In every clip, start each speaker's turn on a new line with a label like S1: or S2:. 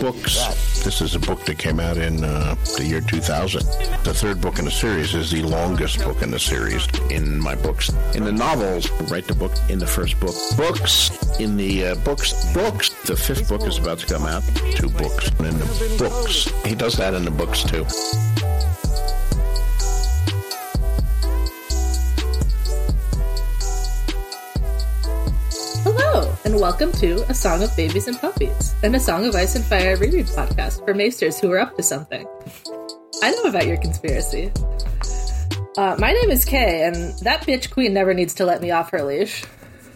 S1: books. This is a book that came out in uh, the year 2000. The third book in the series is the longest book in the series in my books. In the novels, write the book in the first book. Books in the uh, books, books. The fifth book is about to come out. Two books and in the books. He does that in the books too.
S2: Hello, and welcome to A Song of Babies and Puppies and A Song of Ice and Fire reread podcast for maesters who are up to something. I know about your conspiracy. Uh, my name is Kay, and that bitch queen never needs to let me off her leash.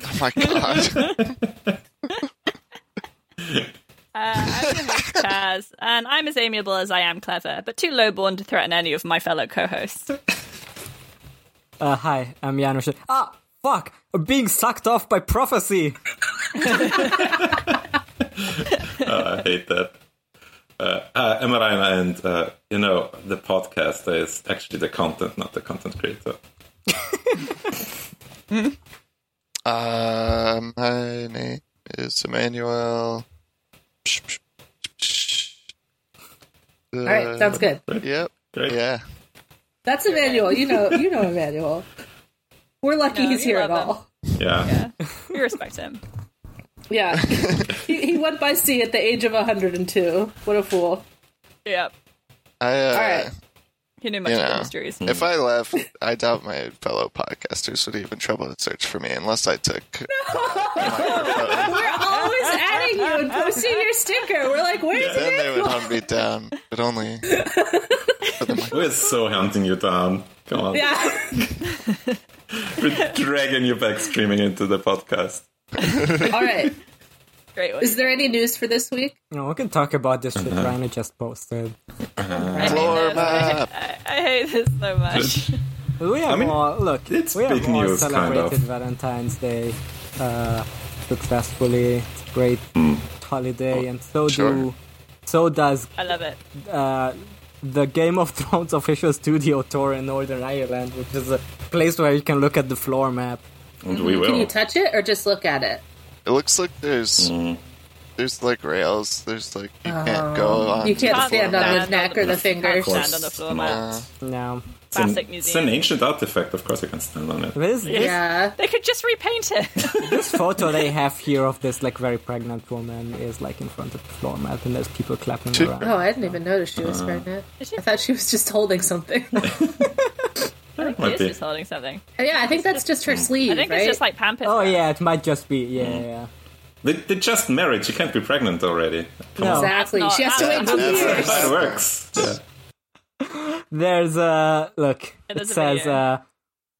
S3: Oh my god.
S4: Uh, I'm your host, Chaz, and I'm as amiable as I am clever, but too lowborn to threaten any of my fellow co-hosts.
S5: Uh, hi, I'm Janusz. Ah, fuck! I'm being sucked off by prophecy!
S6: I hate that. Uh, uh, I'm Raima, and uh, you know the podcast is actually the content, not the content creator.
S3: Uh, my name is Emmanuel.
S2: All
S3: Uh,
S2: right, sounds good.
S3: Yep.
S6: Great.
S3: Yeah.
S2: That's Emmanuel. You know, you know Emmanuel. We're lucky
S4: No,
S2: he's
S4: you
S2: here at
S4: love him.
S2: all.
S6: Yeah.
S4: We respect him.
S2: Yeah, he, he went by sea at the age of 102. What a fool!
S4: Yep,
S3: I, uh,
S2: All right.
S4: he knew much
S3: You
S4: of the
S3: know.
S4: mysteries.
S3: If I left, I doubt my fellow podcasters would even trouble to search for me unless I took.
S2: We're always adding you and posting your sticker. We're like, where's
S3: then they would hunt me down, but only.
S6: We're so hunting you down. Come on.
S2: Yeah.
S6: We're dragging you back streaming into the podcast.
S2: All right.
S4: Great one.
S2: Is there any news for this week?
S5: You know, we can talk about this
S6: Uh-huh.
S5: shit Rhino just posted.
S4: I hate
S3: Floor
S4: this. I,
S3: map.
S4: I- I hate this so much.
S5: We have
S6: mean,
S5: all, look,
S6: it's
S5: we have
S6: big
S5: all
S6: news, kind
S5: celebrated
S6: of.
S5: Valentine's Day uh, successfully. It's a great
S6: Hmm.
S5: holiday,
S6: Oh,
S5: and so
S3: sure.
S5: do, so does
S4: I love it.
S5: uh, the Game of Thrones official studio tour in Northern Ireland, which is a place where you can look at the floor map.
S6: And we will.
S2: Can you touch it or just look at it?
S3: It looks like there's there's like rails. There's like you can't go on.
S2: You can't
S3: the floor
S2: stand on
S3: map.
S2: the neck or the fingers.
S4: Can't stand on the floor map.
S5: Now,
S6: it's, an,
S4: Classic
S6: it's an
S4: museum.
S6: ancient artifact. Of course, you can stand on it.
S5: this,
S2: Yeah.
S4: They could just repaint it.
S5: this photo they have here of this like very pregnant woman is like in front of the floor map, and there's people clapping
S3: Two-
S5: around.
S2: Oh, I didn't even notice she was pregnant. I thought she was just holding something.
S6: Might
S4: He's
S6: be.
S4: just holding something.
S2: yeah, I think that's just her sleeve,
S4: I think
S2: right?
S4: it's just like pampers.
S5: Oh
S4: now.
S5: yeah, it might just be yeah. yeah.
S6: They, they just married. She can't be pregnant already.
S5: No,
S2: exactly.
S4: That's
S2: She has to
S4: not-
S2: wait
S4: that's
S2: two
S3: not-
S2: years.
S3: Yes.
S6: That's how it works. Yeah.
S5: there's a look.
S4: It
S5: It
S4: is a
S5: says
S4: video.
S5: uh,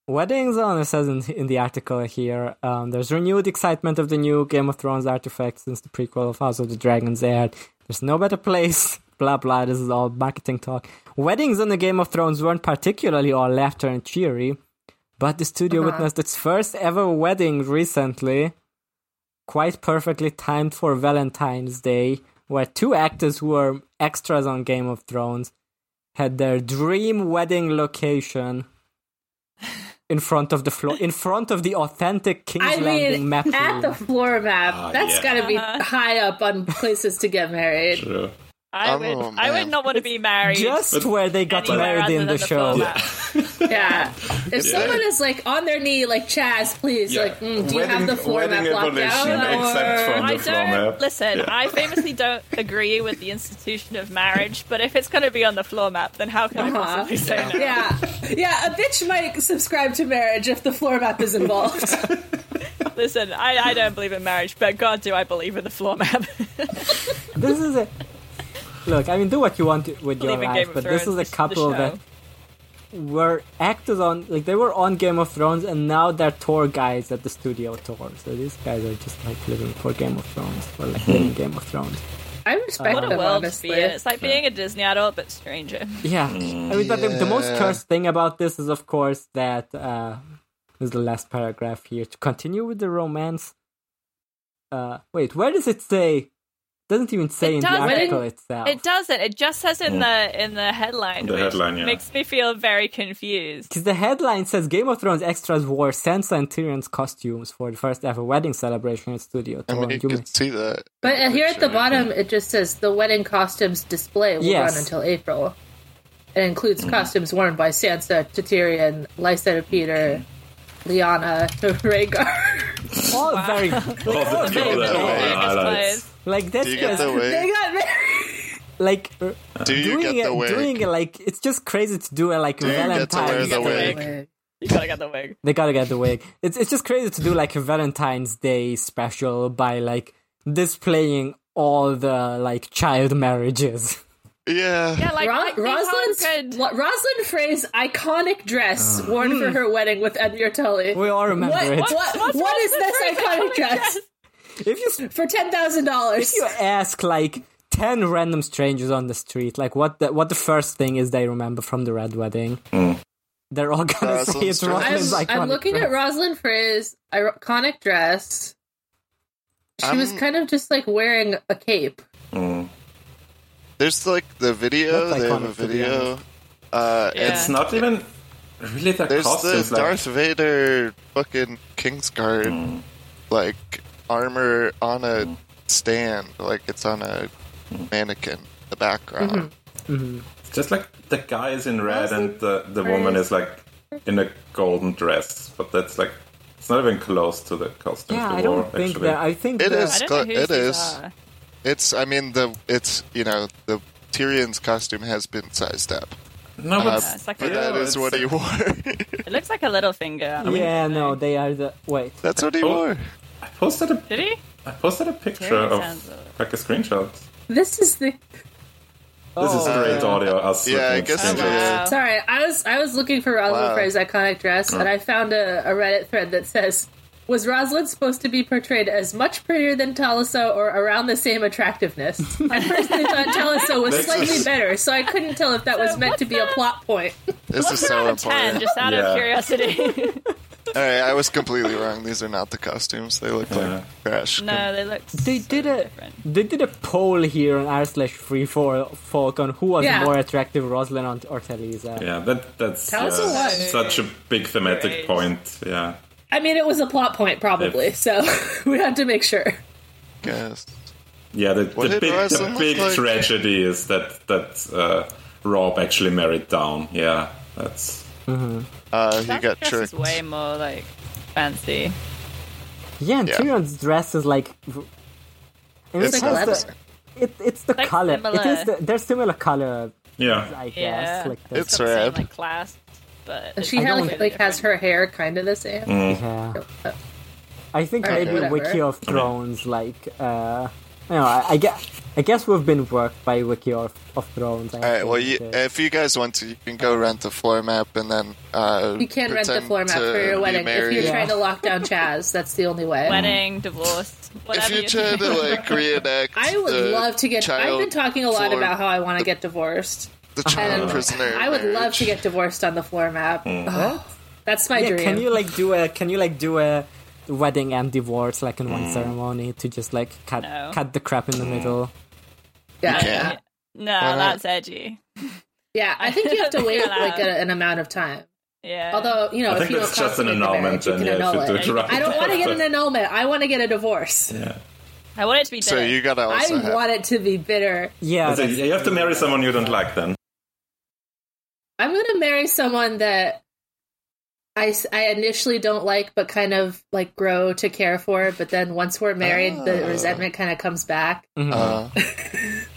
S5: weddings on. It says in, in the article here. Um, there's renewed excitement of the new Game of Thrones artifact since the prequel of House of the Dragons aired. There's no better place. Blah blah. This is all marketing talk. Weddings on the Game of Thrones weren't particularly all laughter and cheery, but the studio
S4: Uh-huh.
S5: witnessed its first ever wedding recently quite perfectly timed for Valentine's Day, where two actors who were extras on Game of Thrones had their dream wedding location in front of the floor, in front of the authentic King's
S2: I
S5: Landing
S2: mean,
S5: map.
S2: at the
S5: room.
S2: floor map,
S6: Ah,
S2: That's
S6: yeah.
S2: got to be
S4: Uh-huh.
S2: high up on places to get married.
S6: True.
S4: I
S3: Oh,
S4: would. I would
S3: man.
S4: not want to be married.
S5: Just where they got
S4: anywhere
S5: married
S4: other
S5: in
S4: than
S5: the, show.
S4: floor map.
S2: Yeah. If
S3: Yeah.
S2: someone is like on their knee, like Chaz, please,
S6: Yeah.
S2: like, mm, do you
S6: Wedding-
S2: have the floor map
S6: wedding
S2: locked
S6: evolution,
S2: down?
S6: except
S2: or-
S6: from-
S4: I
S6: the floor
S4: don't
S6: map.
S4: listen.
S6: Yeah.
S4: I famously don't agree with the institution of marriage, but if it's going to be on the floor map, then how can I
S2: Uh-huh.
S4: possibly say no?
S2: Yeah, yeah. A bitch might subscribe to marriage if the floor map is involved.
S4: Listen, I, I don't believe in marriage, but God, do I believe in the floor map?
S5: This is a look. I mean, do what you want with your
S4: believe in Game
S5: life,
S4: of
S5: but
S4: Thrones.
S5: this is a
S4: the
S5: couple
S4: show.
S5: that were actors on like they were on Game of Thrones and now they're tour guides at the studio tour. So these guys are just like living for Game of Thrones or like living Game of Thrones.
S2: I respect
S4: What a
S2: them
S4: world to
S2: honestly.
S4: be in. It's like being a Disney adult but stranger.
S5: Yeah. I mean but the, the most
S3: Yeah.
S5: cursed thing about this is of course that uh this is the last paragraph here. To continue with the romance uh wait, where does it say Doesn't even say
S4: It
S5: in the
S4: doesn't.
S5: article itself.
S4: It doesn't. It just says in the in the headline.
S6: The
S4: which
S6: headline, yeah.
S4: makes me feel very confused.
S5: Because the headline says Game of Thrones extras wore Sansa and Tyrion's costumes for the first ever wedding celebration at Studio
S3: I
S5: Tour.
S3: mean, you
S5: You may-
S3: can see that.
S7: But uh, here at the
S3: Sure.
S7: bottom, it just says the wedding costumes display will
S5: Yes.
S7: run until April. It includes costumes worn by Sansa, to Tyrion, Lysa to Peter, Lyanna to Rhaegar.
S5: all very
S6: All the people that
S5: no.
S6: were highlights.
S4: Displays.
S5: like that's
S3: Do you get the
S5: just-
S7: they
S3: way?
S7: got married.
S5: like uh,
S3: Do you
S5: doing
S3: get the
S5: it,
S3: way?
S5: doing it like it's just crazy to do a like
S3: you get to wear
S5: Valentine's
S3: the
S5: Day.
S3: wig?
S4: You gotta get the wig.
S5: They gotta get the wig. It's it's just crazy to do like a Valentine's Day special by like displaying all the like child marriages.
S3: Yeah.
S4: Yeah, like,
S7: Ro-
S4: like
S7: Rosalind's,
S4: good.
S7: Lo- Rosalind Frey's iconic dress worn for her wedding with Edgar Tully.
S5: We all remember
S7: What,
S5: it.
S7: what,
S4: What's
S7: what is
S4: Rosalind
S7: this
S4: Frey's
S7: iconic
S4: iconic
S7: dress?
S5: If you s-
S7: For $10,000.
S5: you ask like ten random strangers on the street, like what the what the first thing is they remember from the red wedding, they're all
S3: Hmm.
S5: gonna
S3: That's
S5: say it's
S3: untrue.
S7: I'm,
S5: Rosalind's iconic.
S7: I'm looking at
S5: dress.
S7: Rosalind Frey's iconic dress. She was
S3: I'm-
S7: kind of just like wearing a cape.
S3: There's like the video.
S5: That's
S3: They have a
S5: iconic, to be
S3: video. Uh,
S4: Yeah.
S3: It's
S6: It's not even really the
S3: there's
S6: costumes.
S3: the
S6: like,
S3: Darth Vader fucking Kingsguard like armor on a stand, like it's on a mannequin. in The background.
S5: Mm-hmm.
S6: it's just like the guy is in red and the, the
S7: Right.
S6: woman is like in a golden dress, but that's like it's not even close to the costumes.
S5: Yeah,
S6: they
S5: I don't
S6: wore,
S5: think
S6: actually.
S5: that. I think
S3: It
S5: the-
S4: I
S3: is.
S4: don't know who
S3: It
S4: these
S3: is.
S4: are.
S3: It's. I mean, the it's you know the Tyrion's costume has been sized up. Uh,
S6: No, but
S4: it's like
S3: but
S4: a-
S3: that is
S6: it's
S3: what he
S6: like-
S3: wore.
S4: It looks like a little finger. I mean,
S5: yeah, no, they are the wait.
S3: That's what he
S6: Oh.
S3: wore.
S6: I posted a
S4: Did he?
S6: I posted a picture
S4: Yeah, it
S6: of
S4: sounds-
S6: like a screenshot.
S7: This is the
S6: This is
S5: Oh.
S6: great audio. Us
S3: Yeah, I
S6: looking
S3: guess it
S6: at screenshots.
S4: wow.
S3: is.
S7: sorry. I was I was looking for Rosalind
S3: Wow.
S7: Frey's iconic dress, and I found a, a Reddit thread that says, "Was Rosalind supposed to be portrayed as much prettier than Taliso, or around the same attractiveness?" I personally thought Taliso was
S6: This
S7: slightly
S3: is-
S7: better, so I couldn't tell if that was meant to be a plot point.
S3: This is
S4: What's
S3: so
S4: out of ten?
S3: important.
S4: Just out of
S6: Yeah.
S4: curiosity.
S3: All right, I was completely wrong. These are not the costumes. They look
S6: Yeah.
S3: like trash.
S4: no, they look.
S5: They
S4: so
S5: did a
S4: different.
S5: they did a poll here on r slash free for folk on who was
S7: Yeah.
S5: more attractive, Rosalind or, or Talisa.
S6: Yeah, that that's
S7: Tell us
S6: yeah,
S7: a lot.
S6: such a big thematic
S4: Great.
S6: point. Yeah,
S7: I mean, it was a plot point probably,
S6: If-
S7: so we had to make sure.
S3: Yes.
S6: yeah. The,
S3: What
S6: the
S3: did
S6: big the
S3: Ryzen
S6: big
S3: look like?
S6: tragedy is that that uh, Rob actually married down. Yeah, that's
S3: Uh, he got
S4: That dress
S3: tricked.
S4: is way more like fancy.
S5: yeah and
S3: Yeah.
S5: Tyrion's dress is like and it
S3: It's not-
S5: has the- it, it's the
S4: Like
S5: color. It
S4: similar.
S5: is the, they're similar color,
S6: yeah.
S5: I guess.
S4: Yeah.
S5: Like the,
S3: It's
S4: Got the same,
S3: rad.
S4: Like class, but
S7: And
S4: it's
S7: she
S5: I
S7: had,
S5: don't-
S7: like, like has her hair kind of the same.
S3: Mm.
S5: yeah. I think
S7: Alright,
S5: maybe
S7: whatever.
S5: Wiki of Thrones, like uh, you know, I, I guess I guess we've been worked by Wiki of, of Thrones. I
S3: All right.
S5: think,
S3: Well, you,
S5: uh,
S3: if you guys want to, you can
S5: Uh-huh.
S3: go rent the floor map and then. Uh,
S7: You can rent the
S3: pretend
S7: floor map
S3: to
S7: for your
S3: be
S7: wedding if
S3: married.
S7: you're
S5: Yeah.
S7: trying to lock down Chaz. That's the only way.
S4: wedding, divorce, whatever.
S3: If you're
S4: you
S3: trying to like reenact,
S7: I would
S3: the
S7: love to get. I've
S3: child
S7: been talking a lot
S3: floor-
S7: about how I want to get divorced.
S3: the child prisoner.
S7: I would love to
S3: marriage. Mm.
S7: get divorced on the floor map. Ugh, that's my
S5: yeah,
S7: dream.
S5: can you like do a can you like do a wedding and divorce like in
S3: Mm.
S5: one ceremony to just like cut
S4: No.
S5: cut the crap in the middle?
S7: yeah. yeah,
S3: Yeah.
S4: no,
S3: not?
S4: that's edgy.
S7: I think you have to wait
S4: Yeah.
S7: like a, an amount of time.
S4: Yeah.
S7: Although you know,
S6: I
S7: if
S6: think
S7: you don't
S6: that's just an
S7: consummate the
S6: annulment,
S7: marriage, you
S6: and
S7: can
S6: yeah, if you
S7: annul
S6: do
S7: it.
S6: it right.
S7: I don't want to get an annulment. I want to get a divorce.
S6: Yeah.
S4: I want it to be
S3: So
S4: bitter.
S3: you gotta
S7: I
S3: also have.
S7: want it to be bitter.
S5: Yeah,
S6: So
S5: that's-
S6: you have to marry someone you don't like. Then
S7: I'm going to marry someone that I, s- I initially don't like, but kind of like grow to care for. But then once we're married, the
S3: Oh.
S7: resentment kind of comes back.
S3: uh,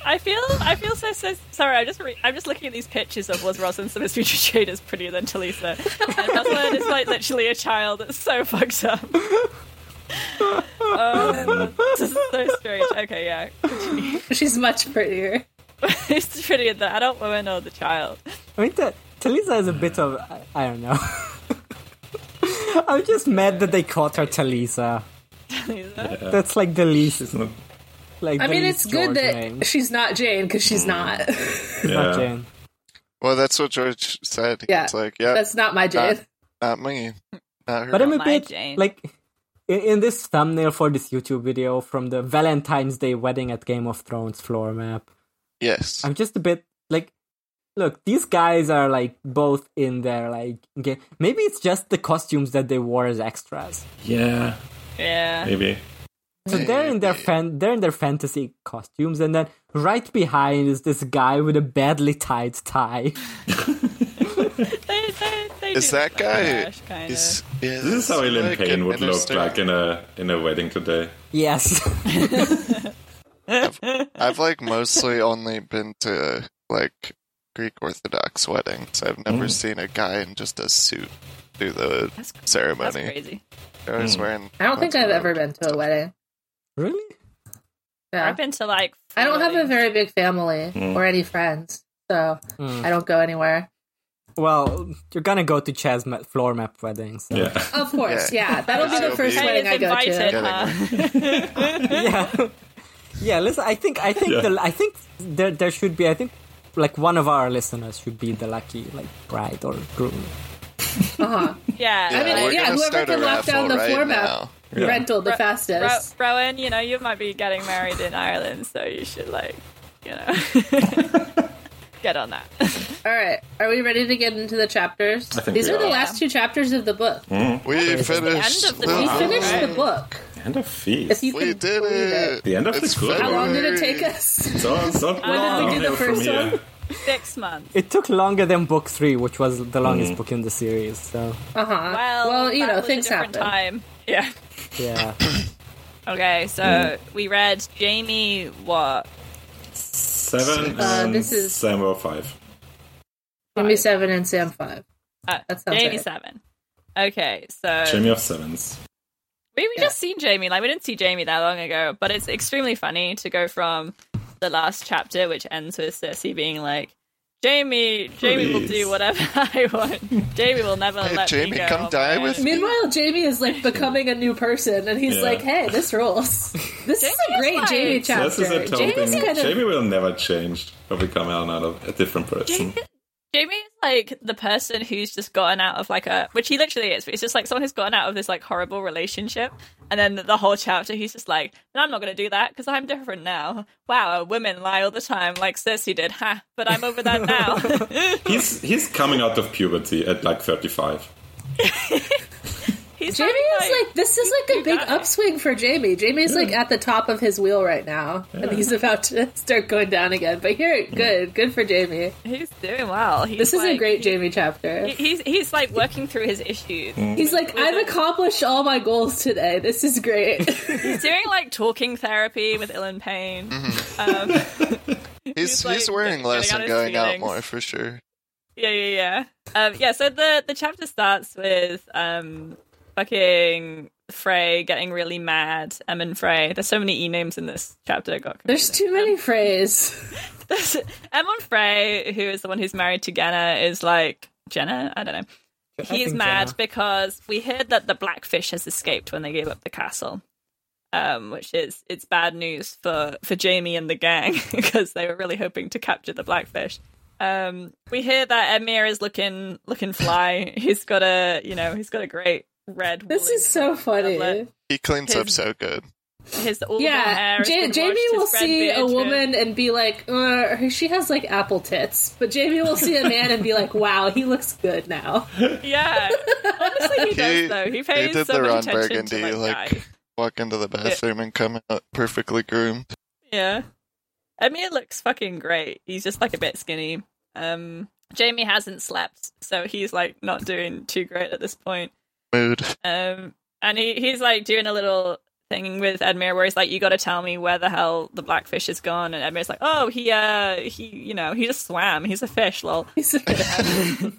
S4: I feel I feel so so sorry. I'm just re- I'm just looking at these pictures of was Rosalind Summers future shade is prettier than Talisa, and Rosalind is like literally a child. It's so fucked up. um, this is so strange. Okay, yeah,
S7: She's much prettier.
S4: it's prettier the adult woman or the child.
S5: I mean, Ta- Talisa is a bit of I, I don't know. I'm just mad that they called her Talisa.
S4: Talisa.
S5: That's like the least.
S6: it's not.
S5: Like
S7: I
S5: the
S7: mean,
S5: least
S7: it's good
S5: George
S7: that
S5: name.
S7: she's not Jane because she's not.
S5: Not
S6: Yeah.
S5: Jane.
S3: well, that's what George said.
S7: Yeah,
S3: It's like, yeah,
S7: That's not my Jane.
S3: not me. Not her.
S5: But I'm a
S4: My
S5: bit
S4: Jane.
S5: like in, in this thumbnail for this YouTube video from the Valentine's Day wedding at Game of Thrones floor map.
S3: Yes.
S5: I'm just a bit like, look, these guys are like both in their like. Ga- Maybe it's just the costumes that they wore as extras.
S6: Yeah,
S4: Yeah.
S6: maybe.
S5: So they're in their fan, they're in their fantasy costumes, and then right behind is this guy with a badly tied tie.
S4: They, they, they
S3: Is
S4: do
S3: that
S4: look
S3: guy?
S4: Ash, kind
S3: is,
S4: of.
S3: yeah,
S6: This is how Elaine
S3: like
S6: Payne
S3: an
S6: would look
S3: interesting-
S6: like in a in a wedding today.
S5: Yes,
S3: I've like mostly only been to like Greek Orthodox weddings. I've never
S6: Mm.
S3: seen a guy in just a suit do the
S4: That's- That's
S3: ceremony.
S4: crazy.
S3: I
S6: Mm.
S3: was wearing.
S7: I don't think I've ever been to a wedding.
S5: really?
S7: No.
S4: I've been to like.
S7: I don't
S4: four
S7: have a
S4: weddings.
S7: very big family or any friends, so I don't go anywhere.
S5: Well, you're gonna go to Chaz ma- floor map weddings. so-
S6: Yeah,
S7: Of course,
S3: Yeah.
S7: yeah. That'll be the
S3: So
S7: first
S3: be-
S7: wedding I
S4: Hey,
S7: go
S4: it's
S7: to.
S4: invited, huh?
S5: yeah, yeah. Listen, I think I think
S6: Yeah.
S5: the, I think there there should be I think like one of our listeners should be the lucky like bride or groom.
S7: Uh-huh.
S4: yeah.
S3: Yeah,
S4: I mean,
S7: mean,
S3: we're
S7: yeah,
S3: gonna
S7: whoever
S3: start
S7: can
S3: a
S7: lock
S3: raffle
S7: down the
S3: right
S7: floor map.
S3: now.
S6: Yeah.
S7: Rental the
S4: Ro- Ro-
S7: fastest.
S4: Rowan, you know, you might be getting married in Ireland, so you should like, you know, get on that.
S7: All right, are we ready to get into the chapters?
S6: I think
S7: These
S6: we
S7: are the
S6: are.
S7: last two chapters of the book.
S3: We finished.
S4: end of the
S7: We
S4: Oh,
S7: finished
S4: right.
S7: the book.
S6: and a
S7: If
S6: feast.
S7: you
S3: We
S7: can
S3: did
S7: believe
S3: it.
S6: The end of the
S3: It's
S6: school.
S7: How long did it
S3: February.
S7: take us?
S6: So, so
S4: did we
S7: do the
S6: from
S7: first
S6: here.
S7: one?
S4: Six months.
S5: It took longer than book three, which was the longest book in the series. So
S7: Uh huh.
S4: Well,
S7: Well, you
S4: that
S7: know,
S4: was
S7: things
S4: a different
S7: happen.
S4: Time. Yeah.
S5: yeah,
S4: Okay, so
S7: Mm.
S4: we read Jamie what
S6: Seven
S7: Uh,
S6: and
S7: this is-
S6: Sam or five.
S7: Jimmy seven and Sam five.
S4: uh,
S7: That sounds
S4: Jamie
S7: right.
S4: seven. Okay, so
S6: Jamie of sevens.
S4: we we just seen Jamie. Like we didn't see Jamie that long ago, but it's extremely funny to go from the last chapter, which ends with Cersei being like, "Jamie, Jamie will
S6: Please.
S4: do whatever I want. Jamie will never
S3: Hey,
S4: let
S3: Jamie,
S4: me go
S3: come
S4: on
S3: die
S4: my
S3: with
S4: own."
S3: me.
S7: Meanwhile, Jamie is like becoming a new person, and he's
S6: Yeah.
S7: like, "Hey, this rules. This is
S4: Jamie
S7: a
S4: is
S7: great
S4: like-
S7: Jamie chapter.
S6: This is a total
S7: Jamie's
S6: thing.
S7: kind of
S6: Jamie will never change or become another a different person.
S4: Jamie, Jamie is like the person who's just gotten out of like a, which he literally is. But it's just like someone who's gotten out of this like horrible relationship, and then the whole chapter he's just like, "No, I'm not going to do that because I'm different now." Wow, women lie all the time, like Cersei did, ha! But I'm over that now.
S6: He's he's coming out of puberty at like thirty-five.
S4: he's
S7: Jamie
S4: having,
S7: is like this is like a big
S4: guy.
S7: upswing for Jamie. Jamie's like at the top of his wheel right now, and he's about to start going down again. But here, good, good for Jamie.
S4: he's doing well. He's
S7: This is a
S4: like-
S7: great
S4: he-
S7: Jamie chapter.
S4: he- He's he's like working through his issues.
S7: He's like, I've accomplished all my goals today. This is great.
S4: He's doing like talking therapy with Ellen Payne. Um,
S3: He's, he's,
S4: like,
S3: wearing
S4: getting
S3: less
S4: out
S3: and
S4: his
S3: going out
S4: feelings.
S3: more for sure.
S4: Yeah, yeah, yeah. Um, yeah, so the, the chapter starts with um, fucking Frey getting really mad. Em and Frey. There's so many E names in this chapter. I got
S7: There's
S4: confused.
S7: too many Freys.
S4: There's Em and Frey, who is the one who's married to Genna, is like, Jenna? I don't know. He's
S5: think
S4: mad
S5: Jenna.
S4: because we heard that the blackfish has escaped when they gave up the castle. Um, which is it's bad news for for Jamie and the gang because they were really hoping to capture the blackfish. Um, we hear that Emir is looking looking fly. He's got a you know he's got a great red.
S7: This
S4: woolly
S7: is so funny.
S4: doublet.
S3: He cleans up
S4: His-
S3: so good.
S4: His auburn hair
S7: Yeah,
S4: has
S7: Ja
S4: been
S7: Jamie
S4: washed,
S7: will
S4: his red
S7: see a
S4: beard is-
S7: woman and be like, uh, she has like apple tits. But Jamie will see a man and be like, wow, he looks good now.
S4: Yeah, honestly, he
S3: He-
S4: does though. He pays
S3: did
S4: so
S3: the
S4: much
S3: Ron
S4: attention
S3: Burgundy,
S4: to like,
S3: like-
S4: guy.
S3: Walk into the bathroom and come out perfectly groomed.
S4: Yeah. Emir looks fucking great. He's just like a bit skinny. Um Jamie hasn't slept, so he's like not doing too great at this point.
S3: Mood.
S4: Um and he, he's like doing a little thing with Edmure where he's like, You gotta tell me where the hell the blackfish is gone and Edmure's like, Oh, he uh he you know, he just swam, he's a fish, lol.
S7: He's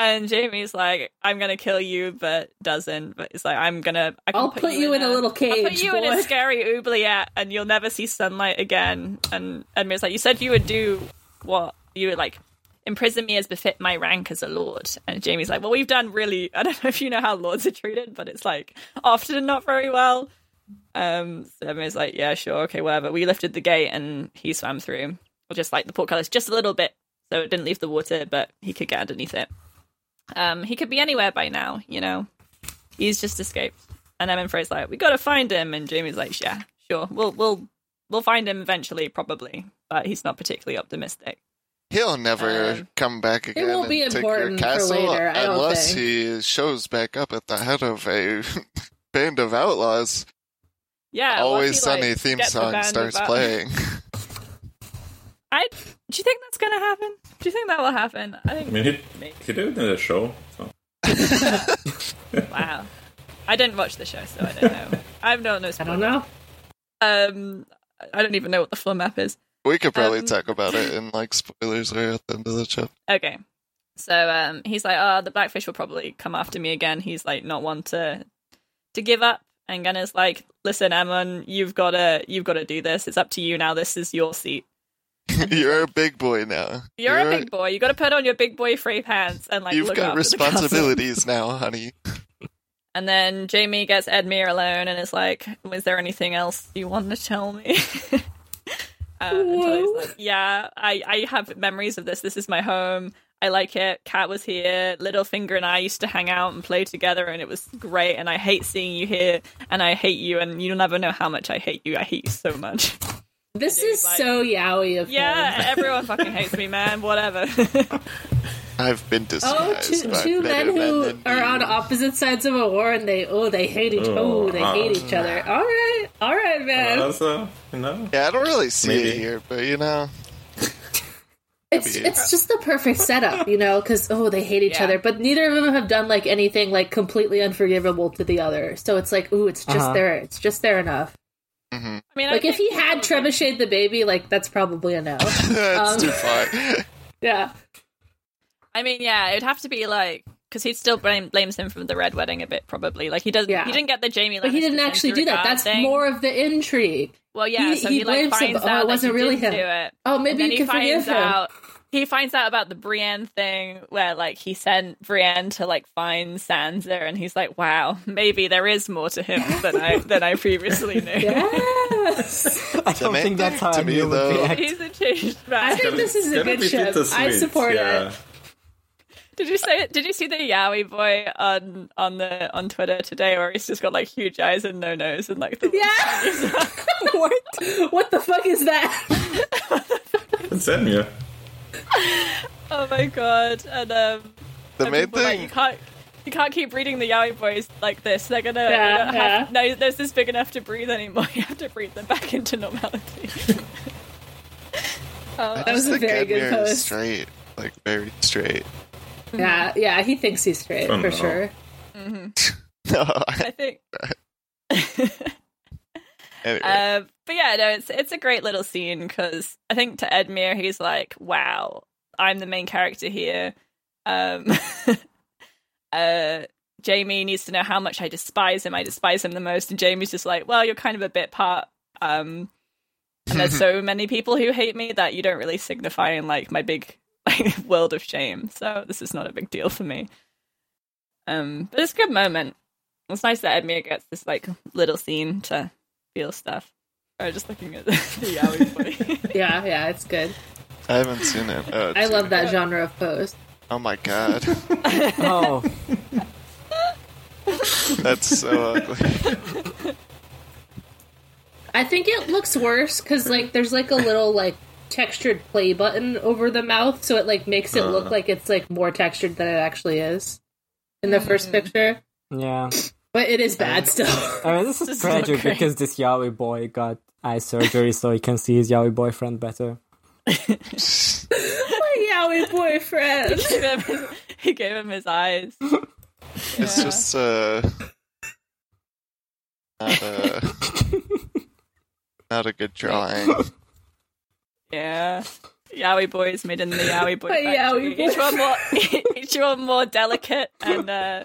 S4: And Jamie's like, I'm gonna kill you, but doesn't. But it's like, I'm gonna. I can
S7: I'll put you in a little
S4: I'll put
S7: cage,
S4: you in
S7: boy."
S4: a scary oubliette, and you'll never see sunlight again. And and it's like, you said you would do what you would like. Imprison me as befit my rank as a lord. And Jamie's like, well, we've done really. I don't know if you know how lords are treated, but it's like often not very well. Um, so Edmure's like, yeah, sure, okay, whatever. We lifted the gate, and he swam through, or just like the portcullis, just a little bit, so it didn't leave the water, but he could get underneath it. Um, he could be anywhere by now, you know. He's just escaped. And Em and Frey's like, we got to find him. And Jamie's like, yeah, sure, we'll we'll we'll find him eventually, probably. But he's not particularly optimistic.
S3: He'll never
S4: Um,
S3: come back again.
S7: won't
S3: and
S7: be
S3: take your
S7: important for
S3: castle
S7: later, I don't
S3: unless
S7: think.
S3: he shows back up at the head of a band of outlaws.
S4: Yeah, what if
S3: Always
S4: he,
S3: Sunny
S4: like,
S3: theme
S4: gets the
S3: song
S4: band
S3: starts
S4: about-
S3: playing.
S4: I do you think that's gonna happen? Do you think that will happen? I
S6: I
S4: think.
S6: mean, he, he did it in the show. So.
S4: wow, I didn't watch the show, so I don't know. I have no no.
S7: I don't know.
S4: Um, I don't even know what the floor map is.
S3: we could probably
S4: Um,
S3: talk about it in like spoilers right at the end of the show.
S4: Okay. So um, he's like, oh, the blackfish will probably come after me again. He's like, not one to to give up. And Gunner's like, listen, Amon, you've gotta you've gotta do this. It's up to you now. This is your seat.
S3: You're a big boy now.
S4: You're, a big boy. You gotta put on your big boy free pants and like
S3: You've
S4: look
S3: got
S4: after the castle."
S3: responsibilities now, honey.
S4: And then Jamie gets Edmure alone and is like, "Was there anything else you want to tell me?" um, and Tully's
S7: Whoa.
S4: like, yeah, I, I have memories of this. This is my home. I like it. Cat was here. Littlefinger and I used to hang out and play together, and it was great. And I hate seeing you here, and I hate you, and you'll never know how much I hate you. I hate you so much.
S7: This
S4: Dude,
S7: is
S4: like-
S7: so yaoi of
S4: yeah,
S7: him.
S4: everyone fucking hates me, man. Whatever.
S3: I've been
S7: Oh,
S3: disguised
S7: two,
S3: by
S7: two men
S3: better
S7: who
S3: than
S7: are
S3: you.
S7: on opposite sides of a war and they oh they hate each oh,
S6: Oh,
S7: they
S6: uh,
S7: hate each other. All right, all right, man.
S6: Also, you know,
S3: Yeah, I don't really see it
S6: Maybe.
S3: here, but you know,
S7: It's
S3: Maybe.
S7: it's just the perfect setup, you know, because oh, they hate each
S4: Yeah.
S7: other, but neither of them have done like anything like completely unforgivable to the other. So it's like, ooh, it's just
S5: Uh-huh.
S7: there, it's just there enough.
S4: I mean, I
S7: Like if
S4: think
S7: he had
S4: probably-
S7: trebucheted the baby, like that's probably a no.
S3: that's
S7: Um.
S3: too far.
S7: yeah,
S4: I mean, yeah, it'd have to be like because he still blame, blames him for the red wedding a bit, probably. Like he does,
S7: Yeah.
S4: he didn't get the Jamie,
S7: but he didn't actually do that. That's more of the intrigue.
S4: Well, yeah,
S7: he-
S4: so
S7: he
S4: he, like
S7: blames him,
S4: finds
S7: but, oh,
S4: out
S7: it
S4: that
S7: wasn't
S4: he
S7: really
S4: didn't
S7: him.
S4: do it.
S7: Oh,
S4: And
S7: maybe
S4: then
S7: you
S4: he
S7: can forgive
S4: finds
S7: him.
S4: out he finds out about the Brienne thing where like he sent Brienne to like find Sansa, and he's like, "Wow, maybe there is more to him than I than I previously knew."
S7: Yes,
S5: I don't
S3: man-
S5: think that's how
S3: to
S5: a
S3: me,
S5: new would
S3: though-
S5: react.
S4: He's a changed
S7: I
S4: man.
S7: think this is a
S6: Gotta
S7: good
S6: be
S7: show. I
S6: bittersweet,
S7: support
S6: yeah.
S7: it.
S4: Did you say? Did you see the Yowie boy on on the on Twitter today, where he's just got like huge eyes and no nose and like the
S7: Yeah.
S5: what?
S7: what the fuck is that?
S6: It's Edmure.
S4: Oh my god! And um,
S3: The
S4: and
S3: main
S4: people are like,
S3: thing
S4: you can't you can't keep reading the yaoi boys like this. They're gonna
S7: Yeah,
S4: they don't have, no. There's this big enough to breathe anymore. You have to breathe them back into normality.
S3: I
S7: That was
S3: just
S7: a
S3: think
S7: very good
S3: Edmure is
S7: post.
S3: Straight, like very straight.
S7: yeah, yeah, he thinks he's straight
S6: Oh, no.
S7: for sure.
S3: No,
S4: I think.
S3: anyway,
S4: Uh, but yeah, no, it's it's a great little scene because I think to Edmure he's like, "Wow, I'm the main character here." Um, uh, Jamie needs to know how much I despise him. I despise him the most, and Jamie's just like, "Well, you're kind of a bit part." Um, and there's so many people who hate me that you don't really signify in like my big like world of shame. So this is not a big deal for me. Um, but it's a good moment. It's nice that Edmure gets this like little scene to feel stuff. Or just looking at the, the yaoi boy.
S7: Yeah, yeah, it's good.
S3: I haven't seen it. Oh,
S7: I
S3: dude.
S7: love that genre of post.
S3: Oh my god,
S5: Oh,
S3: that's so ugly.
S7: I think it looks worse because like there's like a little like textured play button over the mouth, so it like makes it
S4: Uh.
S7: look like it's like more textured than it actually is in the
S4: Mm.
S7: first picture.
S5: yeah.
S7: But it is bad still.
S5: I mean, this is
S4: This is not
S5: tragic
S4: great.
S5: because this Yaoi boy got eye surgery so he can see his Yaoi boyfriend better.
S7: My yaoi boyfriend.
S4: He gave him his- he gave him his eyes.
S3: It's just uh, not a not a good drawing.
S4: Yeah. Yaoi boys made in the yaoi boy
S7: My
S4: factory.
S7: yaoi boy.
S4: Each one more, each one more delicate and uh,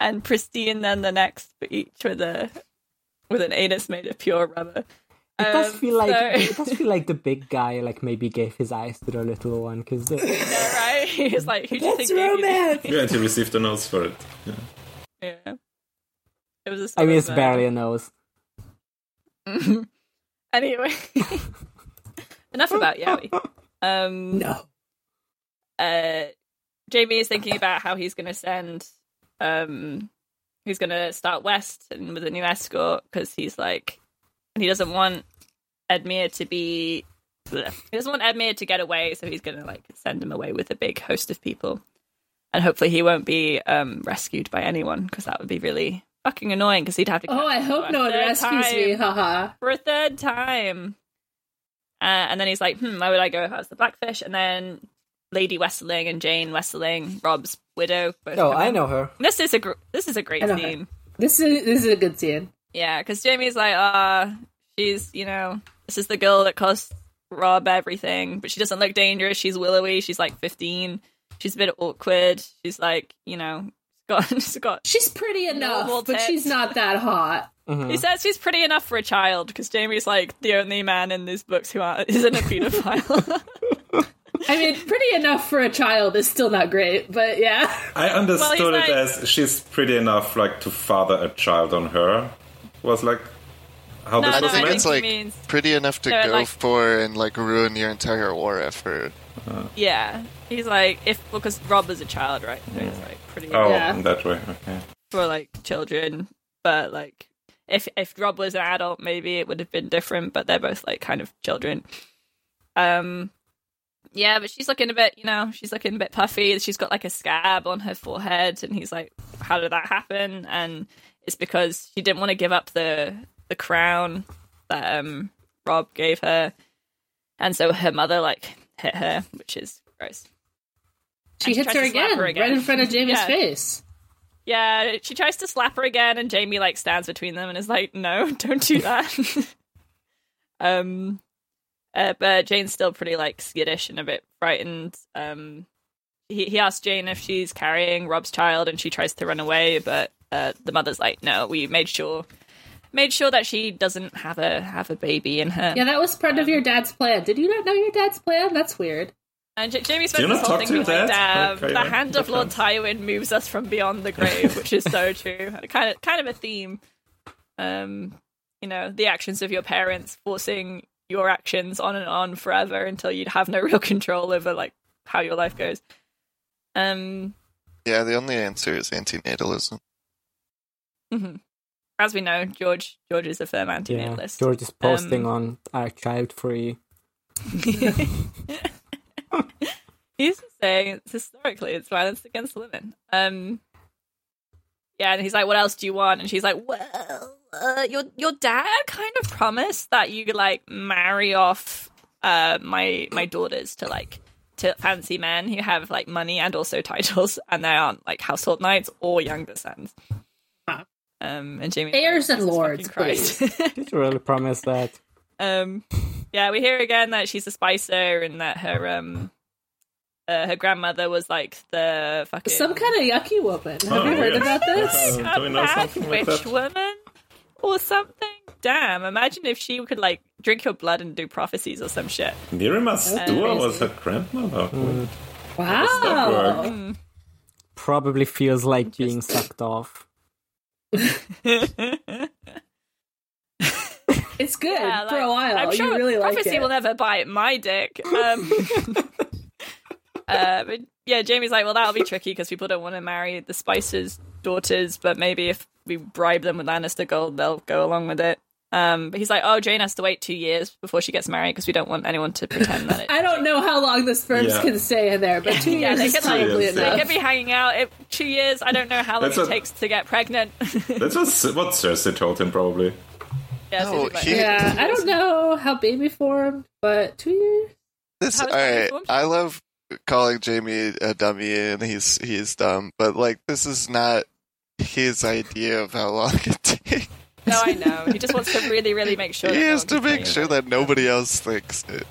S4: and pristine than the next, but each with a with an anus made of pure rubber.
S5: It does
S4: Um,
S5: feel like
S4: so-
S5: it does feel like the big guy like maybe gave his eyes to the little one because
S4: Yeah, right? He's like, who do you
S7: It's
S4: think gave you this?
S7: romance.
S6: Yeah, and he received a nose for it. Yeah.
S4: Yeah. It was. A
S5: I mean it's
S4: silver.
S5: barely a nose.
S4: Anyway, enough about Yowie. Um,
S7: No.
S4: uh, Jamie is thinking about how he's going to send um, who's going to start West and with a new escort because he's like, and he doesn't want Edmure to be, bleh. he doesn't want Edmure to get away, so he's going to like send him away with a big host of people, and hopefully he won't be um, rescued by anyone because that would be really fucking annoying because he'd have to.
S7: Oh, I hope no one rescues me.
S4: me
S7: Haha.
S4: for a third time. Uh, and then he's like, hmm, where would I go if I was the Blackfish? And then Lady Wesseling and Jane Wesseling, Rob's widow. both
S5: Oh,
S4: come
S5: I
S4: in.
S5: know her.
S4: This is a gr- this is a great
S7: I know her.
S4: scene.
S7: This is this is a good scene.
S4: Yeah, because Jamie's like, ah, she's you know, this is the girl that cost Rob everything, but she doesn't look dangerous. She's willowy. She's like fifteen. She's a bit awkward. She's like, you know, got she's got
S7: She's pretty enough,
S4: Normal
S7: but
S4: tits.
S7: she's not that hot.
S4: He says he's pretty enough for a child because Jamie's like the only man in these books who aren't, isn't a pedophile.
S7: I mean, pretty enough for a child is still not great, but yeah.
S6: I understood
S4: Well, he's
S6: it
S4: like-
S6: as she's pretty enough, like to father a child on her. Was like how
S4: No,
S6: this
S3: I
S4: no,
S6: was
S3: think
S4: I
S6: meant.
S4: think
S3: it's
S4: he
S3: like
S4: means-
S3: pretty enough to
S4: No,
S3: go
S4: like-
S3: for and like ruin your entire war effort.
S4: yeah, he's like if because Rob is a child, right? So he's like pretty
S6: oh,
S7: Yeah.
S6: in that way. Okay.
S4: for like children, but like if if Rob was an adult, maybe it would have been different. But they're both like kind of children. Um, yeah, but she's looking a bit, you know, she's looking a bit puffy. She's got like a scab on her forehead, and he's like, "How did that happen?" And it's because she didn't want to give up the the crown that um Rob gave her, and so her mother like hit her, which is gross.
S7: She
S4: And
S7: hits
S4: tries
S7: her
S4: to slap
S7: again,
S4: her again.
S7: right in front of Jamie's
S4: Yeah.
S7: face.
S4: Yeah, she tries to slap her again, and Jamie like stands between them and is like, "No, don't do that." um, uh, but Jane's still pretty like skittish and a bit frightened. Um, he he asks Jane if she's carrying Rob's child, and she tries to run away, but uh, the mother's like, "No, we made sure." Made sure that she doesn't have a have a baby in her.
S7: Yeah, that was part of your dad's plan. Did you not know your dad's plan? That's weird.
S4: And J- Jamie
S6: you
S4: spends
S6: not
S4: this whole
S6: talk
S4: thing
S6: to your
S4: being like,
S6: dad?
S4: "Damn,
S6: Okay,
S4: the
S6: yeah,
S4: hand of
S6: that
S4: Lord
S6: counts.
S4: Tywin moves us from beyond the grave," which is so true. Kind of, kind of a theme. Um, you know, the actions of your parents forcing your actions on and on forever until you'd have no real control over like how your life goes. Um,
S3: Yeah, the only answer is antinatalism.
S4: mhm. as we know, George George is a firm anti-natalist.
S5: George is posting
S7: Um,
S5: on our child free.
S4: he's just saying it's historically it's violence against women. Um, yeah, and he's like, "What else do you want?" And she's like, "Well, uh, your your dad kind of promised that you could like marry off uh, my my daughters to like to fancy men who have like money and also titles, and they aren't like household knights or younger sons."
S7: Huh.
S4: Um, and Jamie
S7: Heirs and lords,
S4: Christ.
S5: Did you really promise that?
S4: Um, yeah, we hear again that she's a Spicer and that her um, uh, her grandmother was like the fucking
S7: Some kind of yucky woman. Have you
S6: Oh,
S7: heard
S6: yeah.
S7: about this?
S6: Uh,
S4: a
S6: do we know
S4: bad
S6: something like
S4: witch
S6: that?
S4: woman or something. Damn! Imagine if she could like drink your blood and do prophecies or some shit.
S6: Nirima Stua
S4: crazy.
S6: was her grandmother. That
S7: Wow.
S4: Oh.
S6: worked.
S5: Probably feels like being sucked off.
S7: It's good
S4: Yeah,
S7: for
S4: like,
S7: a while.
S4: I'm sure
S7: you really like
S4: prophecy
S7: it.
S4: will never bite my dick. Um, uh, but yeah, Jamie's like, well, that'll be tricky because people don't want to marry the Spicer's daughters, but maybe if we bribe them with Lannister gold, they'll go along with it. Um, but he's like, oh, Jane has to wait two years before she gets married because we don't want anyone to pretend that it.
S7: I don't know how long the sperms
S6: Yeah.
S7: can stay in there, but two
S4: Yeah,
S7: years
S4: they
S7: is
S4: could, like,
S7: probably
S6: they
S4: They
S7: enough.
S4: could be hanging out it, two years. I don't know how long
S6: That's
S4: it
S6: a-
S4: takes to get pregnant.
S6: That was what Cersei told him, probably.
S4: yeah, so
S3: No,
S4: he's like,
S3: he-
S7: yeah, I don't know how baby formed, but two years.
S3: This
S4: How
S3: all
S4: is that
S3: right.
S4: informed?
S3: I love calling Jamie a dummy and he's he's dumb, but like this is not his idea of how long it takes.
S4: no, I know. He just wants to really, really make sure.
S3: He
S4: that no
S3: has
S4: one
S3: to
S4: can
S3: make
S4: tell you.
S3: sure that nobody else thinks it.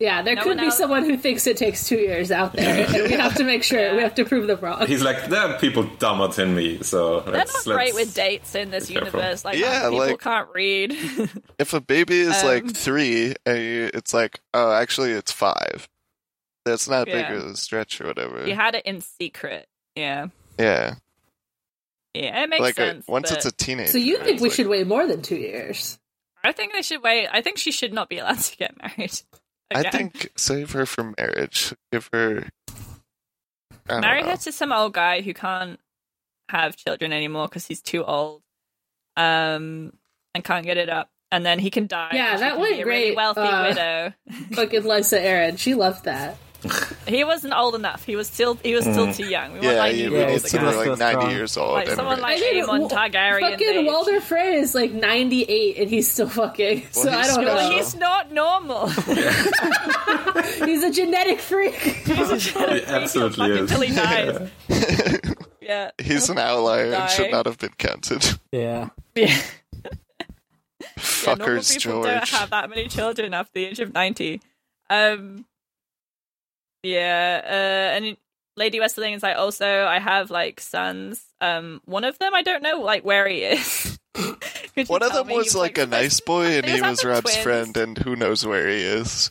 S7: Yeah, there
S4: No
S7: could
S4: one
S7: be
S4: else-
S7: someone who thinks it takes two years out there, and we have to make sure we have to prove them wrong.
S6: He's like, there are people dumber than me, so let's.
S4: They're not
S6: let's...
S4: great with dates in this
S6: be careful.
S4: universe. Like
S3: Yeah,
S4: people
S3: like-
S4: can't read.
S3: If a baby is
S4: Um.
S3: like three, and you, it's like, oh, actually, it's five. That's not
S4: Yeah.
S3: big of a stretch or whatever.
S4: you had it in secret. Yeah,
S3: yeah,
S4: yeah, it makes
S3: like a,
S4: sense.
S3: once
S4: but
S3: it's a teenager.
S7: So you think
S3: it's
S7: we
S3: like-
S7: should wait more than two years?
S4: I think they should wait. I think she should not be allowed to get married.
S3: I
S4: again.
S3: think save her for marriage. Give her. I don't
S4: marry
S3: know.
S4: her to some old guy who can't have children anymore because he's too old, um, and can't get it up. And then he can die.
S7: Yeah,
S4: and she
S7: that
S4: can
S7: went
S4: be a Really
S7: great,
S4: wealthy
S7: uh,
S4: widow.
S7: Fucking Lysa Aaron, she loved that.
S4: He wasn't old enough. He was still he was still too young. We want
S3: Mm. Yeah,
S4: like
S3: you,
S4: new
S3: we
S5: Yeah,
S4: rules
S3: need
S5: it's
S4: again.
S3: someone
S5: gotta
S3: like
S5: go
S3: 90
S5: strong.
S3: years old.
S4: Like someone
S3: and
S4: like
S7: I mean,
S4: him on
S7: Wa-
S4: Targaryen.
S7: Fucking
S4: age.
S7: Walder Frey is like 98 and he's still fucking. so I
S3: he's
S7: don't
S3: special.
S4: Well,
S7: know.
S4: he's not normal.
S7: He's, a genetic freak.
S6: He absolutely is.
S4: until he dies. yeah.
S3: He's an outlier and
S4: Die.
S3: should not have been counted.
S5: Yeah.
S4: yeah. normal
S3: Fuckers,
S4: people don't
S3: George.
S4: have that many children after the age of 90. Um, yeah, uh, and Lady Westerling is like, also, I have like sons. Um, one of them, I don't know like where he is. Could you
S3: One of
S4: tell
S3: them
S4: me? He
S3: was like a nice boy, and
S4: They
S3: he
S4: just have
S3: was
S4: the
S3: Rob's
S4: twins.
S3: friend, and who knows where he is.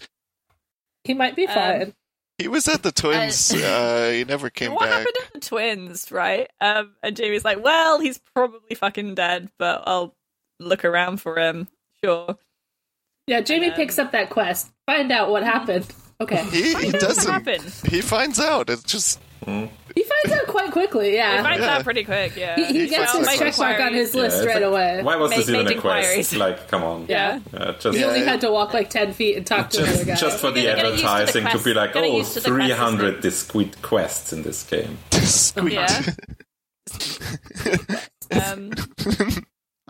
S7: He might be
S4: Um,
S7: fine.
S3: He was at the twins. Uh, he never came
S4: What
S3: back.
S4: happened to the twins, right? Um, and Jamie's like, well, he's probably fucking dead, but I'll look around for him. Sure.
S7: yeah, Jamie
S4: um,
S7: picks up that quest. Find out what happened. Okay.
S3: He, he
S4: What
S3: doesn't.
S4: happened?
S3: He finds out. It's just
S7: He finds out quite quickly,
S4: He
S7: yeah.
S4: finds out pretty quick, yeah. "Oh,
S7: He, he
S3: he
S7: gets
S3: finds
S7: his
S3: out
S7: check mark on his
S6: Yeah,
S7: list
S6: it's
S7: right
S6: like,
S7: away.
S6: Why was this
S4: Make-
S6: even
S4: make
S6: a quest?
S4: inquiries.
S6: Like, come on.
S4: Yeah.
S6: Uh, just,
S7: He only
S3: Yeah.
S7: had to walk like 10 feet and talk to another
S6: just,
S7: guy.
S6: just for the
S4: They're getting used to the
S6: advertising to,
S4: quest-
S6: be like,
S4: getting
S6: oh,
S4: used to the quest
S6: 300 discrete quests in this game.
S3: squeaked.
S4: Yeah. Um,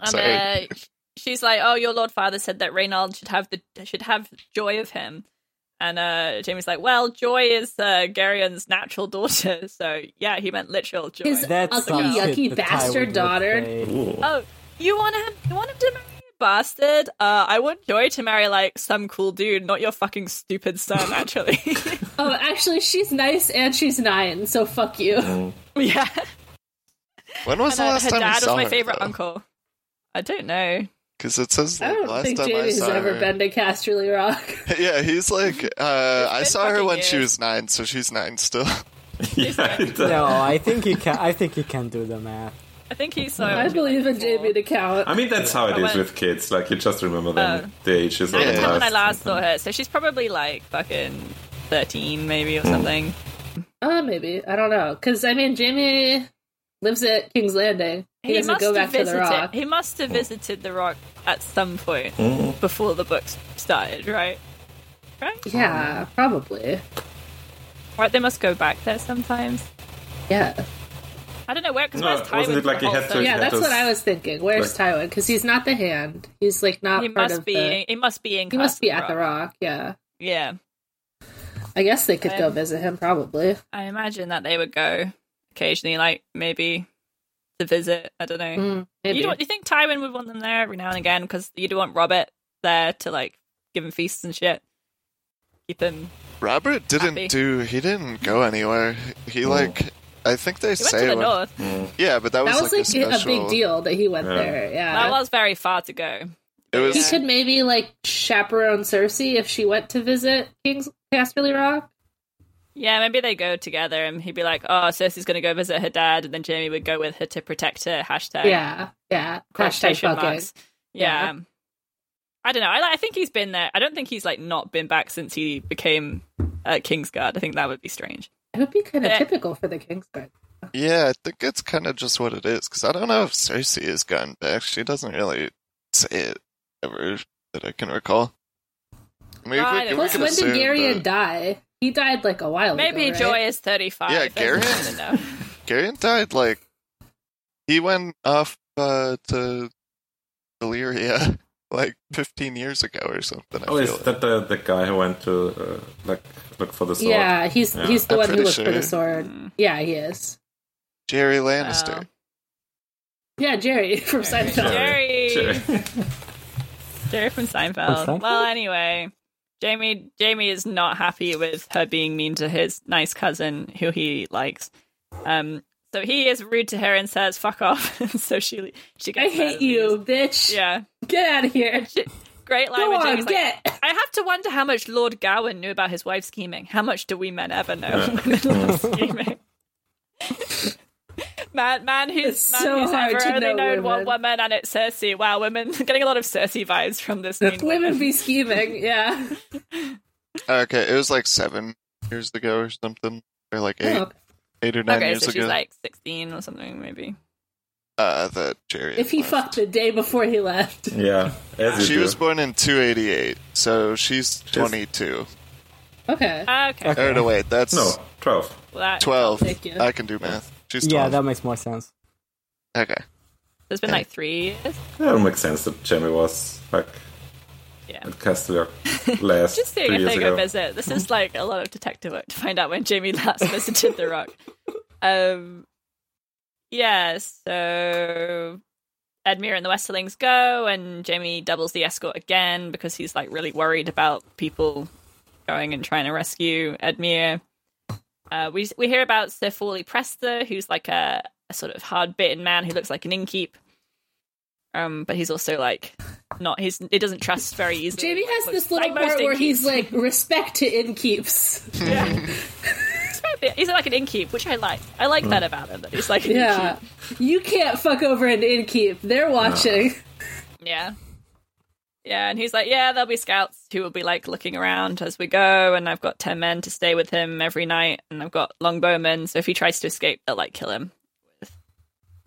S4: and
S3: Sorry.
S4: uh, sh- she's like, "Oh, your Lord Father said that Reynald should have the should have joy of him." And uh, Jamie's like, "Well, joy is uh, Garion's natural daughter, so yeah, he meant literal joy."
S7: His-
S5: That's
S7: Ugly,
S5: some
S7: yucky
S5: shit that Tywin
S7: bastard
S5: would
S7: daughter.
S5: say.
S6: Ooh.
S4: oh, you want him? You want him to marry a bastard? Uh, I want Joy to marry like some cool dude, not your fucking stupid son. Actually,
S7: Oh, actually, she's nice and she's nine, so fuck you.
S4: yeah.
S3: When was
S4: And,
S3: the
S4: uh,
S3: last
S4: her
S3: time you
S4: dad was
S3: saw
S4: my
S3: her,
S4: favorite
S3: though?
S4: uncle. I don't know.
S3: Because it says
S7: I
S3: like,
S7: don't
S3: last
S7: think
S3: time I
S7: Jamie's
S3: saw
S7: ever
S3: her.
S7: been to Casterly Rock.
S3: Yeah, he's like, uh, I
S4: been
S3: saw her
S4: fucking
S3: when she
S4: years.
S3: was nine, so she's nine still.
S6: yeah, it, uh,
S5: No, I think he can. I think he can do the math.
S4: I think he's so.
S7: I believe in Jamie to count.
S6: I mean, that's how it
S4: I
S6: is
S4: went-
S6: with kids. Like, you just remember them. the ages of
S4: By the
S3: Yeah.
S4: time when I last
S6: last-
S4: saw her, so she's probably like fucking thirteen, maybe or something.
S7: Uh, maybe. I don't know. Because, I mean, Jamie lives at King's Landing. He, doesn't go back to the
S4: visited.
S7: rock.
S4: He must have visited the rock at some point
S3: Mm-hmm.
S4: before the books started, right? Right?
S7: Yeah, probably.
S4: Right. They must go back there sometimes.
S7: Yeah.
S4: I don't know where because
S6: No,
S4: where's Tywin?
S6: wasn't it
S4: for
S6: like
S4: the
S6: he
S4: whole
S6: had to-
S4: thing?
S7: Yeah,
S6: that
S7: that's
S6: was-
S7: what I was thinking. Where's Tywin? Because he's not the hand. He's, like, not
S4: He
S7: part
S4: must
S7: of
S4: be.
S7: the...
S4: He must be in.
S7: He must be
S4: Castle
S7: at the rock, yeah.
S4: Yeah,
S7: I guess they could go
S4: Um,
S7: visit him, probably.
S4: I imagine that they would go occasionally, like maybe to visit. I don't know.
S7: Mm, maybe.
S4: You, do you think Tywin would want them there every now and again because you'd want Robert there to like give him feasts and shit, keep him.
S3: Robert didn't
S4: Happy.
S3: do. He didn't go anywhere.
S6: Hmm.
S3: He like, I think they
S4: He went
S3: say
S4: to the
S3: when-
S4: north.
S3: Yeah, but that was,
S7: that was like,
S3: a,
S7: a,
S3: special,
S7: big deal that he went
S6: Yeah.
S7: there. Yeah,
S4: That was very far to go.
S3: It was.
S7: he
S4: yeah.
S7: could maybe like chaperone Cersei if she went to visit King's Casterly Rock.
S4: Yeah, maybe they go together and he'd be like, "Oh, Cersei's going to go visit her dad," and then Jamie would go with her to protect her. Hashtag
S7: Yeah, yeah. Hashtag
S4: quotation
S7: fucking.
S4: marks. Yeah. I don't know. I, I think he's been there. I don't think he's like not been back since he became uh, Kingsguard. I think that would be strange.
S7: It would be kind
S4: Yeah.
S7: of typical for the Kingsguard.
S3: Yeah, I think it's kind of just what it is. Because I don't know if Cersei has gone back. She doesn't really say it ever that I can recall. I mean,
S4: No, I
S3: we,
S4: don't
S3: can- we
S4: know.
S7: Plus,
S3: can
S7: when
S3: assume,
S7: did Garyon
S3: but-
S7: die? He died like a while
S4: Maybe
S7: ago. right?
S4: Joy is thirty-five.
S3: Yeah,
S4: That's-
S3: Garrett.
S4: I don't know.
S3: Garyon died like he went off uh, to Valyria like 15 years ago or something. I
S6: Oh,
S3: feel
S6: is
S3: like.
S6: that the, the guy who went to uh, like look for the sword?
S7: Yeah, he's
S6: Yeah.
S7: he's the
S3: I'm
S7: one who
S3: pretty
S7: looked for
S3: sure.
S7: the sword.
S4: Hmm.
S7: Yeah, he is.
S3: Jerry
S7: Oh.
S3: Lannister.
S4: Wow.
S7: Yeah, Jerry from Seinfeld.
S4: Jerry.
S6: Jerry.
S4: Jerry from Seinfeld.
S5: From Seinfeld?
S4: Well, anyway, Jamie Jamie is not happy with her being mean to his nice cousin who he likes. Um, so he is rude to her and says "fuck off." so she she
S7: I
S4: gets mad
S7: hate
S4: and
S7: you,
S4: leaves.
S7: bitch.
S4: Yeah,
S7: Get out of here.
S4: She- great line.
S7: Go
S4: when
S7: on,
S4: Jamie's like,
S7: get.
S4: I have to wonder how much Lord Gowan knew about his wife scheming. How much do we men ever know? Women love scheming. man, man who's,
S7: It's
S4: man
S7: so
S4: who's
S7: hard
S4: ever
S7: to
S4: only
S7: know
S4: known one
S7: women.
S4: woman, and it's Cersei. Wow, women getting a lot of Cersei vibes from this. mean
S7: Women be scheming. Yeah.
S3: Okay, it was like seven years ago or something, or like eight.
S7: Oh,
S3: eight or nine
S4: Okay,
S3: years
S4: so she's
S3: ago
S4: like 16 or something, maybe.
S3: uh, that Jerry.
S7: If he
S3: left.
S7: fucked the day before he left.
S6: Yeah, as you
S3: she
S6: do.
S3: was born in 288, so she's 22.
S7: Okay.
S4: Okay,
S5: Okay.
S3: Or no, wait, that's
S6: no, twelve.
S4: well, that,
S3: 12.
S7: Thank you.
S3: I can do math. She's 12.
S5: Yeah, that makes more sense.
S3: Okay.
S4: There's been like three years.
S6: That makes sense that Jamie was like
S4: Yeah.
S6: at Castler last
S4: Just
S6: three
S4: doing a
S6: years
S4: they
S6: ago.
S4: go visit. This is like a lot of detective work to find out when Jamie last visited The Rock. Um, yeah, so Edmure and the Westerlings go, and Jamie doubles the escort again because he's like really worried about people going and trying to rescue Edmure. Uh, we we hear about Sir Fawley Prester, who's like a, a sort of hard bitten man who looks like an innkeep. Um, but he's also like not he's he doesn't trust very easily.
S7: Jamie has
S4: Like,
S7: this little
S4: like most
S7: part where
S4: innkeeps.
S7: he's like, respect to innkeeps.
S4: Yeah, he's like an innkeep, which I like. I like that about him. That he's like, an
S7: Yeah. You can't fuck over an innkeep. They're watching.
S4: innkeep. yeah, yeah. And he's like, yeah, there'll be scouts who will be like looking around as we go, and I've got ten men to stay with him every night, and I've got longbowmen. So if he tries to escape, they'll like kill him with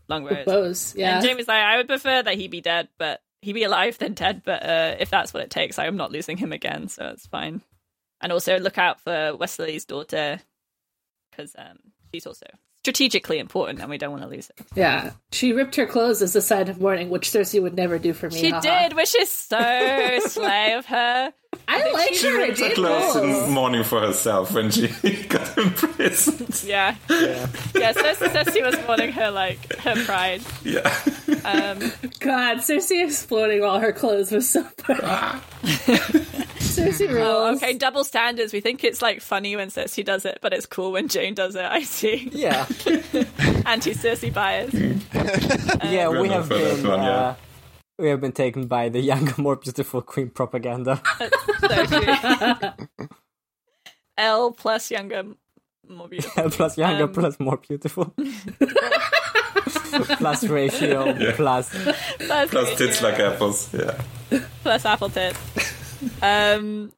S4: longbows.
S7: Bose. Yeah.
S4: And Jamie's like, I would prefer that he be dead, but he be alive than dead. But uh, if that's what it takes, I am not losing him again, so it's fine. And also look out for Wesley's daughter because um, she's also strategically important, and we don't want to lose her.
S7: yeah. She ripped her clothes as a sign of mourning, which Cersei would never do for me.
S4: She
S7: haha.
S4: did, which is so slay of her.
S7: I like
S4: she
S7: her.
S4: ripped her
S7: Did
S6: Close
S7: clothes.
S6: in mourning for herself when she got imprisoned.
S4: Yeah, yeah. So Cersei was mourning her like her pride.
S6: Yeah.
S4: Um,
S7: God, Cersei exploding all her clothes was so funny. Cersei rules.
S4: okay, double standards. We think it's like funny when Cersei does it, but it's cool when Jane does it. I see
S5: Yeah,
S7: Uh,
S4: anti Cersei bias.
S5: yeah, we
S6: Remember
S5: have
S6: that
S5: been
S6: one, yeah.
S5: uh, we have been taken by the younger, more beautiful queen propaganda.
S4: L plus younger, more beautiful.
S5: plus younger,
S4: Um,
S5: plus more beautiful, plus ratio, plus
S4: Plus,
S6: Plus tits
S4: yeah.
S6: like apples. Yeah.
S4: plus apple tits. Um,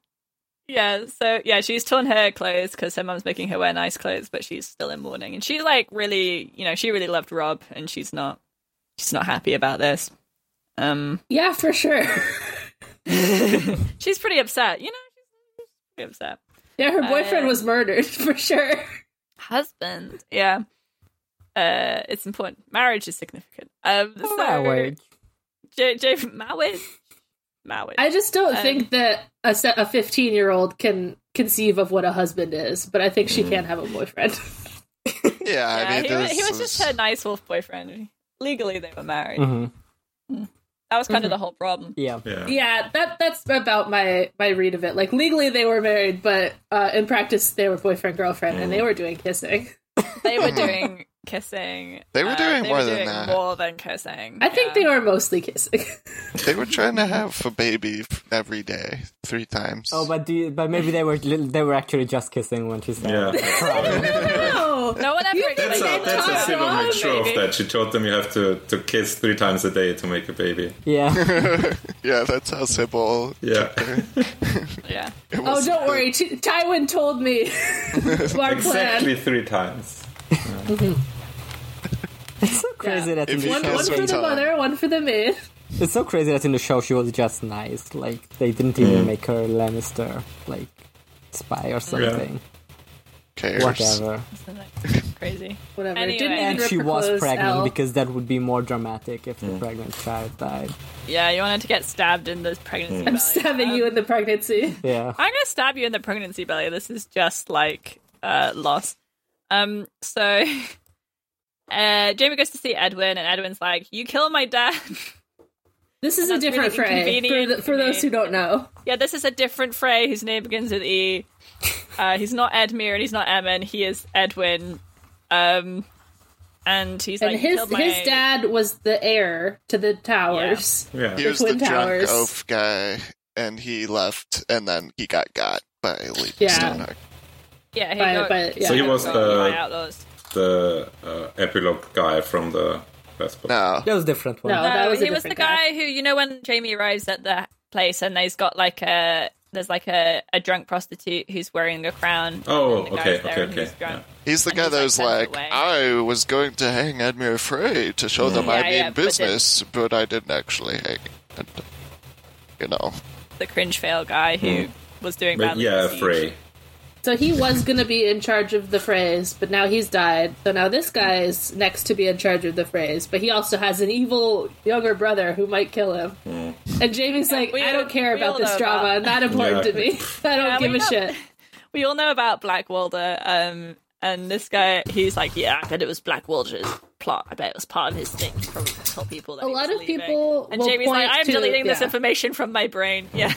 S4: yeah. So yeah, she's torn her clothes because her mum's making her wear nice clothes, but she's still in mourning, and she's like really, you know, she really loved Rob, and she's not, she's not happy about this. Um,
S7: Yeah, for sure.
S4: she's pretty upset, you know. She's pretty upset.
S7: Yeah, her boyfriend
S4: Uh,
S7: was murdered for sure.
S4: Husband, yeah. Uh, it's important. Marriage is significant. Um, so,
S5: marriage.
S4: J- J- marriage, marriage.
S7: I just don't think that a se- a fifteen year old can conceive of what a husband is, but I think she
S6: Mm-hmm.
S7: can have a boyfriend.
S3: Yeah, I mean,
S4: Uh, he, wa-
S3: this
S4: he
S3: is-
S4: was just her nice wolf boyfriend. Legally, they were married. Mm.
S5: Mhm.
S4: That was kind of the whole problem.
S5: Yeah,
S6: Yeah.
S7: yeah, that that's about my my read of it. Like legally they were married, but uh, in practice they were boyfriend girlfriend, and
S6: Mm.
S7: they were doing kissing.
S4: They were doing kissing.
S3: Mm-hmm. They were
S4: uh,
S3: doing
S4: they
S3: more
S4: were
S3: than
S4: doing
S3: that.
S4: More than kissing.
S7: I think they were mostly kissing.
S3: They were trying to have a baby f- every day, three times.
S5: Oh, but do you, but maybe they were li- they were actually just kissing when she said.
S6: Yeah.
S7: no,
S4: No one ever
S6: That's
S4: explained
S6: how, that's how
S7: Talk
S4: that.
S6: Sybil made
S7: wrong,
S6: sure of that. She told them you have to, to kiss three times a day to make a baby.
S5: Yeah,
S3: yeah, that's how Sybil.
S6: Yeah.
S4: Yeah.
S3: it
S7: Oh,
S3: was-
S7: don't worry. T- Tywin told me our
S6: exactly three times.
S5: it's so crazy that in
S3: If
S5: the
S3: you
S5: show,
S7: plan. One
S3: That's
S7: for
S3: what
S7: the
S3: I'm
S7: mother, one for the maid.
S5: it's so crazy that in the show she was just nice. Like they didn't even make her Lannister like spy or something.
S3: Cares.
S5: Whatever.
S4: Crazy.
S7: Whatever.
S4: Anyway.
S7: Didn't even
S5: And
S7: rip
S5: she
S7: her
S5: was
S7: clothes
S5: pregnant
S7: out.
S5: because that would be more dramatic if the pregnant child died.
S4: Yeah, you wanted to get stabbed in the pregnancy belly.
S7: I'm stabbing you in the pregnancy.
S5: Yeah.
S4: I'm gonna stab you in the pregnancy belly. This is just like uh loss. Um so uh Jamie goes to see Edwin and Edwin's like, You killed my dad.
S7: This is a
S4: That's really
S7: different fray for,
S4: inconvenient
S7: the, for
S4: to
S7: those
S4: me.
S7: who don't know.
S4: yeah, this is a different Frey whose name begins with E. Uh he's not Edmure and he's not Emmon, he is Edwin. Um and he's
S7: And
S4: like "You
S7: his
S4: killed my
S7: his dad was the heir to the towers.
S6: Yeah.
S3: He was the
S7: Twin
S3: drunk
S7: Towers.
S3: oaf guy, and he left, and then he got got by Lady
S7: Yeah.
S3: Stonehenge.
S4: Yeah, he
S7: By-
S4: got,
S7: by- yeah.
S6: So he was
S4: got
S6: the-
S4: by outlaws.
S6: The uh, epilogue guy from the first book.
S3: No,
S5: That was a different one.
S7: No.
S4: No,
S7: Oh, that was a
S4: Uh, he was the
S7: different
S4: guy. who, you know, when Jamie arrives at the place and there's got like a there's like a, a drunk prostitute who's wearing a crown.
S6: Oh,
S4: and the
S6: okay,
S4: guy's there
S6: Oh, okay,
S4: and he's
S6: okay,
S4: drunk.
S3: He's the
S4: And
S3: guy
S4: he's,
S3: that
S4: like,
S3: was
S4: sent
S3: like,
S4: away.
S3: I was going to hang Admir Frey to show them I
S4: Yeah,
S3: mean
S4: yeah, but then-
S3: business, but, I didn't actually hang. And, you know,
S4: the cringe fail guy who was doing
S6: Hmm. But
S4: badly. in
S6: yeah,
S4: Siege.
S6: Frey.
S7: So he was going to be in charge of the phrase, but now he's died. So now this guy is next to be in charge of the phrase, but he also has an evil younger brother who might kill him. And Jamie's like,
S4: we
S7: I
S4: all-
S7: don't care
S4: we
S7: about
S4: all
S7: this
S4: know
S7: drama.
S4: about-
S7: Not important
S6: Yeah.
S7: to me. I don't
S4: Yeah,
S7: give
S4: we
S7: a
S4: know-
S7: shit.
S4: We all know about Blackwalder, um, and this guy, he's like, yeah, I bet it was Blackwalder's plot. I bet it was part of his thing. He Probably to tell people that
S7: A
S4: he was
S7: lot of
S4: leaving.
S7: people
S4: And
S7: will
S4: Jamie's like,
S7: point
S4: I'm
S7: to-
S4: deleting this
S7: yeah.
S4: information from my brain. Yeah,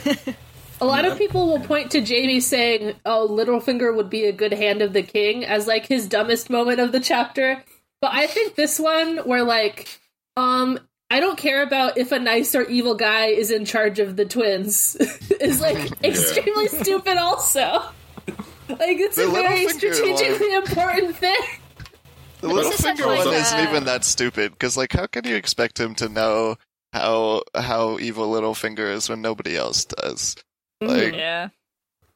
S7: A lot of people will point to Jamie saying, "Oh, Littlefinger would be a good hand of the king" as like his dumbest moment of the chapter. But I think this one where like um I don't care about if a nice or evil guy is in charge of the twins is like extremely stupid also. Like it's
S3: The
S7: a very
S3: Littlefinger
S7: strategically important thing.
S3: the
S6: This
S4: is such
S3: Littlefinger
S4: like
S3: one
S4: a-
S3: isn't even that stupid because, like, how can you expect him to know how how evil Littlefinger is when nobody else does? Like,
S4: yeah,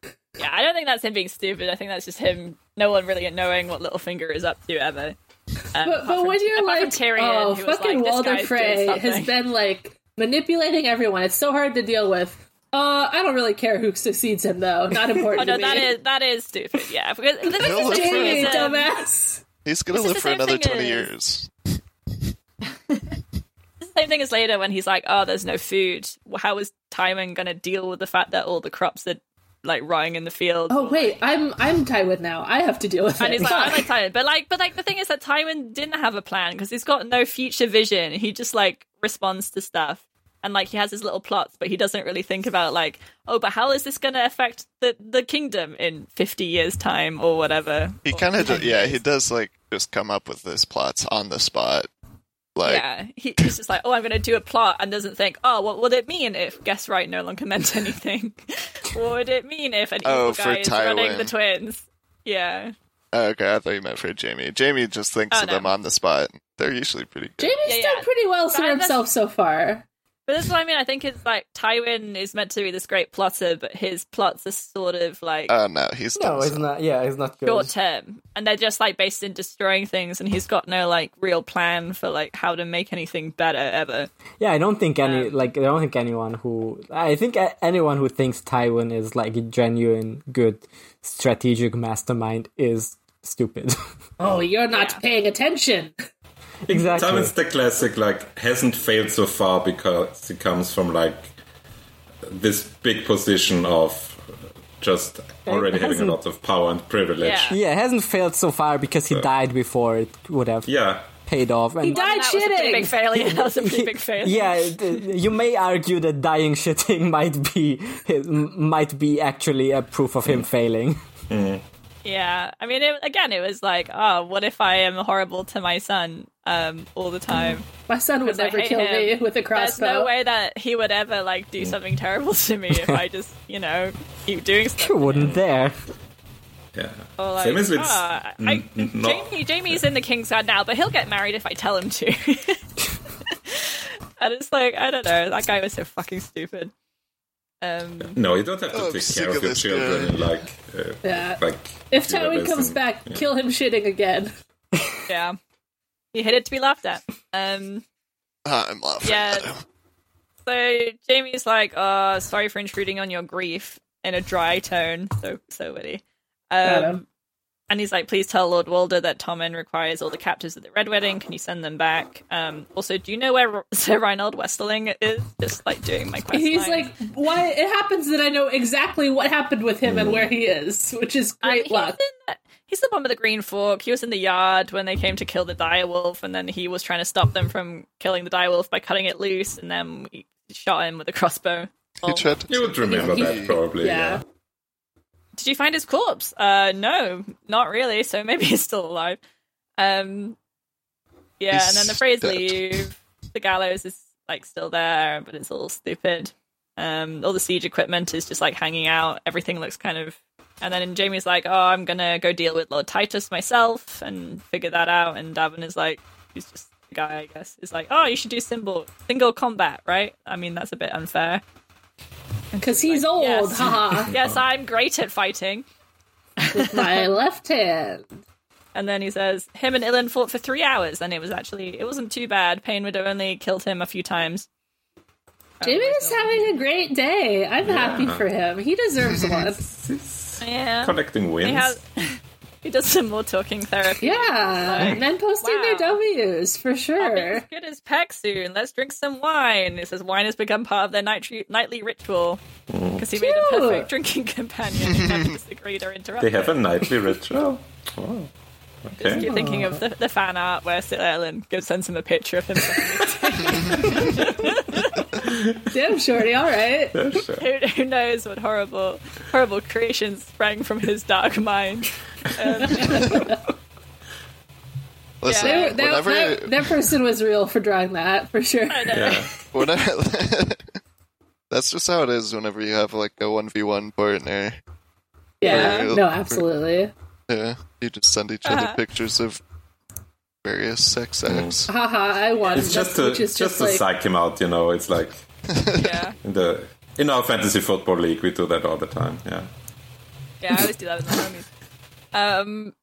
S4: yeah. I don't think that's him being stupid. I think that's just him. No one really knowing what Littlefinger is up to ever. Um,
S7: But
S4: apart
S7: but
S4: from-
S7: when you're
S4: apart
S7: like,
S4: from Tyrion, who
S7: oh,
S4: was
S7: fucking
S4: like, this
S7: Walder
S4: guy's doing
S7: Frey has
S4: something."
S7: been like manipulating everyone. It's so hard to deal with. Uh, I don't really care who succeeds him though. Not important.
S4: Oh no,
S7: to me.
S4: that is that is stupid. Yeah, because this is the
S7: Jamie,
S4: thing, is, um,
S7: dumbass.
S3: he's gonna
S4: This is
S3: live
S4: the
S3: for
S4: same
S3: another
S4: thing
S3: twenty
S4: as-
S3: years.
S4: same thing as later when he's like, "Oh, there's no food. Well, How is Tywin going to deal with the fact that all the crops are like rotting in the field?"
S7: Oh wait, I'm I'm Tywin now. I have to deal with
S4: and
S7: it.
S4: he's like, "I'm
S7: Fuck.
S4: like Tywin," but like, but like the thing is that Tywin didn't have a plan because he's got no future vision. He just like responds to stuff. And like he has his little plots, but he doesn't really think about like, oh, but how is this going to affect the the kingdom in fifty years time or whatever?
S3: He
S4: Or
S3: kind of,
S4: 10
S3: yeah,
S4: years.
S3: he does like just come up with his plots on the spot. Like,
S4: yeah, he, he's just like, oh, I'm going to do a plot, and doesn't think, oh, what would it mean if guess right no longer meant anything? what would it mean if an evil
S3: Oh, for
S4: guy is running
S3: Tywin.
S4: the twins? Yeah,
S3: oh, Okay, I thought you meant for Jamie. Jamie just thinks
S4: Oh,
S3: of
S4: no.
S3: them on the spot. They're usually pretty good.
S7: Jamie's
S4: Yeah,
S7: done
S4: yeah.
S7: pretty well for
S4: But I'm
S7: himself so far.
S4: but that's what I mean. I think it's like Tywin is meant to be this great plotter, but his plots are sort of like
S3: Oh no, he's
S5: No,
S3: done
S5: it's not. Yeah, it's not good.
S4: short term, and they're just like based in destroying things, and he's got no like real plan for like how to make anything better ever.
S5: Yeah, I don't think any
S4: Um,
S5: like I don't think anyone who I think a- anyone who thinks Tywin is like a genuine good strategic mastermind is stupid.
S7: Oh, you're not paying attention.
S5: exactly.
S6: Tywin's the classic, like, hasn't failed so far because he comes from, like, this big position of just already having a
S5: hasn't-
S6: lot of power and privilege.
S4: Yeah.
S5: yeah, hasn't failed so far because he died before it would have
S6: Yeah.
S5: paid off. And
S7: He died
S4: And that was a pretty big
S7: shitting.
S4: failure. That was a pretty big failure.
S5: yeah, it- it- you may argue that dying shitting might be might be actually a proof of him failing.
S4: Yeah, I mean, it, again, it was like, oh, what if I am horrible to my son um, all the time?
S7: My son would
S4: Because I
S7: never
S4: hate
S7: kill
S4: him.
S7: me with a
S4: There's
S7: crossbow.
S4: no way that he would ever like
S6: Mm.
S4: do something terrible to me if I just, you know, keep doing stuff.
S5: You wouldn't dare.
S6: Yeah.
S4: Or, like,
S6: Same as with.
S4: ah, I-
S6: n- n- not-
S4: Jamie, Jamie's in the king's guard now, but he'll get married if I tell him to. and it's like, I don't know, that guy was so fucking stupid. Um,
S6: No, you don't have to
S3: Oh, I'm
S6: take
S3: sick
S6: care
S3: of
S6: of your
S3: this
S6: children.
S3: guy.
S6: and Like, uh,
S7: Yeah.
S6: like
S7: If
S6: do the
S7: Tywin
S6: best
S7: comes
S6: and-
S7: back,
S6: yeah.
S7: kill him shitting again.
S4: yeah, he hated to be laughed at. Um.
S3: Ah, I'm laughing.
S4: Yeah.
S3: at him.
S4: So Jamie's like, uh, sorry for intruding on your grief in a dry tone. So so witty. Um,
S7: Got him.
S4: and he's like, please tell Lord Walder that Tommen requires all the captives of the Red Wedding. Can you send them back? Um, also, do you know where Sir Reinald Westerling is? Just like doing my quest.
S7: He's
S4: line.
S7: like, why? It happens that I know exactly what happened with him
S6: Mm.
S7: and where he is, which is
S4: Um,
S7: great
S4: he's
S7: luck.
S4: in the- He's the one with the green fork. He was in the yard when they came to kill the direwolf, and then he was trying to stop them from killing the direwolf by cutting it loose, and then we shot him with a crossbow.
S3: He tried to
S6: You would remember that probably.
S7: Yeah.
S6: Yeah.
S4: did you find his corpse? Uh, no, not really. So maybe he's still alive. Um, yeah,
S3: He's
S4: and then the phrase
S3: dead.
S4: leave the gallows is like still there, but it's all stupid. Um, all the siege equipment is just like hanging out. Everything looks kind of. And then Jamie's like, "Oh, I'm gonna go deal with Lord Titus myself and figure that out." And Davin is like, "He's just the guy, I guess." Is like, "Oh, you should do symbol single combat, right?" I mean, that's a bit unfair.
S7: Because he's old,
S4: yes.
S7: haha.
S4: Yes, I'm great at fighting. Oh
S7: My left hand.
S4: And then he says, him and Ilan fought for three hours, and it was actually, it wasn't too bad. Pain would have only killed him a few times.
S7: Jimmy is having a great day. I'm happy for him. He deserves one.
S4: Yeah.
S6: Collecting wins.
S4: He, has, he does some more talking therapy.
S7: Yeah,
S4: Like,
S7: and then posting their
S4: wow.
S7: W's for
S4: I'll be as
S7: sure.
S4: good as Peck soon. Let's drink some wine. It says wine has become part of their nightly, nightly ritual
S6: Mm.
S4: because he made a
S7: Cute.
S4: perfect drinking companion. and never disagreed or
S6: They
S4: interrupted.
S6: have a nightly ritual. Oh,
S4: Just
S6: okay.
S4: thinking of the, the fan art where Sir Ellen gives sends him a picture of him.
S7: Damn, Shorty, all right.
S6: Yeah, sure.
S4: who, who knows what horrible, horrible creations sprang from his dark mind.
S3: Listen,
S4: Yeah.
S7: They were- that,
S3: whenever,
S7: that- that person was real for drawing that for sure.
S4: I know.
S6: Yeah.
S3: whenever that's just how it is. Whenever you have like a one v one partner,
S7: Yeah,
S3: real.
S7: no, absolutely.
S3: yeah, you just send each
S4: Uh-huh.
S3: other pictures of various sex acts.
S7: Haha, I won.
S6: It's just to
S7: Which
S6: just,
S7: is just,
S6: to
S7: like
S6: psych him out, you know. It's like
S4: Yeah,
S6: in the in our fantasy football league, we do that all the time. Yeah.
S4: yeah, I always do that with my homies. Um,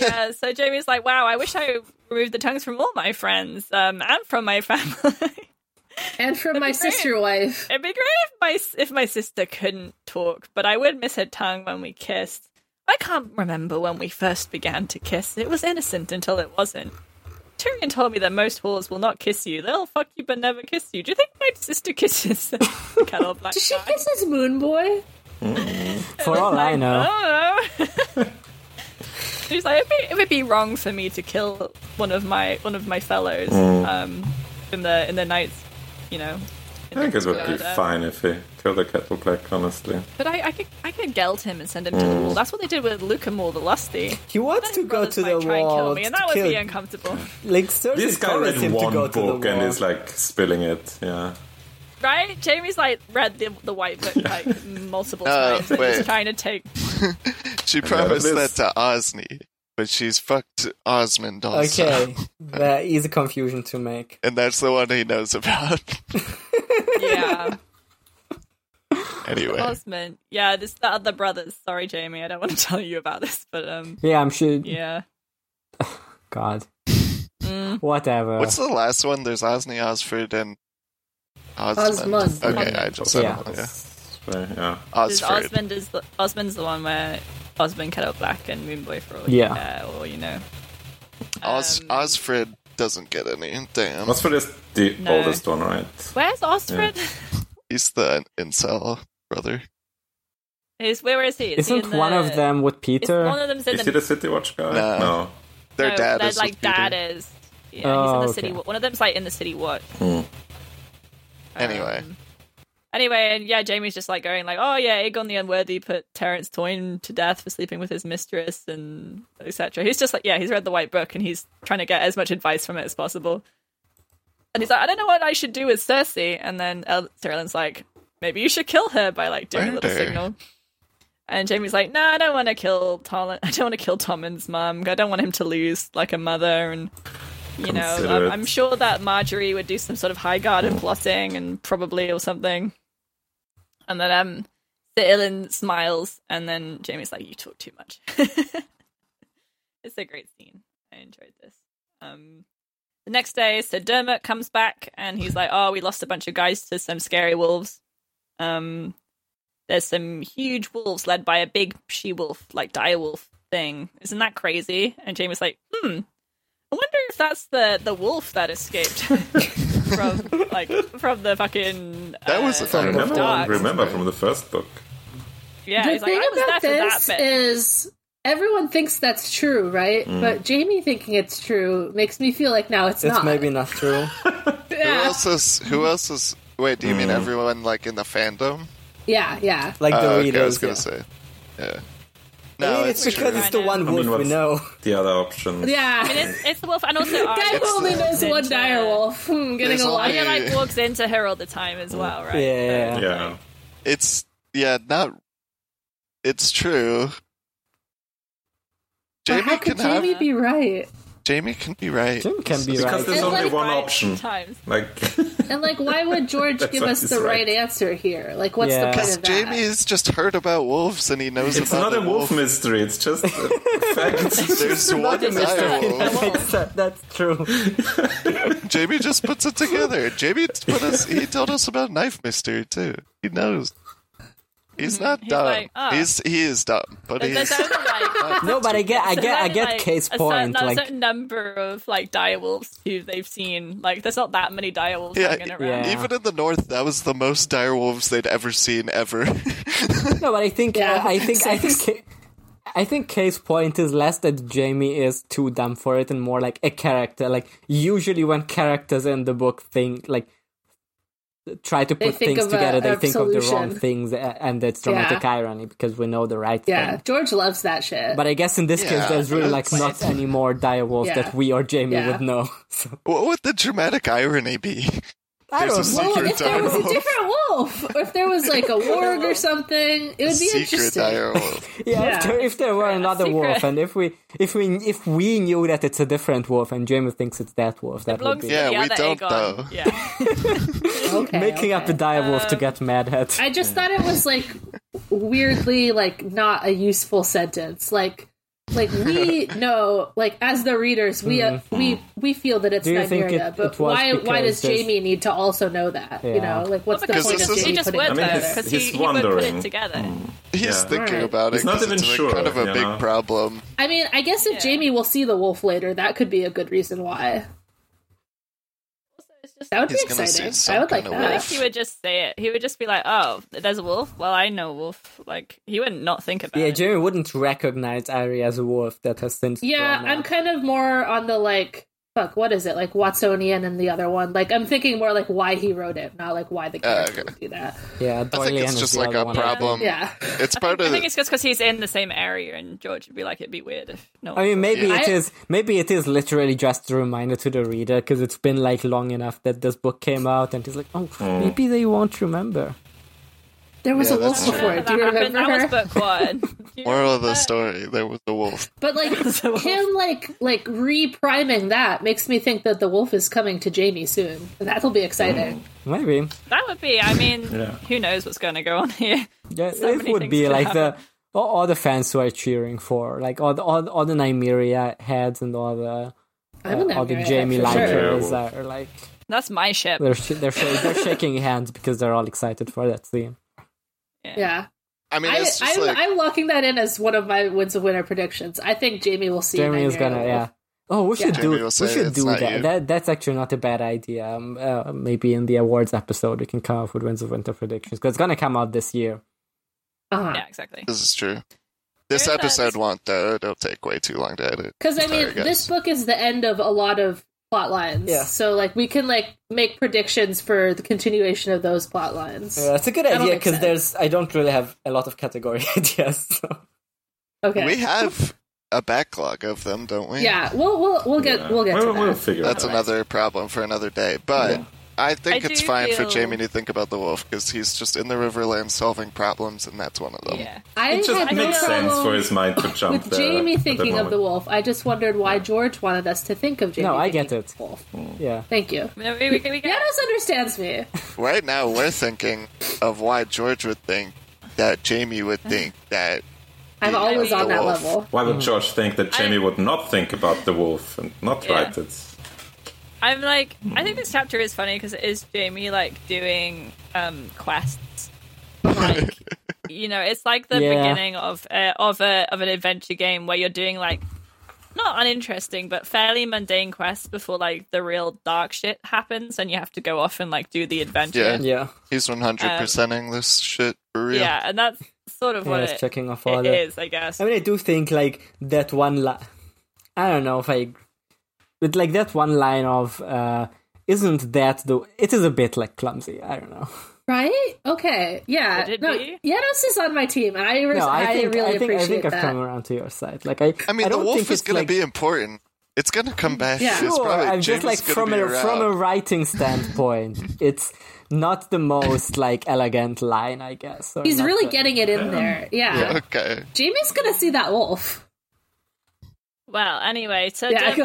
S4: yeah, so Jamie's like, wow, I wish I removed the tongues from all my friends um, and from my family.
S7: and from my sister wife.
S4: It'd be great if my if my sister couldn't talk, but I would miss her tongue when we kissed. I can't remember when we first began to kiss. It was innocent until it wasn't. Tyrion told me that most whores will not kiss you. They'll fuck you but never kiss you. Do you think my sister kisses the kettle black
S7: Does she
S4: guy?
S7: kiss his moon boy?
S5: For all I
S4: oh,
S5: know,
S4: I don't know. He's like, it'd be, it would be wrong for me to kill one of my one of my fellows um, in the in the nights, you know.
S6: I think it would be
S4: Yeah.
S6: fine if he killed a kettle black, honestly.
S4: But I, I could I could geld him and send him to the wall. That's what they did with Luca Moore the Lusty.
S5: he wants to go
S4: Brothers
S5: to the
S4: might try and kill
S5: wall.
S4: me,
S5: to
S4: and that would
S5: kill-
S4: be uncomfortable,
S5: like Cersei
S6: This guy
S5: encouraged
S6: read
S5: him to go
S6: one
S5: to the
S6: book and
S5: wall.
S6: is like spilling it. Yeah.
S4: right? Jamie's like read the, the White Book like multiple
S3: No,
S4: times. and
S3: wait.
S4: He's trying to take.
S3: She promised that
S6: this-
S3: to Osney, but she's fucked Osmond also.
S5: okay, that is a confusion to make.
S3: And that's the one he knows about.
S4: Yeah,
S3: anyway,
S4: Osman. Yeah, this the other brothers. Sorry, Jamie, I don't want to tell you about this, but um,
S5: Yeah, I'm sure.
S4: yeah.
S5: God.
S4: Mm.
S5: Whatever.
S3: what's the last one? There's Osney, Osford, and Osmond.
S7: Osmond.
S3: Okay, I just said
S5: Yeah.
S3: yeah.
S6: So, yeah.
S4: Because
S3: Osford.
S4: Osmond is the, Osmond's the one where Osmond cut out Black and Moonboy for all
S5: Yeah.
S4: you care, or you know.
S3: Os-
S4: Um,
S3: Osfred doesn't get any. Damn,
S6: What's for this? The
S4: No.
S6: oldest one, right?
S4: Where's Osfred?
S3: he's the incel brother.
S4: Is where is he? Is he
S5: Isn't
S4: in
S5: one
S4: the-
S5: of them with
S4: is
S5: Peter?
S4: One of them's in
S6: Is
S4: the
S6: he the City Watch guy?
S3: No.
S6: No.
S3: Their
S4: No,
S3: dad
S4: they're,
S3: is
S4: like
S3: with Peter.
S4: dad um, is. Yeah, he's
S5: Oh,
S4: in the
S5: okay.
S4: city. wa- One of them's like in the city watch. Uh,
S3: Anyway,
S4: Anyway, and yeah, Jamie's just like going like, oh yeah, Aegon the Unworthy put Terence Toyne to death for sleeping with his mistress and etc. He's just like, yeah, he's read the White Book and he's trying to get as much advice from it as possible. And he's like, I don't know what I should do with Cersei. And then El- Sir Ellen's like, maybe you should kill her by like doing a little
S3: Murder.
S4: signal. And Jamie's like, no, I don't want to kill Tomlin. I don't want to kill Tommen's mum. I don't want him to lose like a mother. And you know,
S6: Consider
S4: I'm,
S6: it.
S4: I'm sure that Marjorie would do some sort of high guard and plotting, and probably or something. And then um, Sir Ilan smiles, and then Jamie's like, "You talk too much." it's a great scene. I enjoyed this. Um, the next day, Sir Dermot comes back, and he's like, "Oh, we lost a bunch of guys to some scary wolves." Um, there's some huge wolves led by a big she wolf, like dire wolf thing. Isn't that crazy? And Jamie's like, "Hmm." I wonder if that's the, the wolf that escaped from like from the fucking
S3: That was-
S4: uh,
S3: I
S6: I remember,
S4: Dark.
S6: remember from the first book.
S4: yeah.
S7: the
S4: he's
S7: thing
S4: like, I was
S7: about
S4: there for
S7: this
S4: that bit.
S7: is everyone thinks that's true, right?
S3: Mm.
S7: But Jamie thinking it's true makes me feel like now it's,
S5: it's
S7: not.
S5: maybe not true.
S3: who
S7: yeah,
S3: else is? Who
S4: Mm.
S3: else is? Wait, do you mean everyone like in the fandom?
S7: yeah, yeah.
S5: Like the
S3: Oh, okay,
S5: readers.
S3: I was gonna say.
S5: yeah.
S3: Yeah.
S5: I
S3: No,
S5: mean, it's,
S3: it's
S5: because
S3: true.
S5: it's the one wolf
S6: what's-
S5: we know.
S6: The other option.
S7: yeah.
S4: It's, it's the wolf, and also
S7: Guy
S4: Arya
S7: who only knows
S4: walks
S7: one
S4: into-
S7: dire wolf. Hmm, getting
S3: There's
S7: a lot.
S3: only-
S4: Arya like walks into her all the time as well, right?
S5: Yeah.
S6: Yeah.
S3: It's yeah, not. It's true.
S7: But how
S3: Jamie can
S7: could Jamie
S3: have.
S7: be right?
S3: Jamie can be right.
S5: Jim can be
S6: Because
S5: right.
S6: there's
S7: It's
S6: only
S7: like-
S6: one
S4: Right,
S6: option.
S4: Times.
S6: Like,
S7: And like, why would George
S6: That
S7: give us
S6: sounds
S7: the right.
S6: right.
S7: answer here? Like, what's
S5: Yeah.
S7: the point
S3: Because
S7: of that?
S3: Jamie's just heard about wolves and he knows
S6: It's
S3: about
S6: not a
S3: the
S6: wolf mystery. It's just a fact.
S3: There's one
S5: Nothing is
S3: dire
S5: right.
S3: wolf.
S5: Except that's true.
S3: Jamie just puts it together. Jamie put us. He told us about knife mystery too. He knows.
S7: Mm-hmm.
S3: He's not dumb.
S4: like, ah.
S3: He's he is dumb, but
S4: There's,
S3: he's
S4: there's only like
S5: No, but I get, I
S4: there's
S5: get, I
S4: only,
S5: get
S4: like,
S5: Kate's
S4: a
S5: point.
S4: Certain, there's
S5: like,
S4: a certain number of like direwolves who they've seen. Like, there's not that many direwolves
S3: Yeah,
S4: hanging around.
S5: yeah.
S3: even in the north. That was the most dire wolves they'd ever seen ever.
S5: No, but I think uh,
S7: Yeah.
S5: I think I think Ka- I think Kay's point is less that Jamie is too dumb for it, and more like a character. Like usually when characters in the book think like try to put
S7: think
S5: things
S7: of a-
S5: together, they
S7: a
S5: think of the wrong
S7: solution.
S5: things, a- and it's dramatic
S7: Yeah.
S5: irony because we know the right
S7: Yeah,
S5: thing.
S7: George loves that shit.
S5: But I guess in this case,
S3: Yeah,
S5: there's really like
S3: that's-
S5: not any more direwolves
S7: Yeah.
S5: that we or Jamie
S7: Yeah.
S5: would know. So,
S3: what would the dramatic irony be?
S5: I
S3: There's a
S5: don't know.
S7: well,
S3: secret
S7: if there was a
S3: direwolf.
S7: different wolf, or if there was like a warg or something, it would be
S3: Secret
S7: interesting.
S3: dire wolf.
S5: Yeah, If,
S7: Yeah.
S5: there, if there were another
S4: secret.
S5: wolf, and if we if we if we knew that it's a different wolf, and Jamie thinks it's that wolf, that would
S4: Belongs
S5: be
S4: to
S3: Yeah,
S4: the
S3: we
S4: other
S3: don't,
S4: Aegon.
S3: though.
S4: Yeah,
S7: Okay,
S5: making up a
S7: okay. Uh,
S5: dire wolf to get mad at.
S7: I just thought it was like weirdly like not a useful sentence. Like like we know like as the readers we uh, we we feel that it's
S5: Do you think
S7: Nymeria,
S5: it-
S7: but
S5: it was
S7: why why does
S5: because there's-
S7: Jamie need to also know that? You
S5: Yeah.
S7: know, like what's the
S4: because
S7: point
S3: this
S7: of
S3: is-
S7: Jamie
S4: he just
S7: putting
S4: would
S7: it
S4: though,
S6: mean,
S7: together?
S6: he's-
S4: because he,
S6: he's
S4: he would put
S6: wondering.
S4: it together.
S5: Hmm.
S3: He's
S6: Yeah.
S3: thinking
S7: Right.
S3: about it.
S6: He's not
S3: 'cause
S6: even
S3: it's like
S6: sure,
S3: Kind of a
S6: you
S3: big
S6: know?
S3: problem.
S7: I mean, I guess if
S4: Yeah.
S7: Jamie will see the wolf later, that could be a good reason why.
S4: It's just
S7: That would
S3: He's
S7: be
S3: gonna see
S7: exciting.
S3: some
S7: I would like
S3: kind of
S4: I
S7: that.
S4: think he would just say it. He would just be like, "Oh, there's a wolf. Well, I know wolf." Like he would not think about
S5: Yeah,
S4: it.
S5: Jamie wouldn't recognize Ari as a wolf that has since.
S7: Yeah,
S5: grown
S7: I'm
S5: up.
S7: kind of more on the like fuck, what is it? Like Watsonian and the other one. Like I'm thinking more like why he wrote it, not like why the character
S3: Oh, okay.
S7: would do that.
S5: yeah,
S3: I
S5: Doilian
S3: think it's
S5: is
S3: just
S5: the
S3: like
S5: other
S3: a
S5: one.
S3: problem.
S7: Yeah.
S3: It's part
S4: I
S3: of
S4: think it's just because he's in the same area, and George would be like, "It'd be weird if no."
S5: I mean, maybe
S7: Yeah.
S5: it
S7: I-
S5: is. Maybe it is literally just a reminder to the reader because it's been like long enough that this book came out, and he's like, "Oh,
S3: Mm.
S5: maybe they won't remember."
S7: There was
S3: Yeah,
S7: a wolf
S3: that's true.
S7: before. Do
S4: that
S7: you
S4: happened.
S7: remember
S4: That was
S7: her?
S4: book one. Do you
S3: moral of
S4: remember
S3: the
S4: that?
S3: story. There was a wolf.
S7: But like
S4: a wolf.
S7: him like like repriming that makes me think that the wolf is coming to Jamie soon. And that'll be
S3: Mm.
S7: exciting.
S5: Maybe.
S4: That would be. I mean,
S6: Yeah.
S4: who knows what's going to go on here?
S5: Yeah,
S4: So
S5: it
S4: many
S5: would
S4: things
S5: be
S4: could
S5: like
S4: happen.
S5: the all, all the fans who are cheering for, like all the all, all the Nymeria heads and all the uh,
S7: I'm gonna
S5: all the
S7: admire that
S5: Jamie
S7: for
S6: Lannister.
S7: sure.
S5: likers
S6: Yeah.
S5: are like
S4: That's my ship.
S5: they're sh- they're, sh- they're shaking hands because they're all excited for that scene.
S7: Yeah.
S3: I mean,
S7: I,
S3: it's just
S7: I'm,
S3: like
S7: I'm locking that in as one of my wins of winter predictions. I think Jamie will see.
S5: Jeremy is
S7: Nymeria
S5: gonna
S7: wolf.
S5: yeah. Oh, we should do
S3: Jeremy will
S5: we
S3: say
S5: should
S3: it's
S5: do
S3: not
S5: that.
S3: you.
S5: That that's actually not a bad idea. Um, uh, maybe in the awards episode we can come up with wins of winter predictions because it's gonna come out this year.
S7: Uh-huh.
S4: Yeah, exactly.
S3: this is true. This
S4: There's that-
S3: episode won't though. It'll take way too long to edit.
S7: Because I mean,
S3: Sorry, guys.
S7: this book is the end of a lot of plot lines.
S5: Yeah.
S7: So like we can like make predictions for the continuation of those plot lines.
S5: Yeah, it's a good
S7: That'll
S5: idea
S7: make
S5: because
S7: sense.
S5: there's I don't really have a lot of category ideas. So.
S7: Okay.
S3: We have a backlog of them, don't we?
S7: yeah, we'll we'll we'll get we'll get to
S6: we'll,
S7: that.
S6: we'll figure
S3: That's
S6: it out.
S3: another problem for another day. But I think
S4: I
S3: it's
S4: do
S3: fine for
S4: feel-
S3: Jamie to think about the wolf because he's just in the Riverlands solving problems, and that's one of them.
S4: Yeah.
S7: I
S6: It
S7: had
S6: just
S7: no
S6: makes
S7: problem
S6: sense for his mind to jump
S7: with
S6: there
S7: Jamie
S6: at
S7: thinking of the
S6: moment.
S7: wolf. I just wondered why George wanted us to think of Jamie.
S5: No, I
S7: thinking
S5: get
S7: of
S5: it.
S7: the Wolf.
S5: yeah,
S7: Thank you.
S4: We, we, we, we get,
S7: Yanis understands me.
S3: Right now, we're thinking of why George would think that Jamie would
S4: Uh-huh.
S3: think that.
S7: I'm always
S4: the
S7: on that
S3: wolf.
S7: level.
S6: Why would George think that Jamie would not think about the wolf and not
S4: Yeah.
S6: write it?
S4: I'm like, I think this chapter is funny because it is Jamie like doing um quests. Like, you know, it's like the
S5: Yeah.
S4: beginning of uh, of a of an adventure game where you're doing like not uninteresting but fairly mundane quests before like the real dark shit happens and you have to go off and like do the adventure.
S3: Yeah.
S5: yeah.
S3: He's 100%ing this shit for real.
S4: Um, Yeah, and that's sort of
S5: Yeah,
S4: what
S5: it's
S4: it,
S5: checking off
S4: it
S5: all the-
S4: is, I guess.
S5: I mean, I do think like that one. Li- I don't know if I, but like that one line of uh, isn't that the? It is a bit like clumsy. I don't know.
S7: Right? Okay. Yeah.
S4: Would it
S7: no,
S4: be?
S7: Yanis is on my team, and I,
S5: No,
S7: I,
S5: I think
S7: really
S5: I think I
S7: appreciate
S5: think I've
S7: that.
S5: come around to your side. Like I,
S3: I mean,
S5: I
S3: the
S5: don't
S3: wolf
S5: think
S3: is
S5: it's
S3: going
S5: like,
S3: to be important. It's going to come back.
S7: Yeah.
S3: It's
S5: Sure,
S3: probably
S5: I'm
S3: Jamie's
S5: just like
S3: gonna
S5: from
S3: be
S5: a
S3: around.
S5: from a writing standpoint, it's not the most like elegant line, I guess. or
S7: He's
S5: not
S7: really
S5: the-
S7: getting it in there. yeah.
S3: Okay.
S7: Jamie's gonna see that wolf.
S4: Well, anyway, so
S7: Yeah,
S4: Dermot-
S7: go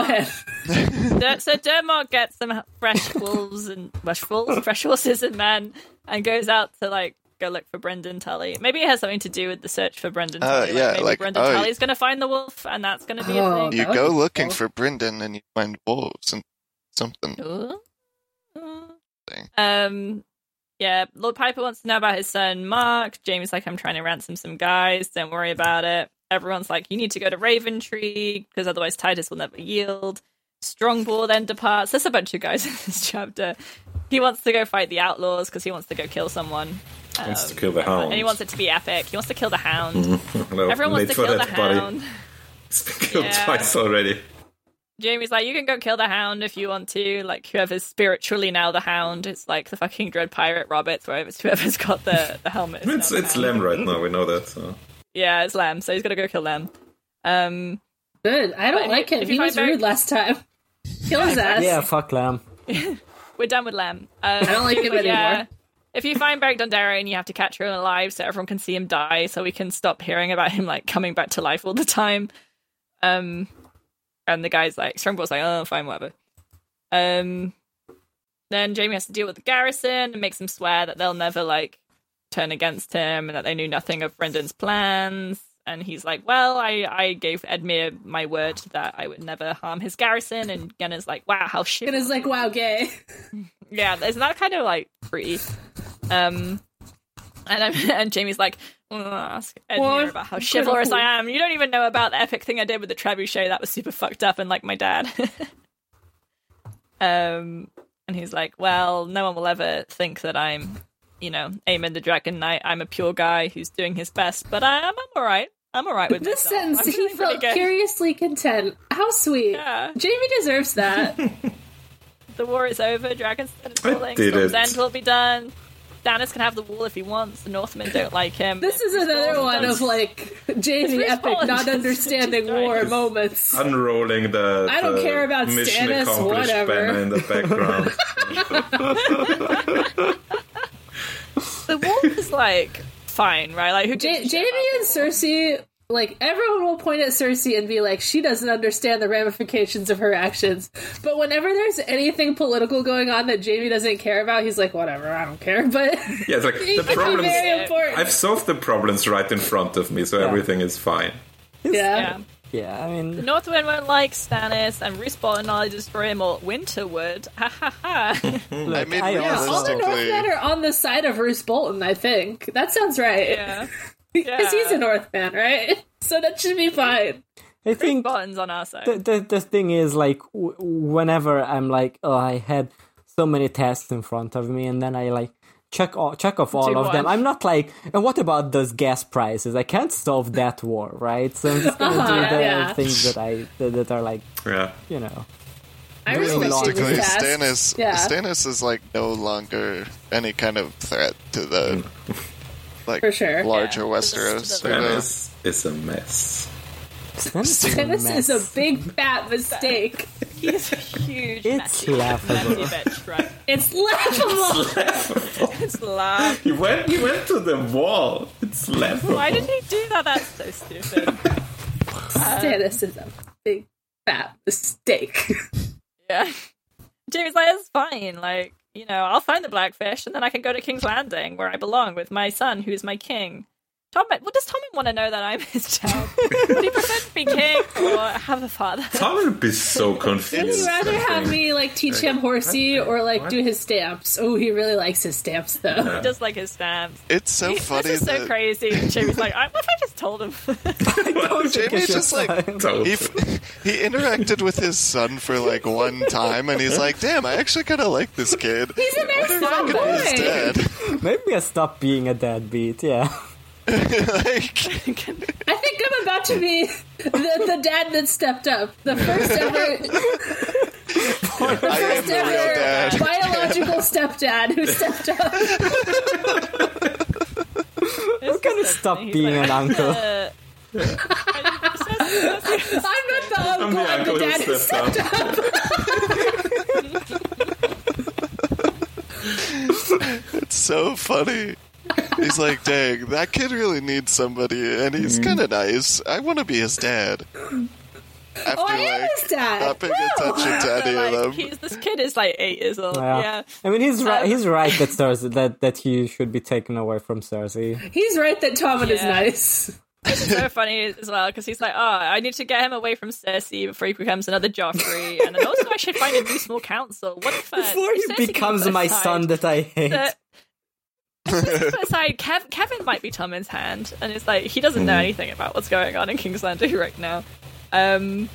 S7: ahead.
S4: Der- so Dermot gets some fresh wolves and fresh wolves, fresh horses and men, and goes out to like go look for Brendan Tully. Maybe it has something to do with the search for Brendan
S3: Uh,
S4: Tully.
S3: yeah,
S4: maybe
S3: like,
S4: Brendan
S3: oh,
S4: Tully's going to find the wolf, and that's going to be
S7: Oh,
S4: a
S3: You
S4: thing.
S7: That would
S3: go
S7: be
S3: looking
S7: cool.
S3: for Brendan and you find wolves and something.
S4: Ooh. Ooh. Um, yeah, Lord Piper wants to know about his son Mark. Jamie's like, I'm trying to ransom some guys. Don't worry about it. Everyone's like, you need to go to Raventree because otherwise Titus will never yield. Strongbow then departs. There's a bunch of guys in this chapter. He wants to go fight the outlaws because he wants to go kill someone.
S6: Wants to
S4: Um,
S6: kill the hound.
S4: and he wants it to be epic. He wants to kill the hound.
S6: No,
S4: Everyone wants
S6: late
S4: to
S6: Mm-hmm. for
S4: kill the
S6: that party.
S4: hound.
S6: It's been killed
S4: Yeah.
S6: twice already.
S4: Jamie's like, you can go kill the hound if you want to. Like, whoever's spiritually now the hound, it's like the fucking Dread Pirate Roberts, where it's whoever's got the, the helmet. is now
S6: It's
S4: the
S6: it's
S4: hound.
S6: Lem right now. We know that. So.
S4: Yeah, it's Lem, so he's gonna go kill Lem. Um,
S7: Good. I don't
S4: But
S7: like him.
S4: if you
S7: He
S4: find
S7: was
S4: very-
S7: rude last time. Kill his ass.
S5: Yeah, fuck Lamb.
S4: we're done with Lem. Um,
S7: I don't like him
S4: but
S7: anymore.
S4: If you find Beric Dondarrion, you have to capture him alive so everyone can see him die, so we can stop hearing about him like coming back to life all the time. Um, and the guy's like, Strongball's like, oh, fine, whatever. Um, then Jamie has to deal with the garrison and makes them swear that they'll never like turn against him and that they knew nothing of Brendan's plans. And he's like, well, I, I gave Edmure my word that I would never harm his garrison. And Genna's like, wow, how shit.
S7: And it's like, wow, gay.
S4: Yeah, isn't that kind of like pretty? Um, and I'm, and Jamie's like, "Mm, ask Edmure
S7: What?
S4: about how chivalrous I am. You don't even know about the epic thing I did with the trebuchet. That was super fucked up and like my dad. um, and he's like, well, no one will ever think that I'm, you know, Aemon the Dragon Knight. I'm a pure guy who's doing his best, but I, I'm, I'm all right. I'm all right with
S7: This
S4: myself. I'm
S7: sentence, he
S4: feeling pretty
S7: felt
S4: good."
S7: curiously content. How sweet.
S4: Yeah.
S7: Jamie deserves that.
S4: The war is over. Dragon's dead.
S6: I
S4: falling.
S6: did
S4: Storm's
S6: it.
S4: End will be done. Stannis can have the wall if he wants. The Northmen don't like him.
S7: This is another one of like Jamie
S4: Bruce
S7: epic
S4: Bowen
S7: not
S4: just-
S7: understanding
S4: just
S7: war
S4: died.
S6: Uh,
S7: moments.
S6: Unrolling the.
S7: I don't
S6: the
S7: care about
S6: mission
S7: Stannis,
S6: accomplished
S7: whatever.
S6: banner in the background.
S4: The wall is like fine, right? Like who?
S7: Ja-
S4: gives a shit
S7: Jamie and Cersei, like everyone will point at Cersei and be like, she doesn't understand the ramifications of her actions. But whenever there's anything political going on that Jamie doesn't care about, he's like, whatever, I don't care. But
S6: yeah, it's like
S7: it
S6: the
S7: can be
S6: problems.
S7: very important.
S6: I've solved the problems right in front of me, so everything is fine.
S7: yeah.
S4: about- Yeah.
S5: Yeah, I mean,
S4: Northwind won't like Stannis, and Roose Bolton will either destroy him or Winterwood. Ha ha ha!
S5: look, I,
S3: mean, we
S7: Yeah, all the
S5: also,
S3: also-
S7: Northmen are on the side of Roose Bolton, I think. That sounds right.
S4: Yeah,
S7: Because he's a Northman, right? So that should be fine.
S5: I think
S4: Bolton's on our side.
S5: the, the, the thing is like w- whenever i'm like oh i had so many tests in front of me and then i like check all, check off all
S4: Do
S5: of them
S4: one.
S5: i'm not like and what about those gas prices i can't solve that war right so i'm just gonna
S7: Uh-huh,
S5: do the
S7: yeah.
S5: things that i that, that are like
S6: Yeah.
S5: you know
S7: I really
S5: Realistically,
S7: like
S3: Basically,
S7: this cast.
S3: Stannis,
S7: Yeah.
S3: Stannis is like no longer any kind of threat to the like
S7: For sure.
S3: larger
S4: Yeah.
S3: Westeros.
S4: The-
S3: you know?
S6: Stannis is a mess.
S5: Stannis is a
S7: Stannis is
S5: mess.
S7: a big fat mistake.
S4: He's a huge,
S5: it's
S4: messy,
S5: laughable
S4: messy bitch, right?
S7: It's laughable.
S4: It's laugh.
S6: He went. He went to the wall. It's laughable.
S4: Why did he do that? That's so stupid.
S7: Stannis is a big fat mistake.
S4: Yeah. Jamie's like, it's fine. Like, you know, I'll find the blackfish and then I can go to King's Landing where I belong with my son, who's my king. Tommen, what does Tommen want to know that I'm his child? Would he prefer to be king or have a father?
S6: Tom would be so
S7: Would
S6: confused.
S7: you rather have me like teach him horsey or like do his stamps? Oh, he really likes his stamps though.
S4: He does like his stamps.
S3: It's so funny.
S4: this is so
S3: that
S4: crazy. Jamie's like, I, what if I just told him?
S3: Oh, Jamie's just like
S6: So-
S3: he, f- he interacted with his son for like one time, and he's like, "Damn, I actually kind of like this kid."
S7: He's a nice
S3: Look
S7: fat
S3: at what he's
S7: boy.
S3: dead.
S5: maybe i stop being a deadbeat yeah
S3: like,
S7: I think I'm about to be the, the dad that stepped up. The first ever
S3: I am
S7: first
S3: the real
S7: ever
S3: dad.
S7: biological stepdad who stepped up.
S4: I'm
S5: gonna stop being an uncle
S7: I'm not the
S6: I'm the
S7: uncle, I'm the
S6: uncle
S7: dad
S6: who
S7: who
S6: stepped up.
S3: It's so funny. He's like, "Dang, that kid really needs somebody, and he's kind of nice. I want to be his dad." after
S7: Oh, I am
S3: like
S7: his dad.
S3: not paying
S7: No.
S3: attention to any
S4: Like,
S3: of them.
S4: he's, this kid is like eight years old.
S5: Yeah.
S4: yeah.
S5: I mean, he's right.
S4: Um,
S5: He's right that Cersei that that he should be taken away from Cersei.
S7: He's right that Tommen is
S4: Yeah.
S7: nice.
S4: so funny as well because he's like, oh, I need to get him away from Cersei before he becomes another Joffrey, and then also I should find a new small council. What the fuck?
S5: Before he
S4: Cersei can
S5: becomes
S4: put
S5: my
S4: aside-
S5: son that I hate.
S4: Uh, put aside, Kev- Kevin might be Tommen's hand, and it's like he
S6: Hmm.
S4: doesn't know anything about what's going on in King's Landing right now. Um,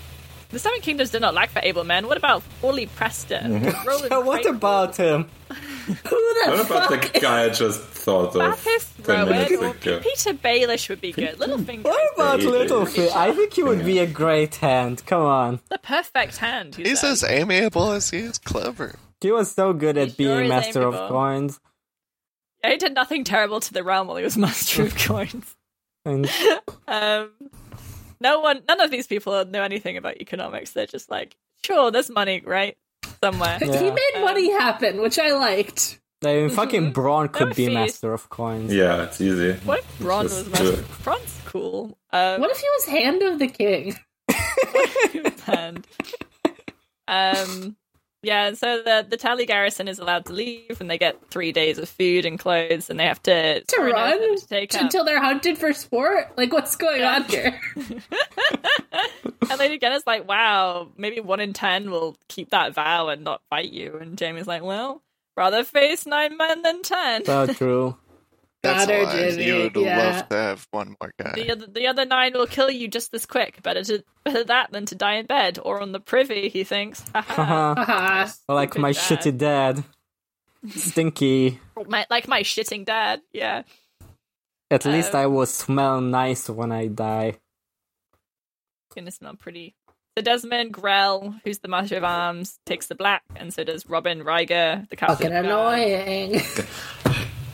S4: the Seven Kingdoms did not lack for able men. What about Orly
S6: Mm-hmm.
S4: Preston? Roland
S5: But what
S4: Craig-
S5: about him?
S7: Who the
S6: What about
S7: fuck?
S6: the guy I just thought of
S4: Mathis
S6: ten minutes
S4: Rowan or
S6: ago?
S4: Peter Baelish would be good. Littlefinger,
S5: What about
S6: Yeah, he-
S5: Littlefinger? I think he would be a great hand. Come on,
S4: the perfect hand. he
S3: He's
S4: said.
S3: as amiable as he is clever.
S5: he was so good at
S4: He sure
S5: being
S4: is
S5: master of
S4: amiable.
S5: coins.
S4: Yeah, he did nothing terrible to the realm while he was master of coins.
S5: And
S4: Um, no one, none of these people know anything about economics. They're just like, sure, there's money, right? Somewhere.
S5: Yeah.
S7: He made money happen, which I liked.
S5: I mean, fucking Braun could
S4: were
S5: be
S4: fees.
S5: master of coins.
S6: Yeah, it's easy.
S4: What if Bron
S6: Just
S4: was
S6: do
S4: master?
S6: it.
S4: Bron's cool. Um,
S7: What if he was hand of the king?
S4: and, um, yeah. So the the Tally garrison is allowed to leave, and they get three days of food and clothes, and they have to
S7: To
S4: Sorin knows them
S7: run
S4: to take up.
S7: until they're hunted for sport? Like, what's going on here?
S4: And Lady Genna's like, wow, maybe one in ten will keep that vow and not fight you. And Jamie's like, well, rather face nine men than ten.
S5: So true.
S3: That's a
S7: Goddard,
S3: lie.
S7: Jimmy,
S3: You would
S7: yeah.
S3: love to have one more guy.
S4: The other, the other nine will kill you just as quick. Better to better that than to die in bed or on the privy, he thinks. Haha.
S5: Haha.
S7: Haha.
S5: Uh-huh. like my
S4: Stupid
S5: shitty dad, stinky.
S4: my, like my shitting dad. Yeah.
S5: At least
S4: Um,
S5: I will smell nice when I die.
S4: Gonna smell pretty. So Desmond Grell, who's the Master of Arms, takes the black, and so does Robin Riger, the
S7: Fucking
S4: Captain. of Guard.
S7: annoying.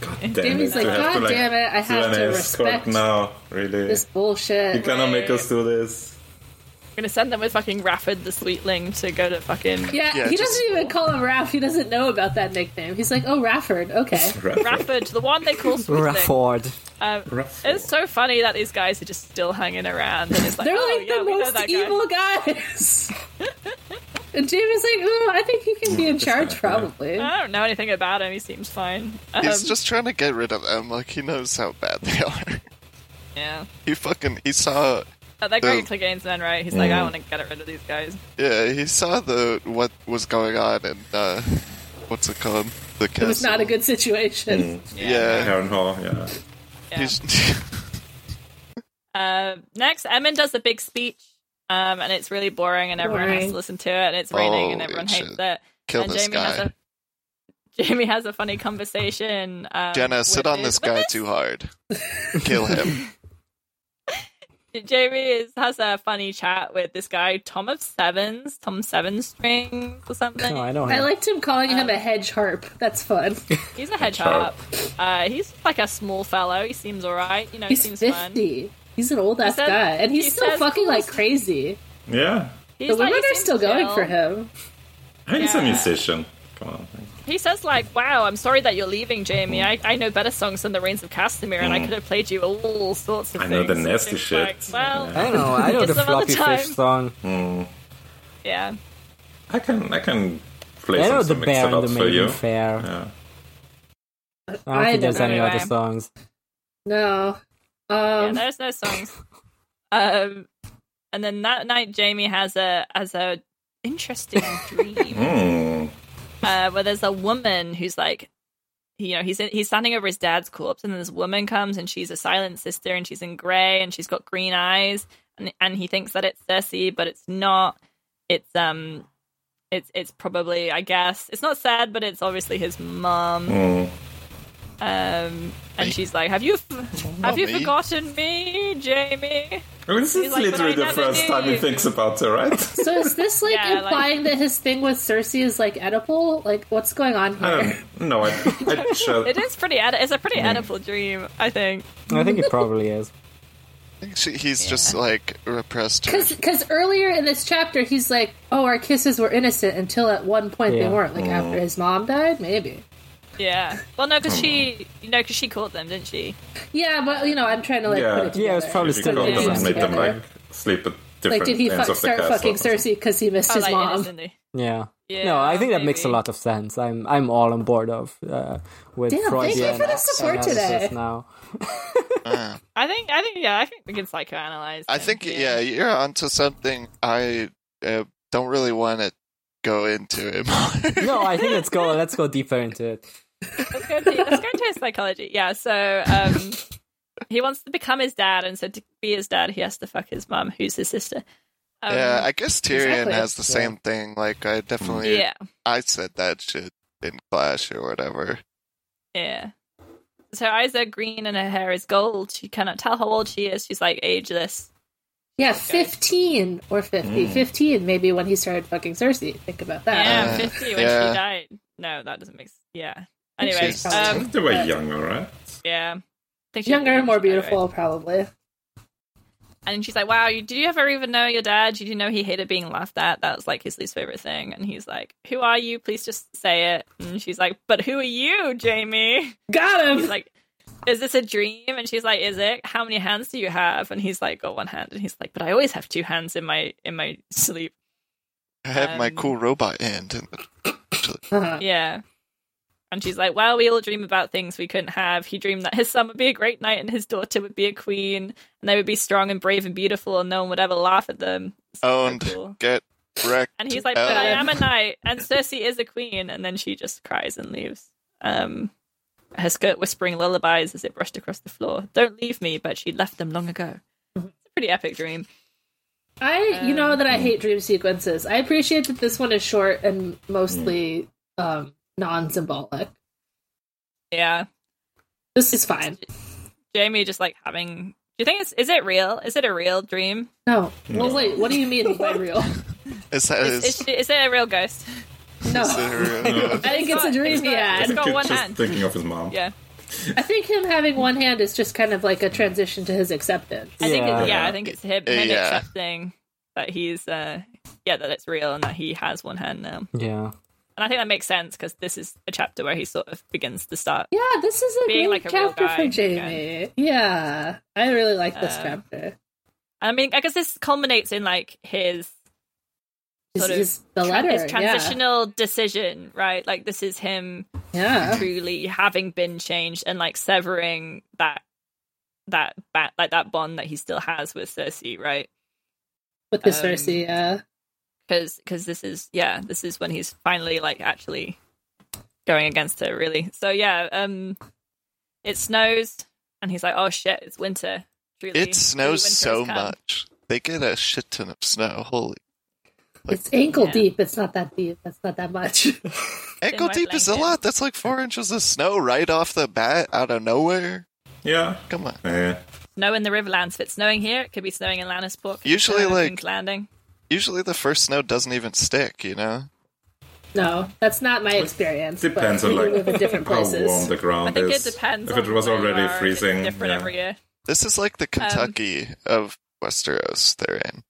S6: God damn
S7: Jamie's
S6: it.
S7: like,
S6: we have to,
S7: "God damn it, I
S6: do an
S7: have to
S6: escort
S7: respect
S6: now. Really,
S7: This
S6: you
S7: bullshit.
S6: cannot make us do this.
S4: We're gonna send them with fucking Rafford the Sweetling to go to fucking
S7: Yeah,
S3: Yeah,
S7: he
S3: just-
S7: doesn't even call him Raph. He doesn't know about that nickname. He's like, oh, Rafford. Okay.
S6: Rafford.
S4: Rafford, the one they call Sweetling.
S5: Rafford.
S4: Um,
S6: Rafford.
S4: it's so funny that these guys are just still hanging around. And it's like,
S7: They're
S4: oh,
S7: like
S4: yeah,
S7: the
S4: we know
S7: most
S4: that guy.
S7: evil guys. and Jamie's like, ooh, I think he can be in charge, probably.
S4: I don't know anything about him. He seems fine. Um,
S3: He's just trying to get rid of them. Like he knows how bad they are.
S4: yeah.
S3: He fucking he saw
S4: But that Gregor
S3: Um,
S4: Clegane's then, right? He's like,
S3: Mm.
S4: I want to get rid of these guys.
S3: yeah he saw the what was going on and uh, what's it called the castle.
S7: It was not a good situation.
S4: Mm-hmm.
S3: yeah.
S6: Heron Hall. Yeah.
S4: Yeah.
S3: He's-
S4: Uh, next, Emin does a big speech, um, and it's really boring, and everyone has
S7: Boring.
S4: to listen to it, and it's raining, and
S3: Holy
S4: everyone hates
S3: shit.
S4: it.
S3: Oh, Kill
S4: and
S3: this
S4: Jamie has
S3: guy.
S4: a Jamie has a funny conversation. Um,
S3: Jenna, sit
S4: with
S3: on
S4: his-
S3: this
S4: with
S3: guy
S4: his
S3: too hard. Kill him.
S4: Jamie is, has a funny chat with this guy, Tom of Sevens, Tom Seven Strings or something.
S5: No, Oh, I don't.
S7: I
S5: Have.
S7: liked him calling him a hedge harp. That's fun.
S4: He's a hedge harp. Uh, he's like a small fellow. He seems alright. You know, he
S7: He's
S4: seems fun.
S7: 50. He's an old ass
S4: said-
S7: guy. And he's
S4: he
S7: still
S4: says
S7: fucking
S4: cool
S7: like
S4: stuff.
S7: crazy.
S6: Yeah.
S4: He's
S7: The
S4: like-
S7: women
S4: he
S7: are
S4: seems
S7: still going
S4: chill.
S7: for him.
S6: He's a
S4: Yeah.
S6: musician. Come on.
S4: He says like, "Wow, I'm sorry that you're leaving, Jamie. I, I know better songs than the Reigns of Castamere, and I could have played you all sorts of
S6: Hmm. I
S4: things."
S6: know the
S4: And
S6: nasty
S4: Jamie's like,
S6: shit.
S4: well,
S5: I know. I know
S4: Guess
S5: the
S4: some other
S5: floppy fish
S4: time.
S5: song.
S6: Hmm.
S4: yeah.
S6: I can. I can play
S5: I know
S6: some
S5: the
S6: some
S5: bear and the
S6: Mixolyd for you.
S5: maiden fair.
S6: Yeah.
S5: I don't
S7: I
S5: think there's
S7: don't
S5: any
S4: know.
S5: other songs.
S7: No.
S4: Yeah,
S7: Um,
S4: there's no songs. um, and then that night, Jamie has a has a interesting dream
S6: Mm.
S4: uh, where there's a woman who's like, you know, he's in, he's standing over his dad's corpse, and then this woman comes, and she's a silent sister, and she's in grey, and she's got green eyes, and and he thinks that it's Cersei, but it's not. It's um. It's it's probably I guess it's not sad, but it's obviously his mum.
S6: Mm.
S4: Um, and she's like, "Have you f- have you
S3: Mummy.
S4: forgotten me, Jamie?"
S6: I mean, this is
S4: He's like,
S6: literally
S4: "But I
S6: the
S4: never
S6: first
S4: knew
S6: time he
S4: you."
S6: thinks about her, right?
S7: so is this like
S4: Yeah, like-
S7: implying that his thing with Cersei is like edible? Like, what's going on here?
S6: I don't know. I, I should.
S4: It is pretty. Edi- it's a pretty edible dream, I think.
S5: I think it probably is.
S3: She, he's just like repressed. Her.
S7: Because earlier in this chapter, he's like, "Oh, our kisses were innocent until at one point
S5: Yeah.
S7: they weren't." Like
S6: Mm.
S7: after his mom died, maybe.
S4: Yeah. Well, no, because she, you know, because she caught them, didn't she?
S7: Yeah, but you know, I'm trying to like
S6: Yeah.
S7: put it
S5: Yeah,
S7: together.
S5: it's probably
S6: If you
S5: still
S6: call
S7: Yeah,
S6: them
S7: yeah,
S6: and make them
S7: yeah.
S6: like sleep at different
S7: like, did he
S6: ends
S7: fuck,
S6: of the
S7: start
S6: castle.
S7: fucking Cersei because he missed
S4: Oh,
S7: his
S4: like,
S7: mom?
S4: innocently.
S5: Yeah.
S4: Yeah,
S5: no, I think that makes a
S4: maybe.
S5: lot of sense. I'm I'm all on board of uh, with
S7: Damn, thank you
S5: Freudian
S7: for the support
S5: analysis
S7: today.
S5: Now,
S3: Uh,
S4: I think, I think, yeah, I think we can psychoanalyze.
S3: I
S4: him,
S3: think yeah, you're onto something. I uh, don't really want to go into it more.
S5: no, I think let's go let's go deeper into it.
S4: Let's go, into, let's go into his psychology. Yeah, so um, he wants to become his dad, and so to be his dad, he has to fuck his mum, who's his sister. Um,
S3: yeah, I guess Tyrion
S4: exactly.
S3: has the same thing. Like I definitely,
S4: yeah,
S3: I said that shit in Clash or whatever.
S4: yeah. So her eyes are green and her hair is gold. She cannot tell how old she is. She's like ageless.
S7: Yeah, 15 or 50.
S6: Mm.
S7: 15 maybe when he started fucking Cersei. Think about that.
S4: Yeah,
S3: Uh,
S4: fifty when
S3: yeah.
S4: she died. No, that doesn't make. s- Yeah.
S7: think
S4: Anyway,
S7: she's probably-
S4: um,
S6: They were young, alright?
S4: yeah. Think she's
S7: Younger and more
S4: anyway.
S7: beautiful, probably.
S4: And she's like, "Wow, you did you ever even know your dad? You didn't know he hated being laughed at. That was like his least favorite thing." And he's like, "Who are you? Please just say it." And she's like, "But who are you, Jamie?"
S7: Got him!
S4: He's like, "Is this a dream?" And she's like, "Is it? How many hands do you have?" And he's like, "Got one hand." And he's like, "But I always have two hands in my in my sleep."
S3: I have my
S4: Um,
S3: cool robot hand. And
S7: Uh-huh.
S4: Yeah. And she's like, Well, we all dream about things we couldn't have. He dreamed that his son would be a great knight and his daughter would be a queen, and they would be strong and brave and beautiful, and no one would ever laugh at them. It's so
S3: owned,
S4: cool.
S3: get wrecked.
S4: And he's like, But I
S3: Uh,
S4: am a knight, and Cersei is a queen. And then she just cries and leaves. Um, her skirt whispering lullabies as it brushed across the floor. Don't leave me, but she left them long ago. It's a pretty epic dream.
S7: I, you
S4: um,
S7: know that I hate dream sequences. I appreciate that this one is short and mostly um, non symbolic.
S4: Yeah.
S7: This is fine.
S4: Jamie just like having. Do you think it's. Is it real? Is it a real dream?
S7: No. Well, wait, what do you mean by real?
S3: is that his?
S4: Is, is, is it a real ghost?
S7: No.
S3: is
S7: I
S3: there-
S7: think it's a dream he
S4: It's
S7: had.
S4: got
S6: Kid
S4: one
S6: just
S4: hand.
S6: thinking of his mom.
S4: Yeah.
S7: I think him having one hand is just kind of like a transition to his acceptance.
S4: I think
S5: Yeah.
S4: it's, yeah, I think it's him, him
S3: Yeah.
S4: accepting that he's uh yeah, that it's real and that he has one hand now. And
S5: Yeah,
S4: I think that makes sense because this is a chapter where he sort of begins to start.
S7: Yeah, this is a
S4: Being like
S7: great
S4: a real
S7: chapter for
S4: guy
S7: Jamie. Yeah, I really like this
S4: Um,
S7: chapter.
S4: I mean, I guess this culminates in like his
S7: This
S4: sort of
S7: is the letter.
S4: his transitional decision, right? Like this is him
S7: yeah. yeah.
S4: truly having been changed and like severing that that ba- like that bond that he still has with Cersei, right?
S7: With his
S4: Um,
S7: Cersei, yeah.
S4: because because this is yeah this is when he's finally like actually going against her really so yeah um it snows and he's like oh shit it's winter Truly,
S3: It
S4: truly
S3: snows
S4: winter has
S3: so
S4: come.
S3: much. They get a shit ton of snow. Holy. Like,
S7: It's ankle
S4: yeah.
S7: deep. It's not that deep. That's not that much.
S3: ankle
S4: my
S3: deep is a
S4: blanket.
S3: lot. That's like four inches of snow right off the bat out of nowhere.
S6: Yeah.
S3: Come on.
S6: Yeah.
S4: snow in the riverlands if it's snowing here it could be snowing in Lannisport Could be
S3: Usually,
S4: snowing in
S3: like-
S4: King's Landing
S3: Usually the first snow doesn't even stick, you know?
S7: no, that's not my experience. but
S6: Depends on
S7: people
S6: like
S7: live in different
S6: how warm
S7: places.
S6: the ground
S4: I think it
S6: is.
S4: depends
S6: If it
S4: on
S6: was
S4: where you
S6: already
S4: are, it's
S6: freezing,
S4: different
S6: yeah.
S4: every year
S3: This is
S4: Um,
S3: like the Kentucky of Westeros they're in.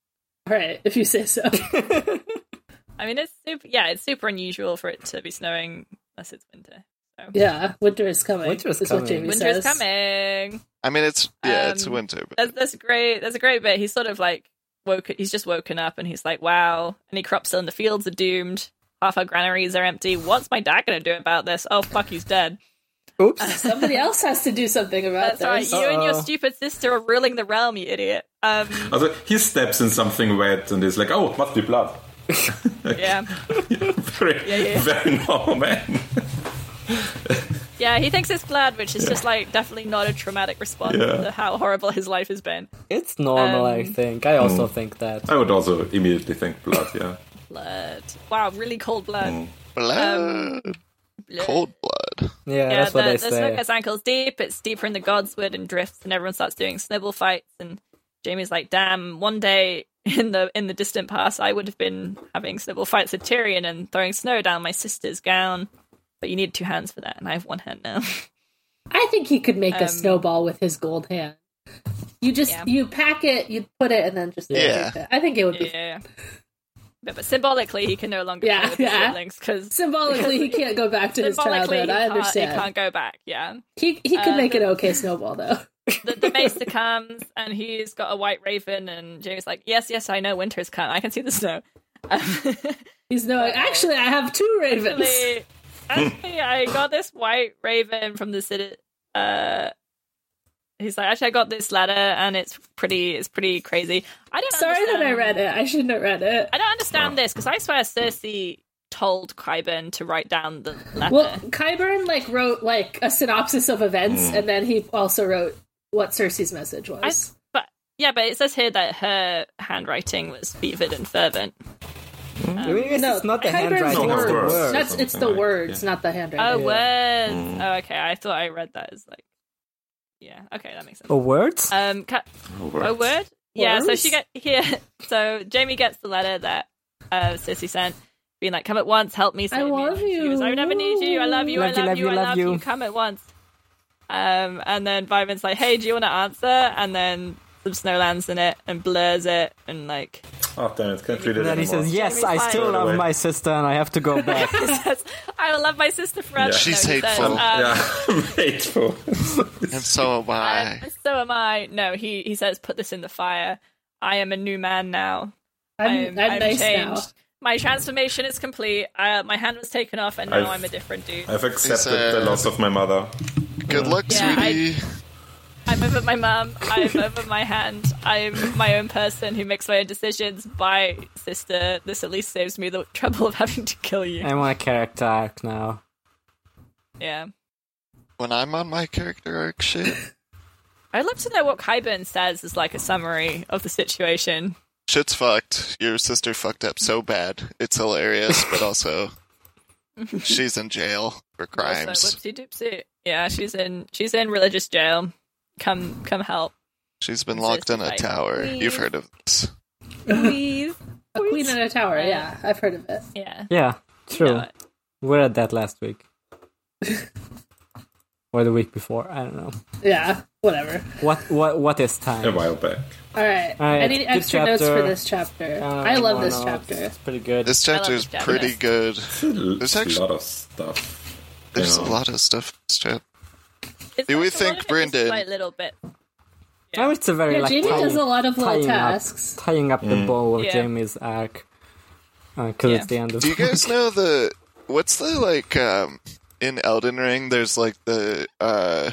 S7: All right, if you say so.
S4: I mean it's super yeah it's super unusual for it to be snowing unless it's winter so
S7: yeah, winter is coming.
S5: Winter is
S7: is
S5: coming.
S7: What Jamie
S4: winter is
S7: says.
S4: coming
S3: I mean, it's yeah, it's
S4: Um,
S3: winter, but
S4: That's that's great. That's a great bit. He's sort of like woke. He's just woken up, and he's like, "Wow!" Any crops still in the fields are doomed. Half our granaries are empty. What's my dad gonna do about this? Oh fuck, he's dead.
S5: oops.
S7: Somebody else has to do something about
S4: That's right.
S7: this.
S4: Uh, You and your
S5: Uh-oh.
S4: stupid sister are ruling the realm, you idiot. Um,
S6: Also, he steps in something wet and is like, "Oh, it must be blood."
S4: yeah,
S6: very,
S4: yeah.
S6: very normal man.
S4: yeah. He thinks it's blood, which is just like definitely not a traumatic response
S6: Yeah.
S4: to how horrible his life has been.
S5: It's normal, I
S4: Um,
S5: think. I
S6: Mm.
S5: also think that.
S6: I would also immediately think blood. Yeah.
S4: Blood. Wow, really cold blood.
S3: blood,
S4: um, Blood.
S3: cold blood.
S5: Yeah,
S4: yeah,
S5: that's what
S4: the,
S5: they
S4: the
S5: say.
S4: snooker's ankles deep. It's deeper in the godswood and drifts, and everyone starts doing snibble fights. And Jamie's like, "Damn! One day in the in the distant past, I would have been having snibble fights with Tyrion and throwing snow down my sister's gown. But you need two hands for that, and I have one hand now.
S7: I think he could make
S4: Um,
S7: a snowball with his gold hand. You just
S4: Yeah.
S7: you pack it, you put it, and then just
S3: Yeah.
S7: I think it would be
S4: yeah, but, but symbolically, he can no longer
S7: Yeah,
S4: play with his
S7: yeah.
S4: siblings because."
S7: symbolically he can't go back to his
S4: Symbolically,
S7: childhood. I
S4: he can't, he
S7: understand.
S4: can't go back. Yeah,
S7: He he could
S4: Uh,
S7: make an okay snowball though.
S4: the, the maester comes and he's got a white raven, and Jamie's like, "Yes, yes, I know winter's come. I can see the snow." Um,
S7: He's no. Actually, I have two ravens.
S4: actually, actually, I got this white raven from the city. Uh, he's like, actually, I got this letter, and it's pretty, it's pretty crazy. I don't.
S7: Sorry that I
S4: understand-
S7: read it. I shouldn't have read it.
S4: I don't understand this because I swear Cersei told Cryburn to wrte down the letter.
S7: Well, Kyburn like wrote like a synopsis of events,
S3: Hmm.
S7: and then he also wrote what Cersei's message
S4: I,
S7: was.
S4: but yeah, but it says here that her handwriting was fevered and fervent.
S5: I mean, it's
S7: no,
S5: not the
S7: Kyburn's
S5: handwriting, it's
S6: words.
S5: the words.
S6: That's-
S7: That's it's
S6: Something
S7: the
S6: like-
S7: words,
S6: yeah.
S7: not the handwriting.
S4: Oh,
S5: Yeah.
S4: words. Oh, okay. I thought I read that as like, yeah. Okay, that makes sense.
S5: Oh, words?
S4: Um, ca-
S6: Over.
S4: a word. Yeah. So
S7: Words?
S4: she get here. So Jamie gets the letter that uh, Cersei sent, being like, "Come at once, help me." save
S7: I
S4: me."
S7: love
S4: She was,
S7: you.
S4: I never need you. I love you.
S5: Love
S4: I
S5: you,
S4: love you. I love you.
S5: you.
S4: Come at once. Um, and then Byron's like, "Hey, do you want to answer?" And then some snow lands in it and blurs it and like
S6: Oh, damn it. Can't read it
S5: and then he
S6: anymore.
S5: says, Yes,
S4: Jamie's
S5: I
S4: like-
S5: still
S6: Throw it
S5: love
S6: away.
S5: my sister and I have to go back.
S4: says, "I will love my sister forever."
S6: Yeah.
S3: She's
S4: No, he says,
S3: hateful.
S4: um,
S6: yeah, hateful.
S3: And so am I.
S4: and so am I. No, he he says, "Put this in the fire. I am a new man now.
S7: I'm, I'm, nice now.
S4: My transformation is complete. Uh, my hand was taken off, and now
S6: I've-
S4: i am a different dude. i
S6: I've accepted
S3: He's, uh,
S6: the loss of my mother.
S3: Good luck,
S4: Yeah, I-
S3: sweetie.
S4: am over my mum. I'm over my hand. I'm my own person who makes my own decisions. Bye, sister. This at least saves me the trouble of having to kill you.
S5: I want a character arc now.
S4: Yeah.
S3: When I'm on my character arc shit,
S4: I'd love to know what Kyburn says as like a summary of the situation.
S3: shit's fucked. Your sister fucked up so bad. It's hilarious, but also she's in jail for
S4: Also,
S3: crimes.
S4: whoopsie doopsie. Yeah, she's in she's in religious jail. Come come help.
S3: She's been
S4: It's
S3: locked in
S4: just
S3: a
S4: like,
S3: tower. You've
S4: please.
S3: heard of this.
S4: Please.
S7: A queen in a tower. Yeah, I've heard of it.
S4: Yeah.
S5: Yeah, true.
S4: No,
S5: We We're at that last week. or the week before, I don't know.
S7: Yeah, whatever.
S5: What what what is
S6: A
S5: time?
S6: while back.
S7: All right.
S5: right,
S7: I need
S5: good
S7: extra notes
S5: chapter.
S7: for this chapter.
S5: Uh,
S7: I love
S5: why
S7: this
S5: not?
S7: chapter.
S5: It's pretty good.
S3: This
S4: love
S3: chapter's
S4: this chapter.
S3: pretty good.
S6: There's
S3: actually-
S6: a lot of stuff. you
S3: There's a
S6: know.
S3: lot of stuff in this chapter.
S4: It's
S3: Do we
S4: like a lot
S3: think
S4: of it is
S3: Brendan-
S4: Like little bit.
S5: I would say very
S7: Yeah,
S5: like
S7: Jamie
S5: tying,
S7: does a lot of little
S5: tying
S7: tasks.
S5: Up, tying up
S3: Mm.
S5: the bow of
S4: Yeah.
S5: Jamie's arc. Because
S4: Yeah.
S5: it's the end of
S3: Do you guys know the what's the like um in Elden Ring there's like the uh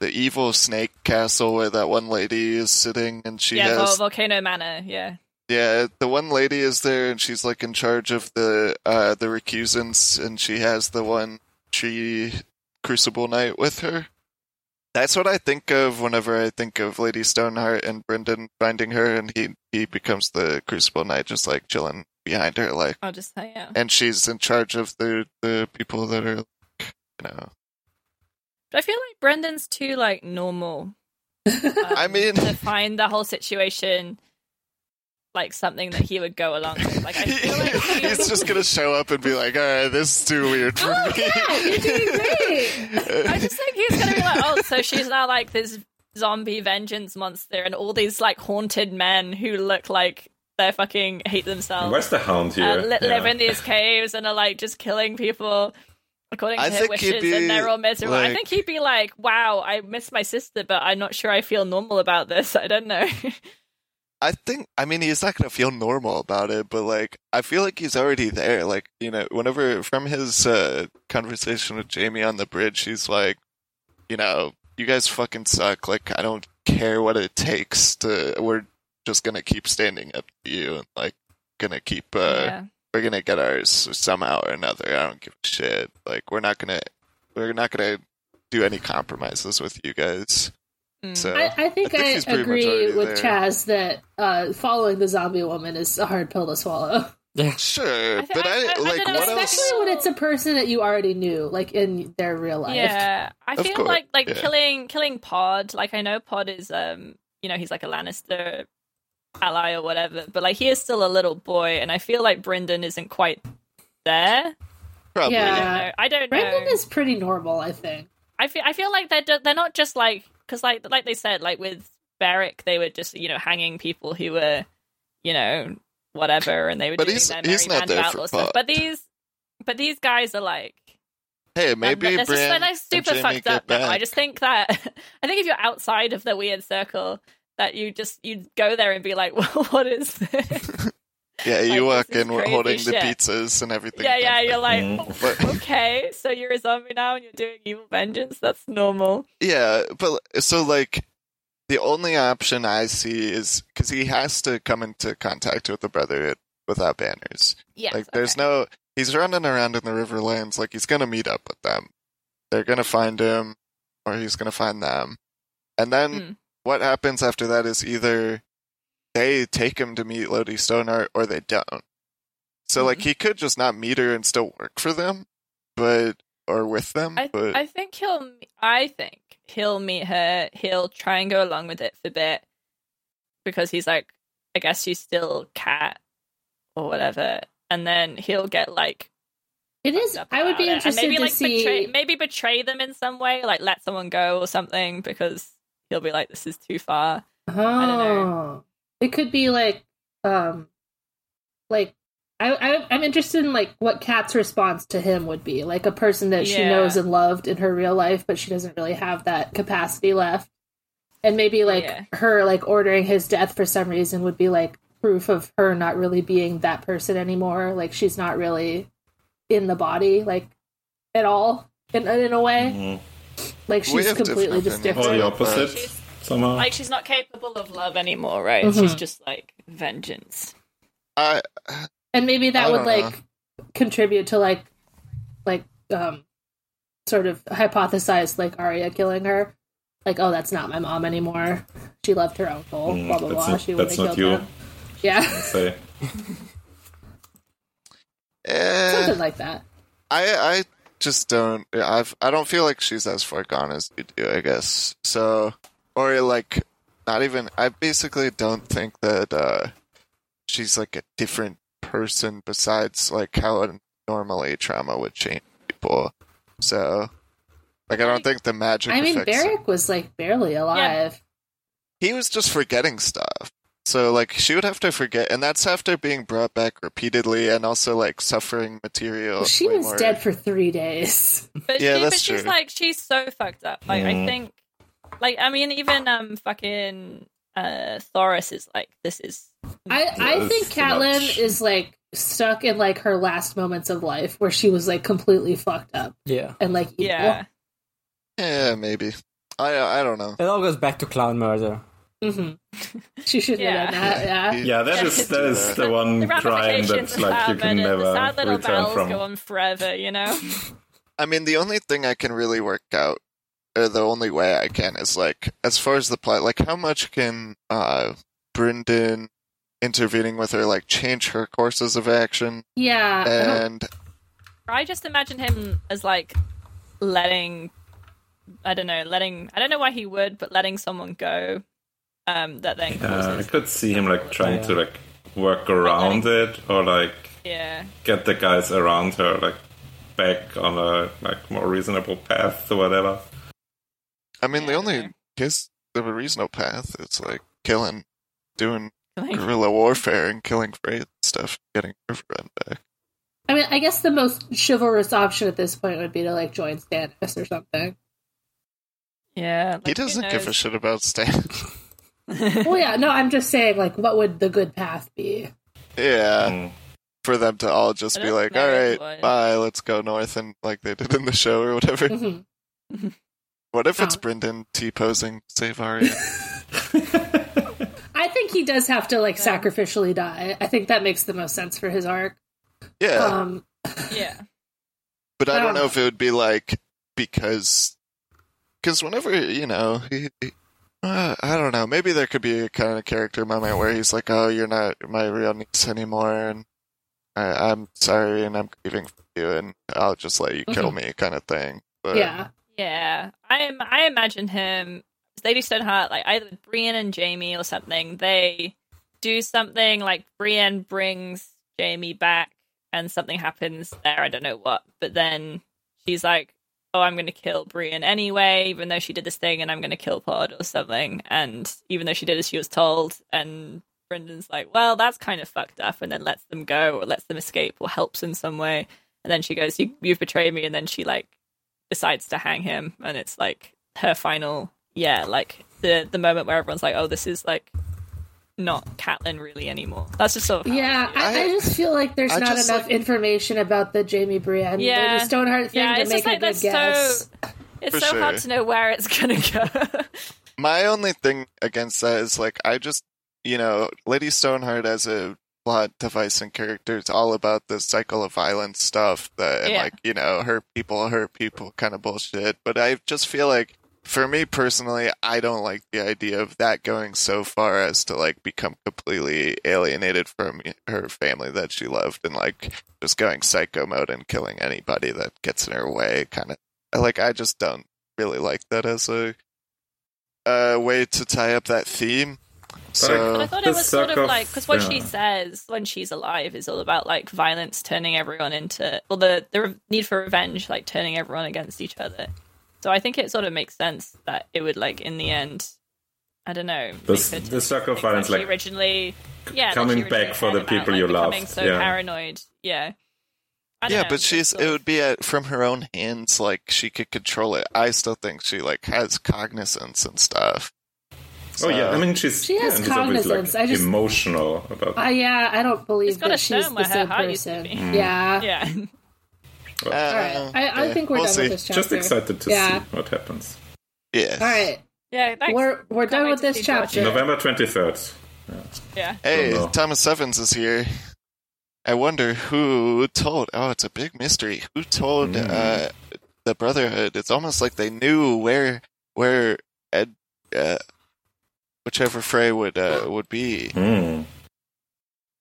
S3: the evil snake castle where that one lady is sitting and she
S4: yeah,
S3: has
S4: Vol- Volcano Manor. Yeah.
S3: yeah the one lady is there and she's like in charge of the uh the recusants and she has the one tree crucible knight with her. That's what I think of whenever I think of Lady Stoneheart and Brendan finding her and he he becomes the crucible knight just like chilling behind her like
S4: I'll just say yeah.
S3: and she's in charge of the the people that are you know
S4: But I feel like Brendan's too like normal. um,
S3: I mean-
S4: to find the whole situation like something that he would go along with. Like I feel like he-
S3: he's just gonna show up and be like all right this is too weird for
S7: Oh
S3: me
S7: god, you're doing great.
S4: I just think he's gonna be like, oh, so she's now like this zombie vengeance monster, and all these like haunted men who look like they fucking hate themselves.
S6: Where's the hound here?
S4: and li- live
S6: Yeah.
S4: in these caves and are like just killing people according to
S3: I
S4: their
S3: think he'd
S4: wishes and they're
S3: be,
S4: all miserable. I
S3: like-
S4: think he'd be like, wow, I miss my sister, but I'm not sure I feel normal about this. I don't know.
S3: i think i mean he's not gonna feel normal about it but like i feel like he's already there like you know whenever from his uh conversation with jamie on the bridge he's like you know you guys fucking suck like i don't care what it takes to we're just gonna keep standing up to you and like gonna keep uh
S4: yeah.
S3: we're gonna get ours somehow or another. I don't give a shit. Like we're not gonna we're not gonna do any compromises with you guys.
S4: Mm.
S3: So
S7: I, I think
S3: I think
S7: I,
S3: he's pretty much
S7: agree
S3: already
S7: with
S3: there.
S7: Chaz that uh, following the zombie woman is a hard pill to swallow,
S3: sure,
S4: I th-
S3: but
S4: I-
S3: I,
S4: I- I
S3: like
S4: don't
S3: what
S4: know.
S3: else?
S7: especially when it's a person that you already knew, like in their real life.
S4: Yeah, I
S3: Of
S4: feel
S3: course,
S4: like like
S3: yeah.
S4: killing killing Pod. Like I know Pod is um you know he's like a Lannister ally or whatever, but like he is still a little boy, and I feel like Brendan isn't quite there.
S3: Probably.
S4: I
S7: Yeah.
S4: don't know. I don't know.
S7: Brendan is pretty normal, I think.
S4: I feel I feel like they're ju- they're not just like because like like they said like with Beric they were just you know hanging people who were you know whatever and they were
S3: But
S4: doing
S3: he's-
S4: their
S3: he's
S4: merry
S3: not
S4: band
S3: there
S4: of
S3: for
S4: outlaw stuff.
S3: Pod.
S4: Um, But these but these guys are like
S3: Hey, maybe
S4: randomness. It's just
S3: Bran
S4: when I'm
S3: and
S4: super
S3: Jamie
S4: fucked
S3: get
S4: up. No,
S3: back.
S4: I just think that I think if you're outside of the weird circle, that you just you go there and be like, well, what is this?
S3: yeah, you
S4: like,
S3: walk
S4: this is
S3: in we're
S4: crazy
S3: holding the
S4: shit.
S3: pizzas and everything.
S4: yeah, yeah. You're like, "Oh,
S3: But-
S4: okay, so you're a zombie now and you're doing evil vengeance. That's normal.
S3: Yeah, but so like the only option I see is because he has to come into contact with the Brotherhood without banners.
S4: Yeah.
S3: like, there's no he's running around in the Riverlands. Like, he's gonna meet up with them. They're gonna find him, or he's gonna find them. And then
S4: Hmm.
S3: what happens after that is either they take him to meet Lodi Stoneheart, or they don't. So like,
S4: Mm-hmm.
S3: he could just not meet her and still work for them, but or with them.
S4: I,
S3: but
S4: I think he'll. I think he'll meet her. He'll try and go along with it for a bit because he's like, I guess she's still cat or whatever, and then he'll get like.
S7: It is.
S4: fucked up
S7: I would be
S4: about it.
S7: interested
S4: and maybe,
S7: to
S4: like,
S7: see.
S4: Betray, maybe betray them in some way, like let someone go or something, because he'll be like, "This is too far."
S7: oh,
S4: don't
S7: it could be like, um, like I, I I'm interested in like what Kat's response to him would be, like a person that she
S4: Yeah.
S7: knows and loved in her real life, but she doesn't really have that capacity left, and maybe like
S4: Oh, Yeah.
S7: her like ordering his death for some reason would be like proof of her not really being that person anymore, like she's not really in the body like at all in in a way,
S6: Mm.
S7: like
S3: Mm-hmm. We
S7: she's
S3: have
S7: completely
S3: different
S7: just
S3: opinions
S7: different.
S6: Or Oh,
S4: uh,
S6: the
S3: about that.
S6: opposite somehow.
S4: Like she's not capable of love anymore, right?
S7: Mm-hmm.
S4: She's just like vengeance.
S3: I,
S7: and maybe that
S3: I
S7: would
S3: don't
S7: like contribute to like like um sort of hypothesize like Arya killing her like oh that's not my mom anymore she loved her uncle
S6: Mm,
S7: blah blah blah
S6: that's not,
S7: she would have
S6: that's
S7: killed
S6: not you.
S7: him yeah
S6: Say.
S3: eh.
S7: something like that
S3: I I just don't. I've I don't feel like she's as far gone as you do. I guess so, or like not even. I basically don't think that uh, she's like a different person besides like how normally trauma would change people. So, like I don't think the magic.
S7: I mean
S3: affects
S7: Barrick was like barely alive
S3: he was just forgetting stuff. So like she would have to forget, and that's after being brought back repeatedly, and also like suffering material.
S7: she
S3: way
S7: was
S3: more-
S7: dead for 3 days
S4: But
S3: Yeah,
S4: she,
S3: that's
S4: but she's
S3: true. Mm.
S4: like she's so fucked up. Like I think, like I mean, even um fucking uh Thoris is like this is
S7: I I
S6: That's
S7: think
S6: too much.
S7: Catelyn is like stuck in like her last moments of life where she was like completely fucked up
S5: Yeah.
S7: and like evil.
S4: yeah
S3: Yeah, maybe. I I don't know.
S5: It all goes back to clown murder.
S7: Mhm. she should have
S4: Yeah.
S7: done that yeah
S6: Yeah, that
S4: Yeah,
S6: is
S4: because
S6: that is the one
S4: the
S6: crime
S4: ramifications
S6: that's
S4: of
S6: like you
S4: that
S6: can
S4: and the
S6: never
S4: sad little
S6: return
S4: battles go
S6: from.
S4: on forever, you know.
S3: I mean, the only thing I can really work out, or the only way I can, is like as far as the plot, like how much can uh Brendan intervening with her like change her courses of action,
S7: yeah Uh, I don't-
S3: and
S4: I just imagine him as like letting I don't know, letting I don't know why he would, but letting someone go. Um that then
S6: Uh, I
S4: causes
S6: could see him like trying to like work around it or like
S4: yeah.
S6: get the guys around her like back on a like more reasonable path or whatever.
S3: I mean the
S4: Yeah,
S3: only
S4: okay.
S3: his the reasonable path is like killing, doing
S4: Like,
S3: guerrilla warfare and killing Frey and stuff, getting her friend back.
S7: I mean, I guess the most chivalrous option at this point would be to like join Stannis or something.
S4: yeah. like,
S3: He
S4: who
S3: doesn't give a
S4: knows?
S3: shit about Stan.
S7: well, yeah, no, I'm just saying, like, what would the good path be?
S3: yeah.
S6: Mm.
S3: for them to all just
S4: But
S3: be
S4: that's
S3: like, all
S4: not
S3: right,
S4: what-
S3: bye, let's go north, and like they did in the show or whatever.
S7: Mhm.
S3: What if it's
S7: Oh.
S3: Brendan T posing to save Arya?
S7: I think he does have to like sacrificially die. I think that makes the most sense for his arc.
S3: yeah,
S7: Um,
S4: Yeah.
S3: but I
S7: I
S3: don't
S7: don't
S3: know if it would be like because because whenever you know he. he- uh, I don't know. Maybe there could be a kind of character moment where he's like, "Oh, you're not my real niece anymore, and I, I'm sorry, and I'm grieving for you, and I'll just let you kill me," kind of thing. But
S7: Mm-hmm. yeah,
S4: Yeah, I am. I imagine him, Lady Stoneheart, like either with Brienne and Jamie or something. They do something like Brienne brings Jamie back, and something happens there. I don't know what, but then she's like, "Oh, I'm going to kill Brienne anyway, even though she did this thing, and I'm going to kill Pod or something." And even though she did as she was told, and Brendan's like, "Well, that's kind of fucked up," and then lets them go or lets them escape or helps in some way. And then she goes, you, "You've betrayed me," and then she like decides to hang him, and it's like her final, yeah, like the the moment where everyone's like, oh, this is like not Catelyn really anymore. That's just sort of how I
S7: Yeah, I, I,
S3: I-
S7: just feel like there's
S3: I
S7: not
S3: just,
S7: enough
S3: like-
S7: information about the Jamie Brienne,
S4: Yeah.
S7: Lady Stoneheart thing
S4: Yeah,
S7: to
S4: it's
S7: make
S4: just
S7: a
S4: like
S7: good
S4: that's
S7: guess.
S4: so. It's
S3: For
S4: so hard
S3: sure.
S4: to know where it's gonna go.
S3: My only thing against that is like I just you know Lady Stoneheart as a plot device and character is all about the cycle of violence stuff that and
S4: Yeah.
S3: like you know hurt people hurt people kind of bullshit. But I just feel like for me personally, I don't like the idea of that going so far as to like become completely alienated from her family that she loved and like just going psycho mode and killing anybody that gets in her way. Kind of like I just don't really like that as a uh, way to tie up that theme.
S4: But I
S3: So
S4: thought
S6: The
S4: it was sort
S6: suck
S4: of
S6: off,
S4: like because what she
S6: yeah.
S4: says when she's alive is all about like violence turning everyone into well the the re- need for revenge like turning everyone against each other. So I think it sort of makes sense that it would like in the end, I don't know.
S6: The
S4: make
S6: s-
S4: her
S6: the
S4: do
S6: suck
S4: things
S6: of violence,
S4: that she
S6: like,
S4: originally, yeah, that she
S6: coming back
S4: originally
S6: for
S4: had
S6: the
S4: about,
S6: people
S4: like,
S6: you loved,
S4: becoming so
S6: yeah.
S4: paranoid, yeah. I don't
S3: yeah,
S4: know,
S3: but
S4: it's
S3: she's
S4: sort
S3: it
S4: of-
S3: would be at, from her own hands. Like she could control it. I still think she like has cognizance and stuff.
S6: Oh
S3: So-
S6: yeah, I mean she's
S7: She has
S6: yeah, and she's always,
S7: cognizance, I just-
S6: emotional about.
S7: Uh, yeah, I don't believe
S4: She's got
S7: that
S4: a
S7: she's
S4: stone
S7: the
S4: where her
S7: same
S4: heart used to
S7: person.
S4: be.
S7: Yeah.
S3: Mm.
S4: yeah.
S7: All right. I, I think we're
S3: uh, We'll
S7: done
S3: see.
S7: with this chapter.
S6: just excited to
S7: yeah.
S6: see what happens.
S3: Yes.
S7: All right.
S4: Yeah, thanks.
S7: We're we're done
S4: wait
S7: with
S4: to
S7: this
S4: see
S7: chapter.
S4: Georgia.
S6: November twenty third.
S4: yeah.
S3: Hey,
S6: Don't know.
S3: Thomas Evans is here. I wonder who told. Oh, it's a big mystery. Who told uh, the Brotherhood? It's almost like they knew where where Ed, uh, whichever Frey would uh, would be.
S6: Mm.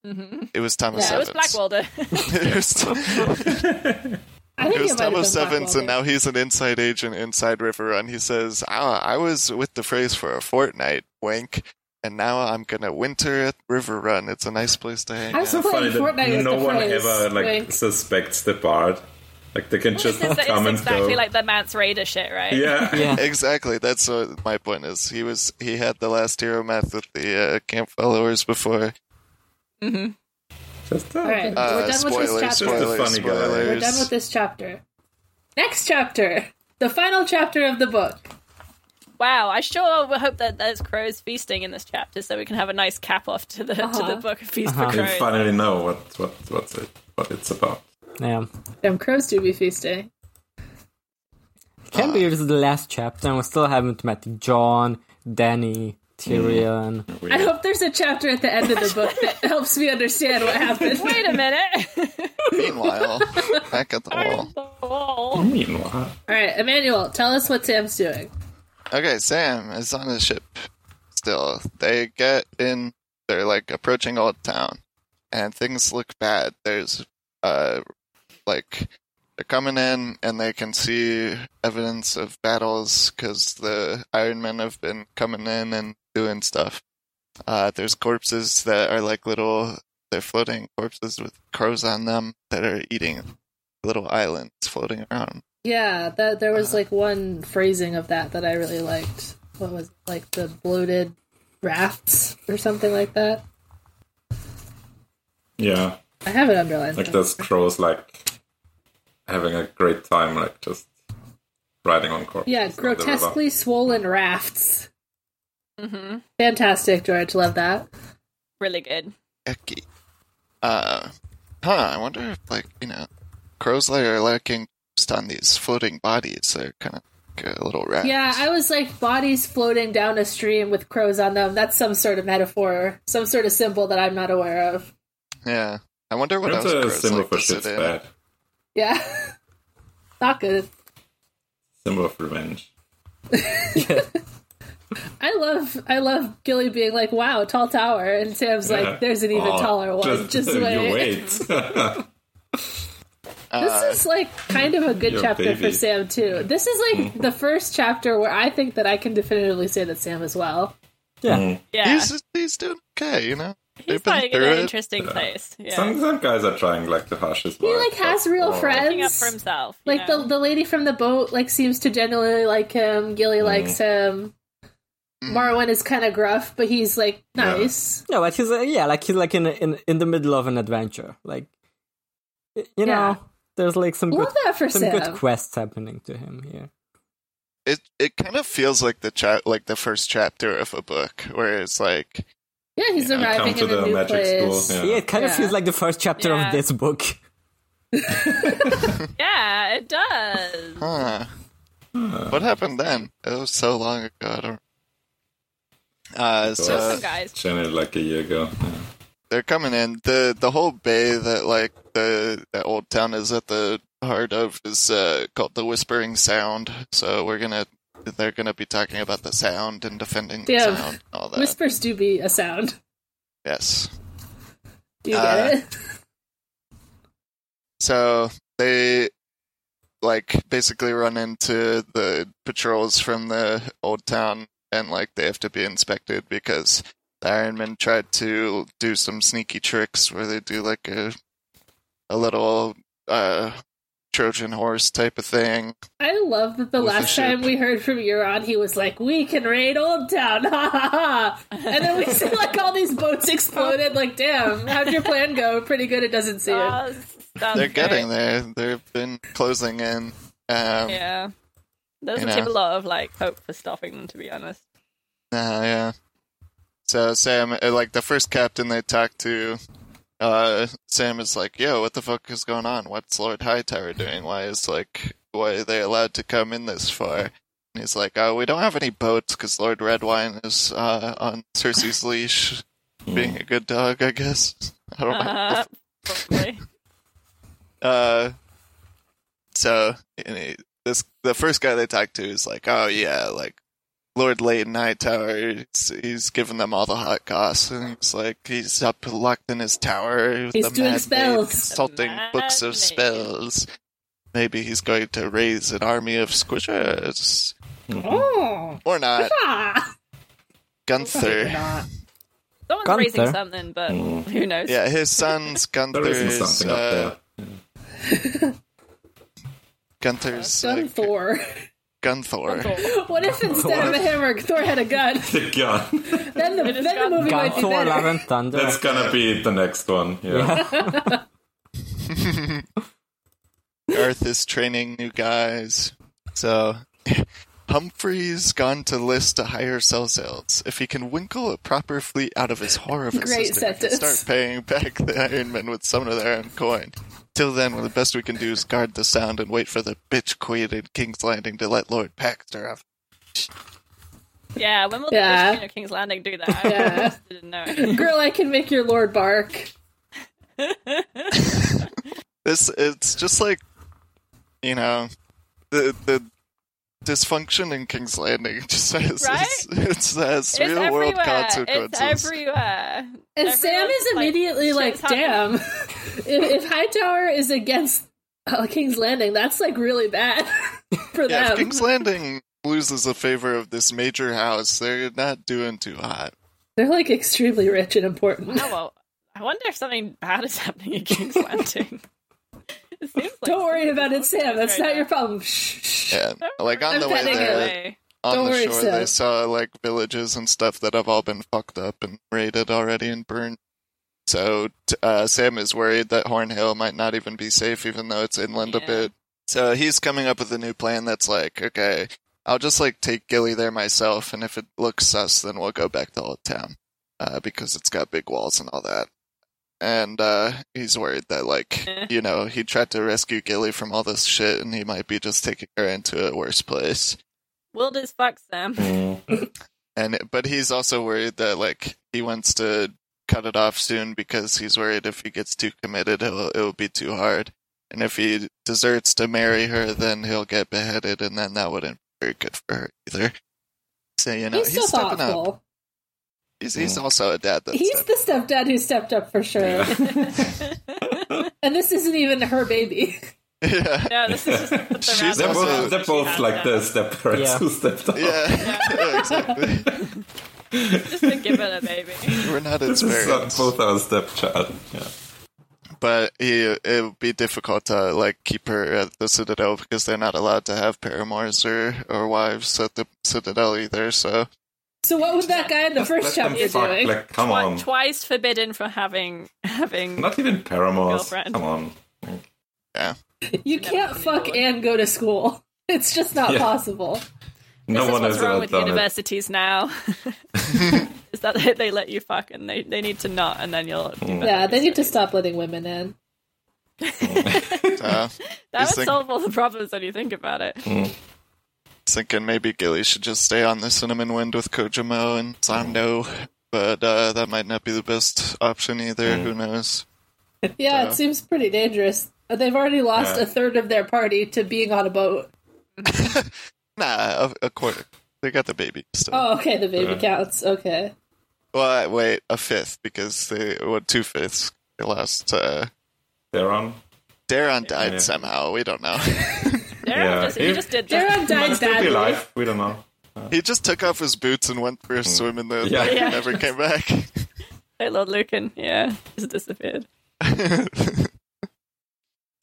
S4: Mm-hmm.
S3: It was Thomas
S4: Yeah, it was
S3: Evans.
S4: Blackwalder.
S3: It was-
S7: I think
S3: It was
S7: might have
S3: Thomas
S7: been
S3: Evans, and
S7: Blackwell.
S3: now he's an inside agent inside River Run. He says, ah, I was with the phrase for a fortnight, wink, and now I'm going to winter at River Run. It's a nice place to hang
S7: I
S3: out.
S7: was playing
S6: Funny
S7: Fortnite
S6: that
S7: with
S6: no
S7: the
S6: one
S7: phrase.
S6: ever like
S7: Wink.
S6: suspects the bard. Like they can
S4: This
S6: just
S4: is it's
S6: come and
S4: exactly
S6: go.
S4: like the Mance Raider shit, right?
S6: yeah.
S5: Yeah.
S3: Exactly. That's what my point is. He was he had the last hero math with the uh, camp followers before.
S6: Just, uh,
S7: All right.
S3: Uh,
S7: we're done with
S3: spoilers,
S7: this chapter.
S3: spoilers,
S6: Just a funny guy.
S3: spoilers.
S7: We're done with this chapter. Next chapter. The final chapter of the book.
S4: Wow, I sure will hope that there's crows feasting in this chapter, so we can have a nice cap off to the to
S7: Uh-huh.
S4: the book of feast
S3: Uh-huh.
S4: for
S6: You
S4: crows.
S6: finally know what what what's it, what it's about.
S5: Yeah.
S7: Damn crows do be feasting.
S3: Ah.
S5: Can be this is the last chapter and we still haven't met John, Danny,
S3: Mm.
S5: Tyrion.
S7: I hope there's a chapter at the end of the book that helps me understand what happened.
S4: Wait a minute!
S3: Meanwhile, back at the wall.
S4: Whoa.
S6: Meanwhile,
S7: All right, Emmanuel, tell us what Sam's doing.
S3: Okay, Sam is on his ship. Still, they get in. They're like approaching Old Town, and things look bad. There's uh, like they're coming in, and they can see evidence of battles because the Iron Men have been coming in and doing stuff. Uh, there's corpses that are like little. They're floating corpses with crows on them that are eating little islands floating around.
S7: Yeah, that there was like one phrasing of that that I really liked. What was it? like the bloated rafts or something like that?
S6: yeah.
S7: I have it underlined.
S6: Like
S7: somewhere.
S6: those crows, like having a great time, like just riding on corpses.
S7: Yeah,
S6: on the river.
S7: grotesquely swollen rafts. Fantastic, George. Love that.
S4: Really good.
S3: Ecky. Uh, huh, I wonder if, like, you know, Crow's Lair are lacking just on these floating bodies. They're kind of like a little rat.
S7: Yeah, I was like bodies floating down a stream with crows on them. That's some sort of metaphor, some sort of symbol that I'm not aware of.
S3: Yeah. I wonder what
S6: That's
S3: else
S6: a
S3: crows
S6: symbol
S3: like
S6: for
S3: to sit
S6: shit's
S3: in.
S6: bad.
S7: Yeah. Not good.
S6: Symbol of revenge.
S7: I love I love Gilly being like, "Wow, tall tower," and Sam's
S6: Yeah.
S7: like, "There's an even
S6: Oh,
S7: taller one." Just, wait.
S6: You wait.
S3: Uh,
S7: This is like kind of a good
S6: Your
S7: chapter for
S6: baby.
S7: Sam too. This is like the first chapter where I think that I can definitively say that Sam is well.
S5: Yeah.
S4: Yeah, he's,
S3: He's, he's doing okay, you know? They've been
S4: like in
S3: through
S4: an
S3: it.
S4: interesting place. Yeah,
S6: some some guys are trying like to hush his
S7: He like has
S6: oh,
S7: real
S4: Looking up for
S7: friends.
S4: himself. you
S7: Like
S4: know?
S7: the the lady from the boat like seems to genuinely like him. Gilly likes him. Marwin is kind of gruff, but he's like nice.
S5: Yeah, but he's uh, yeah, like he's like in in in the middle of an adventure. Like y- you
S7: Yeah.
S5: know, there's like some
S7: Love
S5: good,
S7: that for
S5: some
S7: Sam.
S5: good quests happening to him here.
S3: It it kind of feels like the cha- like the first chapter of a book, where it's like
S7: Yeah, he's
S6: I
S7: arriving
S6: come to
S7: in a
S6: the
S7: new
S6: magic
S7: place.
S6: school.
S5: Yeah,
S6: Yeah.
S5: it kind of
S7: Yeah.
S5: feels like the first chapter
S4: Yeah.
S5: of this book.
S4: Yeah, it does.
S3: Huh. What happened then? It was so long ago. I don't. Uh,
S6: Awesome,
S3: so
S4: Awesome, guys.
S6: Generally, like a year ago. Yeah.
S3: they're coming in. the The whole bay that like the that old town is at the heart of is uh, called the Whispering Sound. So we're gonna they're gonna be talking about the sound and defending the
S7: Yeah.
S3: sound. And all that.
S7: Whispers do be a sound.
S3: yes.
S7: You get
S3: Uh,
S7: it?
S3: So they like basically run into the patrols from the old town and like they have to be inspected because the Iron Man tried to do some sneaky tricks where they do like a a little uh Trojan horse type of thing.
S7: I love that the
S3: with the
S7: last time
S3: ship.
S7: we heard from Euron, he was like, "We can raid Old Town," ha ha ha, and then we see like all these boats exploded. Like, damn, how'd your plan go? Pretty good. It doesn't seem.
S4: Oh, sounds
S3: They're getting
S4: great.
S3: there. They've been closing in. Um yeah.
S4: Yeah. Doesn't
S3: You
S4: seem a
S3: know.
S4: lot of like hope for stopping them, to be honest.
S3: Uh, yeah. So Sam uh, like the first captain they talked to uh, Sam is like, "Yo, what the fuck is going on? What's Lord Hightower doing? Why is like, why are they allowed to come in this far?" And he's like, "Oh, we don't have any boats because Lord Redwine is uh, on Cersei's leash, being a good dog, I guess. I don't
S4: Uh, probably.
S3: know." Uh, so and he- this the first guy they talked to is like, "Oh yeah, like." Lord Leighton Hightower, he's, he's giving them all the hot goss, and he's like, he's up locked in his tower.
S7: He's
S3: the
S7: doing
S3: mad maid
S7: spells.
S3: consulting
S4: Mad
S3: books
S4: maid.
S3: of spells. Maybe he's going to raise an army of squishers.
S7: Oh,
S3: Or not.
S7: ah,
S3: Gunther.
S7: not.
S4: Someone's
S5: Gunther.
S4: raising something, but who knows?
S3: Yeah, his son's Gunther
S6: There isn't
S3: is.
S6: something up
S3: Uh,
S6: there.
S3: Gunther's.
S7: Gun
S3: Like,
S7: Thor.
S3: Gunthor.
S7: What if instead of a hammer, Thor had a gun?
S6: The gun.
S7: Then the, then the
S4: gun.
S7: movie
S5: Gun,
S7: might be
S5: Thor, Love
S7: better.
S5: and Thunder.
S6: That's gonna be the next one. Yeah.
S5: yeah.
S3: Earth is training new guys. So. Humphrey's gone to list to hire cell sales. If he can winkle a proper fleet out of his horror of a
S7: Great
S3: system, he can
S7: sentence.
S3: start paying back the Iron Men with some of their own coin. Till then, well, the best we can do is guard the sound and wait for the bitch queen in King's Landing to let Lord Paxter off.
S4: Yeah, when will
S7: Yeah.
S4: the Queen of King's Landing do that? I
S7: Yeah.
S4: just didn't know.
S7: Girl, I can make your lord bark.
S3: This it's just like you know the the dysfunction in King's Landing just has
S4: Right?
S3: it's, it's, has
S4: It's
S3: real world
S4: everywhere.
S3: consequences.
S4: It's everywhere.
S7: And Sam
S4: Everyone's
S7: is immediately like,
S4: shit's
S7: damn, if, if Hightower is against uh, King's Landing, that's like really bad for
S3: yeah, if
S7: them.
S3: King's Landing loses the favor of this major house, they're not doing too hot.
S7: They're like extremely rich and important.
S4: Oh well, I wonder if something bad is happening in King's Landing. it seems like
S7: Don't worry about it,
S4: something's
S7: Sam. That's
S4: right
S7: not
S4: now.
S7: your problem. Shh, shh.
S3: Yeah, like on
S7: I'm
S3: the way
S7: petting
S3: there,
S4: Anyway,
S3: on
S7: Don't
S3: the
S7: worry,
S3: shore,
S7: Seth.
S3: they saw like villages and stuff that have all been fucked up and raided already and burned. So t- uh, Sam is worried that Hornhill might not even be safe, even though it's inland
S4: Yeah.
S3: a bit. So he's coming up with a new plan that's like, okay, I'll just like take Gilly there myself, and if it looks sus, then we'll go back to Old Town uh, because it's got big walls and all that. And uh, he's worried that, like,
S4: Eh.
S3: you know, he tried to rescue Gilly from all this shit, and he might be just taking her into a worse place
S4: wild as fuck, Sam.
S6: Mm.
S3: and but he's also worried that like he wants to cut it off soon because he's worried if he gets too committed it'll it'll be too hard and if he deserts to marry her then he'll get beheaded and then that wouldn't be very good for her either so you know
S7: he's
S3: he's,
S7: so
S3: stepping up
S7: thoughtful.
S3: he's, he's also a dad that's
S7: He's the stepdad who stepped up for sure. and this isn't even her baby.
S3: yeah
S4: No, this is just the
S3: She's
S6: They're
S4: random
S3: also-
S4: stuff that
S6: both, they're
S4: she
S6: both
S4: has
S6: like
S4: done.
S6: the steppers
S5: Yeah.
S6: who stepped up.
S3: yeah,
S6: Oh.
S3: yeah exactly
S4: Just to give it a baby.
S3: we're not
S6: This is uh,
S3: experienced
S6: both our stepchild. Yeah.
S3: but he, it would be difficult to like keep her at the Citadel because they're not allowed to have paramours or, or wives at the Citadel either. So
S7: So what was that guy in the first
S6: Let them
S7: chapter
S6: fuck,
S7: doing?
S6: Like, come
S4: Twi-
S6: on.
S4: Twice forbidden from having having
S6: Not even paramours.
S4: Girlfriend.
S6: Come on.
S3: yeah,
S2: You can't fuck and go to school. It's just not
S6: Yeah.
S2: possible.
S4: this
S6: No
S4: is
S6: one
S4: what's
S6: has
S4: wrong
S6: ever
S4: with
S6: done it.
S4: universities now. is that they- they let you fuck and they, they need to not, and then you'll.
S6: Mm.
S2: Yeah, they need to stop letting women in.
S3: Uh,
S4: That
S3: Just
S4: would
S3: think-
S4: solve all the problems when you think about it.
S6: Mm.
S3: thinking maybe Gilly should just stay on the Cinnamon Wind with Kojimo and Zando, but uh, that might not be the best option either.
S6: Mm.
S3: Who knows?
S2: Yeah, it seems pretty dangerous. They've already lost
S6: Yeah.
S2: a third of their party to being on a boat.
S3: Nah, a, a quarter. They got the baby still.
S2: Oh, okay, the baby
S6: Yeah.
S2: counts. Okay.
S3: Well, wait, a fifth because they well, two fifths. They lost. Uh,
S6: They're on.
S3: Daron died
S6: Yeah.
S3: somehow. We don't know.
S4: Darren
S6: Yeah,
S4: just, he
S6: if-
S4: just did just,
S2: Darren
S6: Might
S2: died
S6: still be
S2: badly.
S6: alive. We don't know.
S3: he just took off his boots and went for a swim in the
S6: Mm-hmm. Yeah.
S3: lake
S4: Yeah.
S3: and never came back.
S4: like Lord Lucan. Yeah, just disappeared.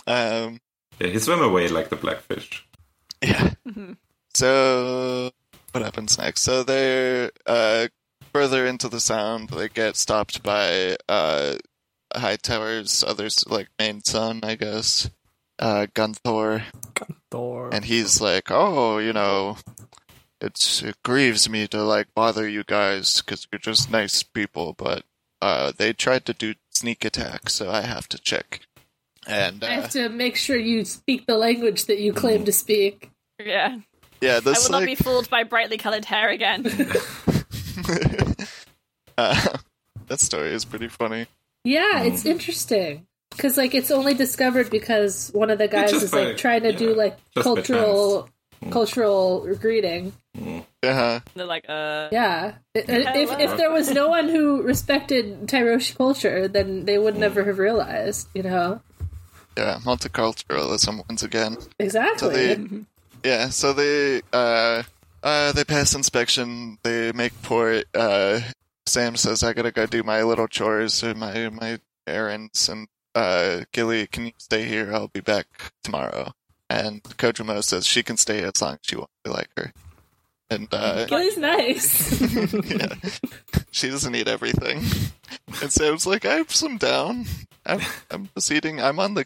S3: um,
S6: Yeah, he swam away like the blackfish.
S3: yeah.
S4: Mm-hmm.
S3: So what happens next? So they're uh, further into the sound. They get stopped by uh, Hightower's others, like main son, I guess, uh, Gunthor.
S5: Thor.
S3: and he's like, "Oh, you know, it's it grieves me to like bother you guys because you're just nice people, but uh, they tried to do sneak attack, so I have to check." And
S2: I
S3: uh,
S2: have to make sure you speak the language that
S6: Mm.
S2: you claim to speak.
S4: Yeah,
S3: yeah,
S4: I
S3: this
S4: will not be
S3: like
S4: fooled by brightly coloured hair again.
S3: uh, that story is pretty funny.
S6: Hmm.
S2: Yeah, it's interesting because like it's only discovered because one of the guys
S6: just
S2: is like
S6: by-
S2: trying to do
S6: yeah,
S2: like
S6: just Hmm. by
S2: cultural cultural greeting.
S3: Yeah,
S4: They're like, uh,
S2: Yeah, It- and if
S4: Hello.
S2: if there was no one who respected Tyrosh culture, then they would never have realized. You know
S3: yeah, multiculturalism once again. So
S2: exactly.
S3: they, yeah, so they uh, uh, they pass inspection. They make port. Uh, Sam says, "I gotta go do my little chores or my my errands." And uh, Gilly, can you stay here? I'll be back tomorrow. And Kojumo says she can stay as long as she wants. We like her, and uh,
S2: Gilly's nice.
S3: yeah, she doesn't eat everything. And Sam's like, "I have some down. I'm, I'm just eating. I'm on the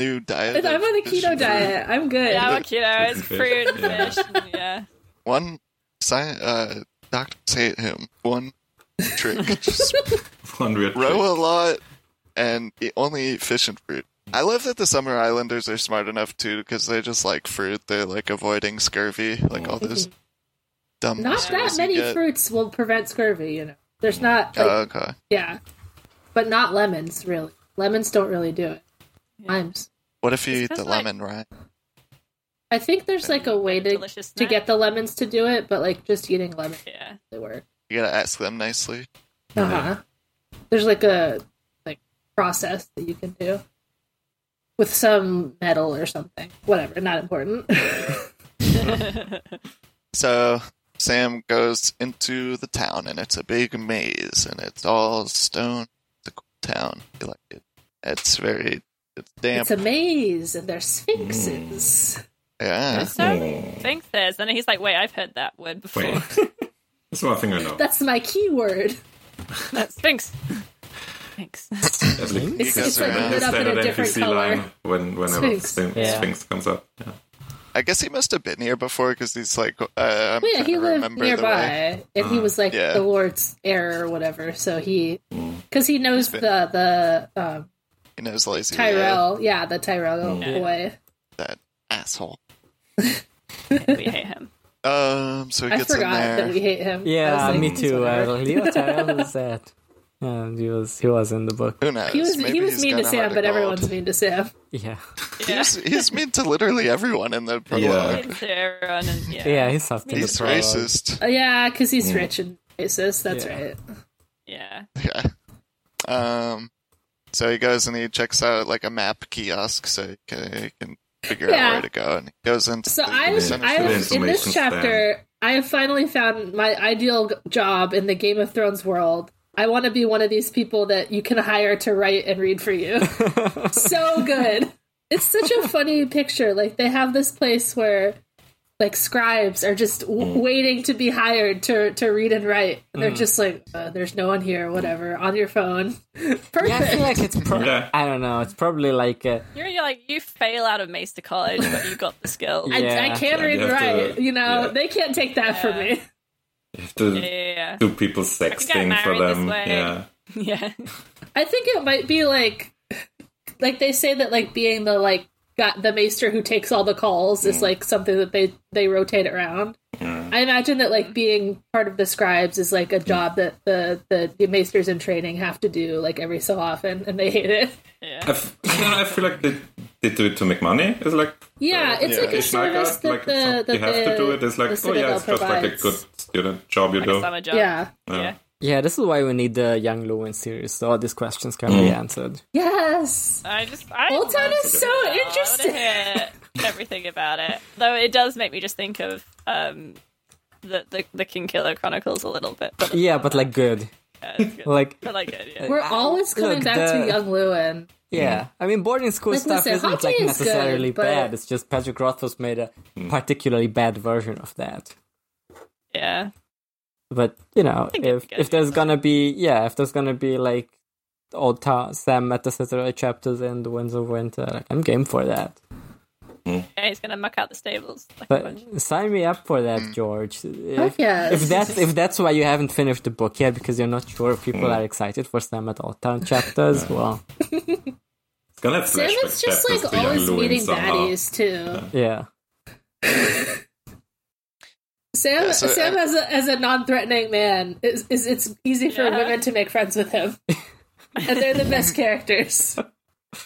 S3: new diet.
S2: I'm
S3: of
S2: on a
S3: fish
S2: keto
S3: and
S2: diet. I'm good.
S4: yeah, well, you know, it's fruit and
S6: Yeah.
S4: fish. and yeah,
S3: one sci- uh, doctors hate him. One trick: Just
S6: One weird trick.
S3: row a lot and e- only eat fish and fruit. I love that the Summer Islanders are smart enough too, because they just like fruit. They're like avoiding scurvy, like all those dumb.
S2: Mm-hmm. Not that
S3: mysteries you
S2: many
S3: get.
S2: fruits will prevent scurvy. You know, there's not like
S3: Oh, okay.
S2: yeah, but not lemons really. Lemons don't really do it. Limes.
S3: What if you
S4: It's
S3: eat the
S4: kinda like-
S3: lemon, right?
S2: I think there's like a way to
S4: Delicious
S2: to
S4: snack.
S2: get the lemons to do it, but like just eating lemon
S4: yeah.
S2: they work.
S3: You gotta ask them nicely.
S2: Uh huh. There's like a like process that you can do with some metal or something. Whatever, not important.
S3: So Sam goes into the town, and it's a big maze, and it's all stone. It's a cool town. I like it. It's very. It's damp.
S2: it's a maze, and there's sphinxes.
S3: yeah.
S4: So I think there's, and he's like, wait, I've heard that word before.
S6: Mm. Wait. That's one thing I know.
S2: That's my keyword.
S4: That's Sphinx. Sphinx.
S6: At least
S2: It's,
S3: guys
S2: it's
S3: are
S2: like
S3: out.
S2: lit up in
S6: standard
S2: a different
S6: NPC
S2: color.
S6: line when whenever
S2: Sphinx.
S6: Sphinx, Sphinx,
S5: Yeah.
S6: comes up. Yeah.
S3: I guess he must have been here before because he's like, uh, I'm
S2: Well, yeah,
S3: trying
S2: he
S3: to
S2: lived
S3: remember the way.
S2: nearby, and he was like
S3: yeah.
S2: the Lord's heir or whatever. So he, because he knows the the um,
S3: He knows lazy Leo,
S2: Tyrell, yeah, the Tyrell boy.
S3: that asshole.
S4: we hate him.
S3: Um, so he
S2: I
S3: gets in
S2: forgot that
S3: there.
S2: we hate him. I was
S5: Yeah,
S2: like,
S5: me
S2: he's
S5: too.
S2: whatever.
S5: Uh, Leo Tyrell is that. And he was he was in the book.
S3: Who knows?
S2: He was
S3: Maybe
S2: he was
S3: he's
S2: mean to
S3: got a
S2: Sam,
S3: heart
S2: but
S3: of gold.
S2: everyone's mean to Sam.
S5: Yeah.
S4: Yeah.
S3: He's, he's mean to literally everyone in the prologue.
S4: Into everyone and, yeah.
S5: Yeah, he's soft in
S3: He's
S5: the prologue.
S3: racist.
S2: Uh, yeah, because he's rich and racist. That's
S5: Yeah.
S2: right.
S4: Yeah.
S3: Yeah. Um, so he goes and he checks out like a map kiosk so he can, he can figure
S2: Yeah.
S3: out where to go. And he goes into
S2: So
S3: the
S2: I,
S3: center
S2: I
S3: for the-
S2: in this
S6: information
S2: chapter, I have finally found my ideal g- job in the Game of Thrones world. I want to be one of these people that you can hire to write and read for you. so good. It's such a funny picture. Like they have this place where
S7: like scribes are just w- waiting to be hired to to read and write. And they're just like, uh, there's no one here, whatever, on your phone. Perfect.
S5: Yeah, I feel like it's pro-
S6: Yeah.
S5: I don't know. It's probably like uh, a,
S4: You're, you're like you fail out of Maester College, but you got the skill.
S5: Yeah.
S4: Yeah,
S7: I, I can't
S6: Yeah,
S7: read
S6: you
S7: and
S6: have to-
S7: write. you know,
S6: yeah.
S7: they can't take that from me.
S6: You have to
S4: yeah, yeah,
S6: do people's sex
S4: I got
S6: thing for
S4: married this
S6: them.
S4: way.
S6: Yeah.
S4: yeah. Yeah.
S7: I think it might be like, like they say that like being the like got the maester who takes all the calls
S6: Mm.
S7: is like something that they they rotate around. I imagine that like being part of the scribes is like a
S6: Mm.
S7: job that the the, the maesters in training have to do like every so often, and they hate it.
S6: Uh, I, f- I don't know, I feel like they, they do it to make money. It's like
S7: Yeah, it's like a
S6: it's like,
S7: service
S6: a, like
S7: that the
S6: you
S7: that
S6: have
S7: the,
S6: to do it. It's like
S7: the
S6: oh yeah,
S7: Citadel
S6: it's just like a
S7: provides.
S6: good student job you do.
S4: Summer job.
S7: Yeah.
S4: yeah.
S5: yeah. This is why we need the Young Lewin series, so all these questions can be answered.
S7: Yes.
S4: I just I
S7: Old Town
S4: love
S7: is so interesting.
S4: I want to hear everything about it. Though it does make me just think of um, the, the the King Killer Chronicles a little bit. But
S5: Yeah, but like good.
S4: yeah, it's good.
S5: Like
S4: But like it, yeah.
S7: We're always coming
S5: Look,
S7: back
S5: the-
S7: to Young Lewin.
S5: Yeah, I mean, boarding school
S7: Like,
S5: stuff
S7: listen,
S5: isn't
S7: hockey
S5: like
S7: is
S5: necessarily
S7: good, but-
S5: bad. It's just Patrick Rothfuss made a
S4: Hmm.
S5: particularly bad version of that.
S4: yeah.
S5: But you know,
S4: think
S5: if
S4: it's good,
S5: if there's gonna be yeah, if there's gonna be like old town Sam at the Citadel chapters in the Winds of Winter, like, I'm game for that.
S4: Yeah, he's gonna muck out the stables. Like a bunch.
S5: But sign me up for
S4: Hmm.
S5: that, George. If,
S7: yes.
S5: if that's if that's why you haven't finished the book yet because you're not sure if
S4: Hmm.
S5: people are excited for Sam at Old Town chapters, well,
S6: It's gonna have
S7: Sam
S6: flashback
S7: is just
S6: chapters
S7: like
S6: to young
S7: always
S6: Lewin
S7: meeting
S6: somehow.
S7: baddies too.
S5: yeah.
S7: Sam,
S3: so
S7: Sam
S3: I-
S7: as a as a non-threatening man is, is it's easy for
S4: Yeah.
S7: women to make friends with him, and they're the best characters.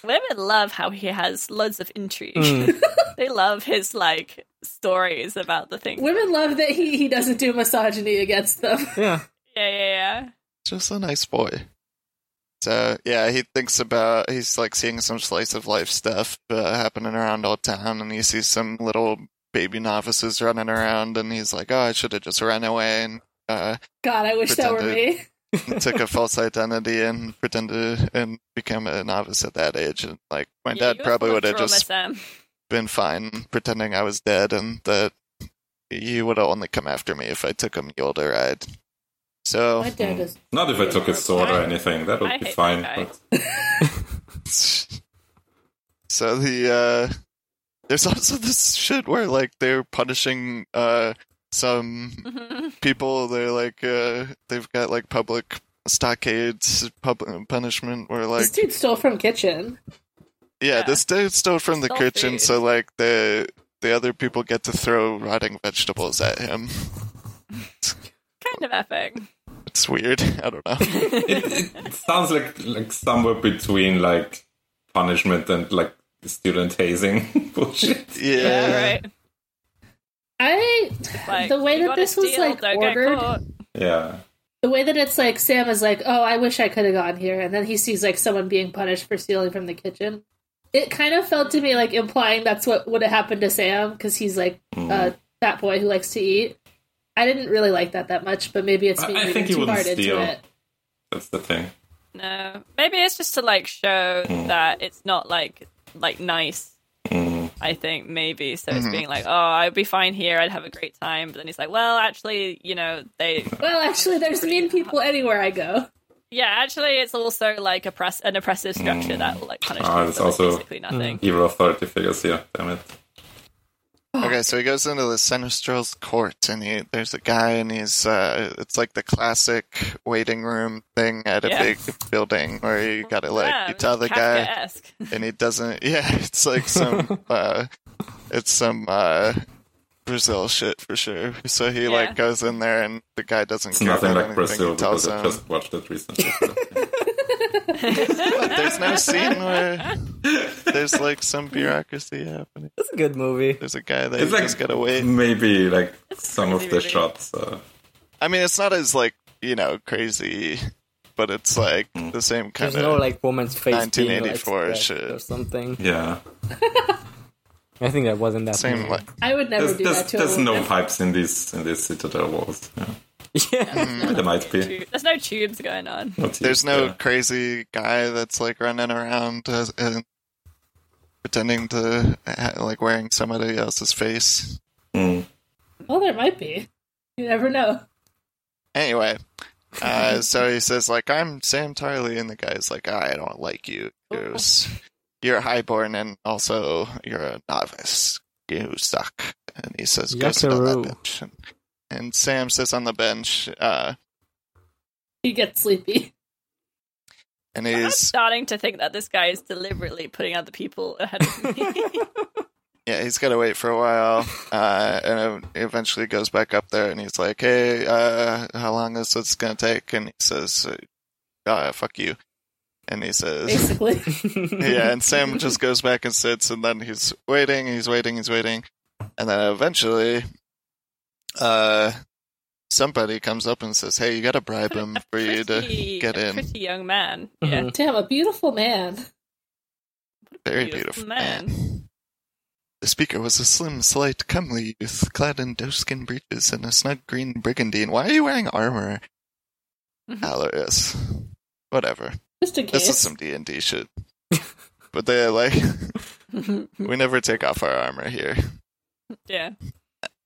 S4: Women love how he has loads of intrigue.
S7: Mm.
S5: Hmm.
S4: they love his like stories about the things.
S7: Women love that he he doesn't do misogyny against them.
S5: Yeah.
S4: Yeah, yeah, yeah.
S3: just a nice boy. So yeah, he thinks about he's like seeing some slice of life stuff uh, happening around old town, and he sees some little baby novices running around, and he's like, "Oh, I should have just run away and uh,
S7: God, I wish that were
S3: Pretended.
S7: me.
S3: took a false identity and pretended to, and become a novice at that age." And like, my
S4: Yeah,
S3: dad
S4: you
S3: probably
S4: full of
S3: would have
S4: trauma,
S3: just
S4: Sam.
S3: been fine pretending I was dead, and that he would have only come after me if I took a mule to ride. So
S7: My dad is.
S6: Not if I took his sword or anything. That would
S4: I
S6: be
S4: hate
S6: fine.
S4: that guy.
S6: But
S3: so the uh there's also this shit where like they're punishing uh some people they're like uh they've got like public stockades public punishment where like
S7: This dude stole from kitchen.
S3: yeah, this dude stole from the
S4: Stole
S3: kitchen
S4: food.
S3: so like the the other people get to throw rotting vegetables at him
S4: kind of epic.
S3: it's weird i don't know
S6: it sounds like like somewhere between like punishment and like student hazing bullshit.
S3: yeah,
S4: Yeah, right.
S7: I
S4: Like,
S7: The way
S4: you
S7: that
S4: gotta
S7: this was,
S4: steal,
S7: like,
S4: don't get
S7: ordered-
S4: caught.
S6: Yeah.
S7: the way that it's like Sam is like, oh, I wish I could have gone here, and then he sees like someone being punished for stealing from the kitchen. It kind of felt to me like implying that's what would have happened to Sam because he's like
S3: Mm-hmm.
S7: uh, that boy who likes to eat. I didn't really like that that much, but maybe it's
S6: I-
S7: me
S6: I
S7: reading
S6: think he
S7: too
S6: wouldn't
S7: hard
S6: steal.
S7: into it.
S6: That's the thing.
S4: No, maybe it's just to like show
S3: Hmm.
S4: that it's not like like nice. I think maybe so.
S3: Hmm.
S4: It's being like, oh, I'd be fine here. I'd have a great time. But then he's like, well, actually, you know, they
S7: Well, actually, there's mean people anywhere I go.
S4: yeah, actually, it's also like oppress an oppressive structure that will like
S3: Hmm.
S4: punish
S6: Ah,
S4: people
S6: it's
S4: for
S6: also-
S7: Hmm.
S4: basically nothing.
S6: Evil authority figures here. Damn it.
S3: Okay, so he goes into the Sinistral's court, and he there's a guy, and he's uh, it's like the classic waiting room thing at a
S4: Yeah.
S3: big building where you gotta like
S4: yeah,
S3: you tell the guy,
S4: Kafkaesque.
S3: and he doesn't. Yeah, it's like some uh, it's some uh, Brazil shit for sure. So he
S4: Yeah.
S3: like goes in there, and the guy doesn't
S6: It's
S3: care
S6: nothing
S3: about
S6: like
S3: anything.
S6: Brazil
S3: he tells
S6: because I
S3: him
S6: just watched it recently.
S3: there's no scene where there's like some bureaucracy happening.
S5: It's a good movie.
S3: There's a guy that
S6: it's
S3: he's
S6: like
S3: just gotta wait.
S6: maybe like some of
S4: crazy,
S6: the
S4: really.
S6: shots. Uh,
S3: I mean, it's not as like you know crazy, but it's like the same kind
S5: There's
S3: of.
S5: no like woman's face being like
S3: 1984
S5: stretched
S3: shit.
S5: or something.
S6: yeah.
S5: I think that wasn't that
S3: same
S5: movie.
S3: like
S7: I would never
S6: There's,
S7: do
S6: there's,
S7: that to
S6: there's
S7: a
S6: no
S7: woman.
S6: pipes in these in these citadel walls. Yeah.
S5: Yeah.
S6: There might be.
S4: Tu- There's no tubes going on.
S6: Not
S3: There's
S6: used,
S3: no
S6: yeah.
S3: crazy guy that's like running around as, and pretending to ha- like wearing somebody else's face.
S6: Mm.
S7: Well, there might be. You never know.
S3: Anyway, uh, so he says like I'm Sam Tarley, and the guy's like I don't like you. You're, s- you're highborn, and also you're a novice. You suck. And he says go sit on that
S5: Yuckaroo.
S3: bench. And, and Sam sits on the bench, uh,
S7: You get sleepy.
S3: and
S4: I'm
S3: he's
S4: starting to think that this guy is deliberately putting other people ahead of me.
S3: Yeah, he's got to wait for a while, uh, and it eventually goes back up there, and he's like, "Hey, uh, how long is this gonna take?" And he says, uh, "Fuck you," and he says,
S7: Basically,
S3: "Yeah." And Sam just goes back and sits, and then he's waiting, he's waiting, he's waiting, and then eventually, uh, somebody comes up and says, "Hey, you gotta bribe him for you to
S4: Pretty-
S3: get
S4: a
S3: in."
S4: Pretty young man. Yeah.
S5: Mhm.
S7: damn, a beautiful man.
S3: Very
S4: beautiful
S3: beautiful
S4: man.
S3: man. The speaker was a slim, slight, comely youth, clad in doeskin breeches and a snug green brigandine. Why are you wearing armor? Hilarious. Whatever.
S7: Just in
S3: This
S7: case.
S3: Mm-hmm. is some D and D shit. but they're like, we never take off our armor here.
S4: yeah.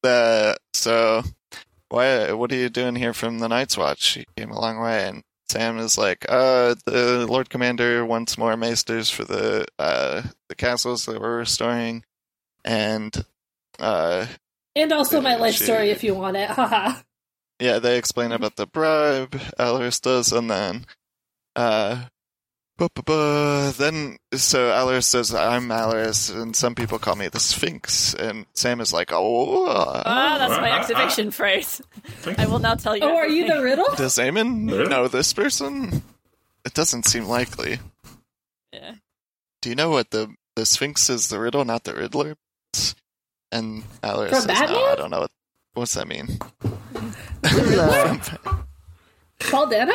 S3: Uh, so, why? What are you doing here from the Night's Watch? You came a long way, and Sam is like, "Uh, the Lord Commander wants more maesters for the uh the castles that we're restoring, and uh,
S7: and also my life
S3: Shit.
S7: story if you want it. Haha.
S3: yeah, they explain about the bribe, Alaris does, and then, uh, bu- bu- bu- then, so Alaris says, I'm Alaris, and some people call me the Sphinx, and Sam is like, oh,
S4: Ah, that's my
S6: Ah, ah,
S4: activation phrase. I will now tell you.
S7: oh, are you the
S4: everything.
S7: riddle?
S3: does Aemon
S6: Really?
S3: know this person? It doesn't seem likely.
S4: Yeah.
S3: Do you know what the, the Sphinx is the riddle, not the Riddler? And Alaris
S7: From
S3: says, no,
S7: Batman?
S3: I don't know what, what's that mean?
S7: Paul Dano?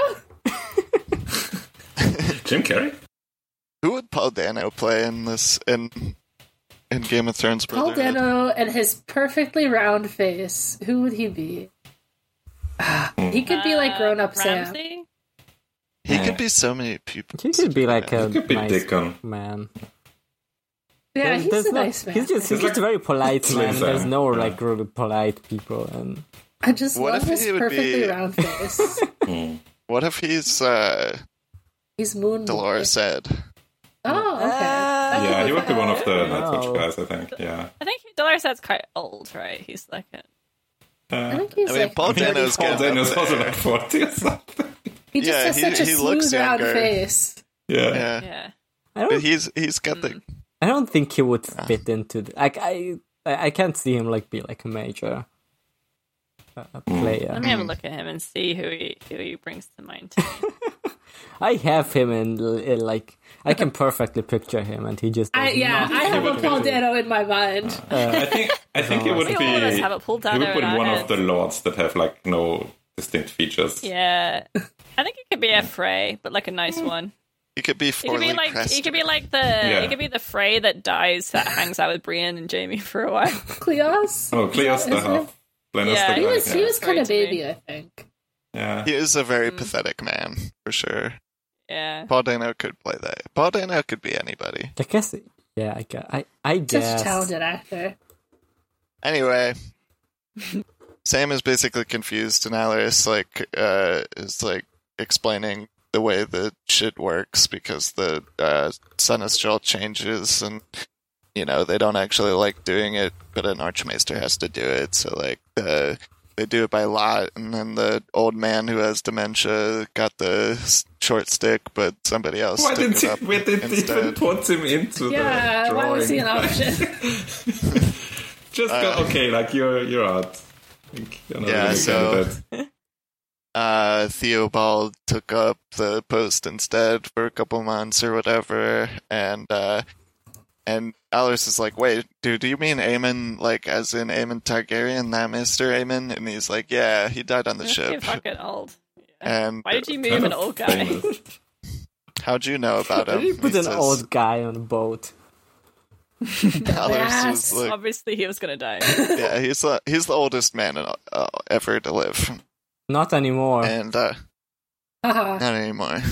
S6: Jim Carrey?
S3: Who would Paul Dano play in this, in, in Game of Thrones?
S7: Paul
S3: Brotherhood?
S7: Dano and his perfectly round face. Who would he be? Ah, he could be
S4: Uh,
S7: like grown up Sam.
S4: Ramsey?
S3: He could be so many people.
S5: He could be like a
S6: Could be
S5: nice
S6: Deacon.
S5: man.
S7: Yeah,
S5: There's-
S7: he's
S5: there's
S7: a
S5: no-
S7: nice man.
S5: He's just, he's
S6: He's
S5: just a very polite
S6: Slim
S5: man. There's
S6: Sam,
S5: no
S6: yeah.
S5: like really polite people, and
S7: I just
S3: What
S7: love
S3: if
S7: his
S3: he would
S7: perfectly
S3: be-
S7: round face.
S3: What if he's uh,
S7: he's Moon. Boy.
S3: Dolores said?
S7: Oh, okay. That could
S6: Yeah,
S7: be
S6: he would be
S7: fun.
S6: one of the Nightwatch
S5: Wow.
S6: guys, I think. Yeah.
S4: I think Dolores Head's quite old, right? He's like a
S6: Uh,
S7: I think he's
S3: I mean,
S7: like,
S3: Paul Dano's
S6: Paul
S3: getting
S6: Dano's
S3: up
S6: also
S3: there.
S6: like 40 or something.
S7: he just
S3: yeah,
S7: has
S3: he-
S7: such a
S3: he
S7: smooth
S3: looks
S7: round
S3: younger.
S7: face.
S6: Yeah.
S3: Yeah.
S4: yeah. Hmm.
S5: I don't
S3: But he's he's got the
S5: I don't think he would fit into the, like I I I can't see him like be like a major uh,
S3: Hmm.
S5: player.
S4: Let me have a look at him and see who he who he brings to mind. to me.
S5: I have him in, l- in like I can perfectly picture him, and he just
S7: I,
S5: does
S7: yeah,
S5: not-
S7: I have a
S6: would
S7: Paul
S6: be-
S7: Dano in my mind.
S6: I think I think it would be.
S4: think all of us have it pulled down
S6: He would
S4: over
S6: put
S4: our
S6: one
S4: heads.
S6: of the lords that have like no distinct features.
S4: yeah, I think it could be a Frey, but like a nice
S7: Hmm.
S4: one.
S3: he could be
S4: It could
S3: Forley
S4: be like it could be like the it could be the Frey that dies that hangs out with Brienne and Jamie for a while.
S7: Cleos?
S6: Oh, Cleo's the
S7: Is it-
S6: half. Glenn is
S4: Yeah,
S6: the
S7: He
S6: guy,
S7: was, he
S6: yeah.
S7: was kind of
S4: Sorry to
S7: baby, I think.
S6: Yeah.
S3: He is a very
S4: Hmm.
S3: pathetic man for sure.
S4: Yeah,
S3: Paul Dano could play that. Paul Dano could be anybody.
S5: I guess yeah I guess I I
S7: Such
S5: guess
S7: a talented actor.
S3: Anyway, Sam is basically confused, and Alaris like uh, is like explaining the way the shit works because the uh, Sinistral changes, and you know they don't actually like doing it, but an Archmaester has to do it. So like the they do it by lot, and then the old man who has dementia got the s- short stick, but somebody else
S6: Why
S3: took
S6: didn't
S3: it
S6: he,
S3: up
S6: why didn't he even
S3: instead.
S6: put him into
S7: Yeah,
S6: the drawing?
S7: why was he an option?
S6: Just go, okay, like you're you're out. Like, You're not
S3: Uh, Yeah,
S6: really
S3: so-
S6: good at that.
S3: uh, Theobald took up the post instead for a couple months or whatever, and uh, and Alice is like, "Wait, dude, do you mean Aemon like as in Aemon Targaryen, not Mister Aemon?" And he's like, "Yeah, he died on the
S4: He's too
S3: ship."
S4: fucking old.
S3: And
S4: Why did you move
S6: Kind
S4: an
S6: of
S4: old guy?
S6: famous.
S3: how'd you know about
S5: Why
S3: him?
S5: did you put
S3: He
S5: an
S3: says-
S5: old guy on a boat?
S3: Alaris is
S7: Yes.
S3: like,
S4: Obviously, he was gonna die.
S3: "Yeah, he's the he's the oldest man in, uh, ever to live,
S5: Not anymore.
S3: and uh,
S7: Haha.
S3: not anymore."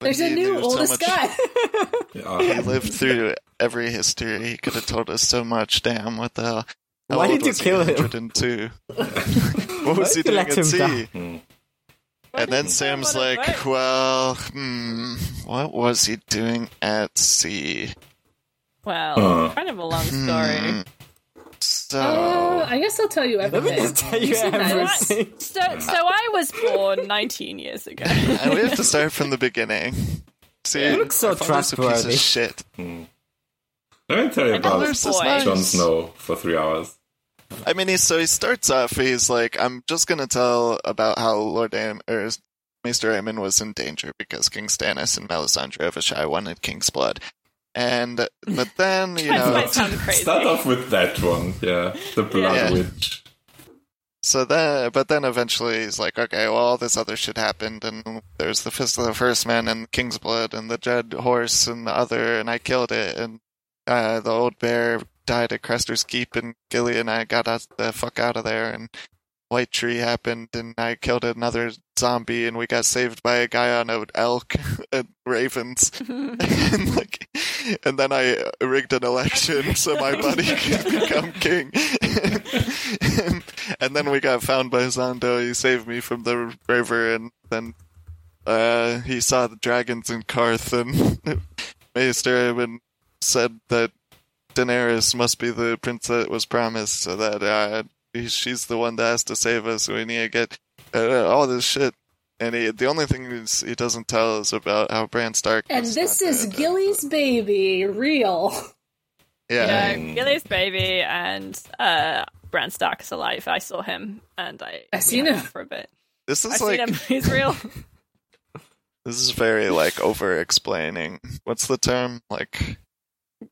S3: But
S7: There's a
S3: he
S7: new
S3: knew so
S7: oldest
S3: much-
S7: guy.
S6: Yeah.
S3: He lived through every history. He could have told us so much. Damn, what the hell? How
S5: Why
S3: old
S5: did you
S3: was he?
S5: kill him?
S3: 102. what was he
S5: did you
S3: doing
S5: let him
S3: at sea?
S5: die?
S3: And then Sam's like, well, hmm, what was he doing at sea?
S4: well, kind of a long
S3: Hmm.
S4: story.
S3: So,
S7: Uh, I guess I'll tell you
S5: Let me
S7: everything.
S5: just tell you
S7: You've seen that.
S4: That's-
S5: everything.
S4: so, so I was born 19 years ago.
S3: and we have to start from the beginning. See,
S5: You look so
S3: my father's a piece of
S5: trustworthy.
S3: shit.
S6: Let me tell you
S4: Oh,
S6: about
S3: There's this
S4: boy.
S3: nice-
S6: Jon Snow for three hours.
S3: I mean, he, so he starts off, he's like, I'm just going to tell about how Lord Am- or Mr. Aemon was in danger because King Stannis and Melisandre of Ashai wanted King's blood. And, but then, you
S4: That
S3: know,
S4: might sound crazy.
S6: Start off with that one, yeah. The Blood
S3: Yeah.
S6: Witch.
S3: so then, but then eventually he's like, okay, well, all this other shit happened and there's the Fist of the First Man and King's blood and the dead horse and the other and I killed it and, uh, the old bear died at Crester's Keep and Gilly and I got out the fuck out of there and White Tree happened, and I killed another zombie, and we got saved by a guy on an elk and ravens. and, like, and then I rigged an election so my buddy could become king. and, then we got found by Zondo. He saved me from the river, and then uh, he saw the dragons in Karth, and Maester Aemon said that Daenerys must be the prince that was promised, so that uh, he- she's the one that has to save us. We need to get uh, all this shit. And he, the only thing is he doesn't tell us about how Bran Stark.
S7: And
S3: was
S7: this
S3: not
S7: is
S3: dead.
S7: Gilly's baby, real.
S3: Yeah.
S4: Yeah, Gilly's baby and uh, Bran Stark is alive. I saw him and I
S7: I seen
S4: yeah,
S7: him.
S4: for a bit.
S3: This
S4: I
S3: is
S4: seen
S3: like
S4: him. He's real.
S3: this is very like over explaining. What's the term? Like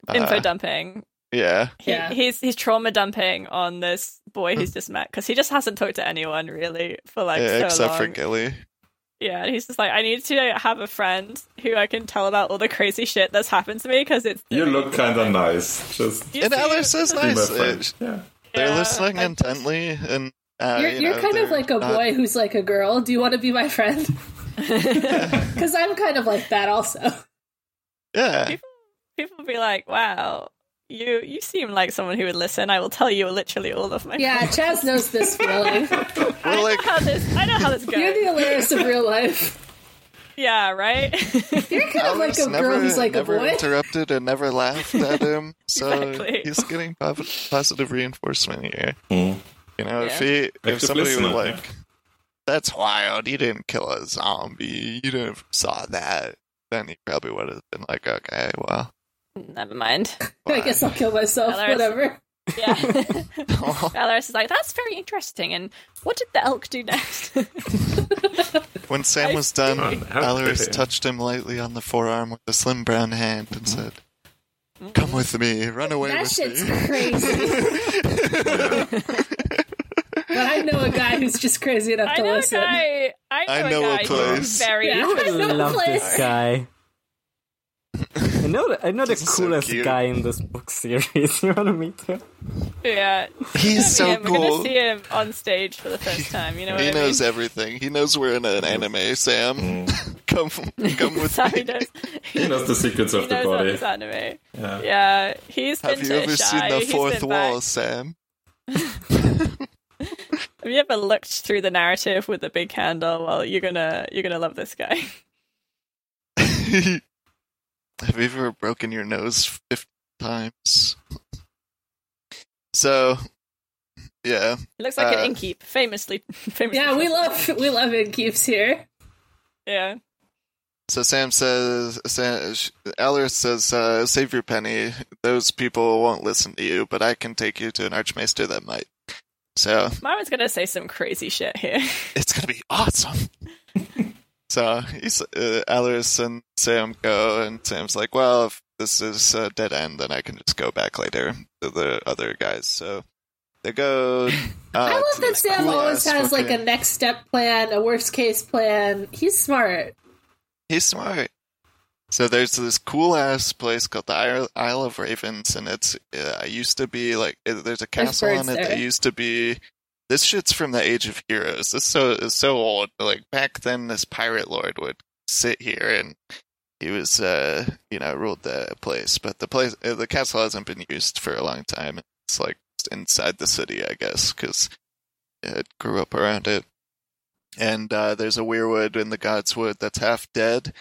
S3: uh,
S4: Info dumping.
S3: Yeah.
S4: He,
S7: Yeah.
S4: He's he's trauma dumping on this boy he's just met because he just hasn't talked to anyone really for like
S3: Yeah,
S4: so
S3: except
S4: long.
S3: for Gilly.
S4: Yeah, and he's just like, I need to have a friend who I can tell about all the crazy shit that's happened to me because it's.
S6: You look kind of nice. Just
S4: You
S3: And
S4: see-
S3: Alice is
S6: be my
S3: nice.
S6: friend.
S3: Uh,
S6: Yeah.
S3: They're
S4: Yeah,
S3: listening
S4: I-
S3: intently and uh,
S7: You're,
S3: you
S7: you're
S3: know,
S7: kind of
S3: they're
S7: like a
S3: not-
S7: boy who's like a girl. Do you want to be my friend? Because I'm kind of like that also.
S3: Yeah.
S4: People be like, wow. You you seem like someone who would listen. I will tell you literally all of my.
S7: Yeah, Chaz knows this feeling.
S3: We're like
S4: How this, I know how this
S7: You're
S4: goes.
S7: the Alaris of real life.
S4: Yeah, right?
S7: You're kind of like
S3: Alice
S7: a
S3: never,
S7: girl who's like a
S3: never
S7: boy.
S3: interrupted and never laughed at him, so
S4: Exactly.
S3: he's getting pov- positive reinforcement here. You know, if
S4: Yeah.
S3: he, if
S6: Mm-hmm. Active
S3: somebody was
S6: listener,
S3: like,
S6: yeah.
S3: "That's wild, you didn't kill a zombie, you never saw that," then he probably would have been like, "Okay, well."
S4: Never mind.
S7: I guess I'll kill myself,
S4: Alaris.
S7: whatever.
S4: Yeah. Alaris is like, that's very interesting. And what did the elk do next?
S3: When Sam was done,
S6: Man, how dare
S3: Alaris
S6: you.
S3: touched him lightly on the forearm with a slim brown hand and said, "Come with me, run away
S7: Mm-hmm. That
S3: with
S7: shit's
S3: me."
S7: crazy. but I know a guy who's just crazy enough
S4: I
S7: to
S4: know a
S7: listen.
S4: guy. I know,
S3: I know a
S4: guy
S3: place.
S4: who's very.
S7: Yeah.
S5: I
S7: No
S5: love
S7: place.
S5: this guy. I know, the, I know the
S3: This is so
S5: coolest
S3: cute.
S5: guy in this book series. You want to meet him?
S4: Yeah.
S3: He's so
S4: Yeah, We're
S3: cool.
S4: gonna see him on stage for the first time. You know what
S3: He
S4: I
S3: knows
S4: mean?
S3: everything. He knows we're in an anime, Sam. come, come with
S4: So he
S3: me.
S4: knows.
S6: He knows the secrets
S4: He
S6: of the
S4: knows all
S6: body.
S4: this anime.
S6: Yeah.
S4: Yeah, he's been
S3: Have you
S4: to
S3: ever
S4: Shy,
S3: seen the
S4: he's
S3: fourth
S4: been
S3: wall,
S4: back-
S3: Sam?
S4: Have you ever looked through the narrative with a big candle? Well, you're gonna you're gonna love this guy.
S3: Have you ever broken your nose fifty times? So, yeah,
S4: He looks like
S3: Uh,
S4: an innkeep, famously. famously
S7: Yeah, we love we love innkeeps here.
S4: Yeah.
S3: So Sam says, Sam, Alaris says, uh, save your penny. Those people won't listen to you, but I can take you to an archmaester that might. So
S4: Mara's gonna say some crazy shit here.
S3: it's gonna be awesome. so he's, uh, Alaris and Sam go, and Sam's like, well, if this is a dead end, then I can just go back later to the other guys. So they go. Uh,
S7: I love
S3: to
S7: that
S3: this
S7: Sam
S3: cool
S7: always
S3: ass
S7: has like a
S3: fucking-
S7: next step plan, a worst case plan. He's smart.
S3: He's smart. So there's this cool ass place called the Isle- Isle of Ravens, and it's uh, used to be like uh, there's a castle
S7: birds
S3: on it
S7: there.
S3: that used to be. This shit's from the Age of Heroes. This so is so old. Like back then, this pirate lord would sit here and he was uh you know ruled the place. But the place uh, the castle hasn't been used for a long time. It's like raised inside the city, I guess, because it grew up around it. And uh, there's a weirwood in the Godswood that's half dead,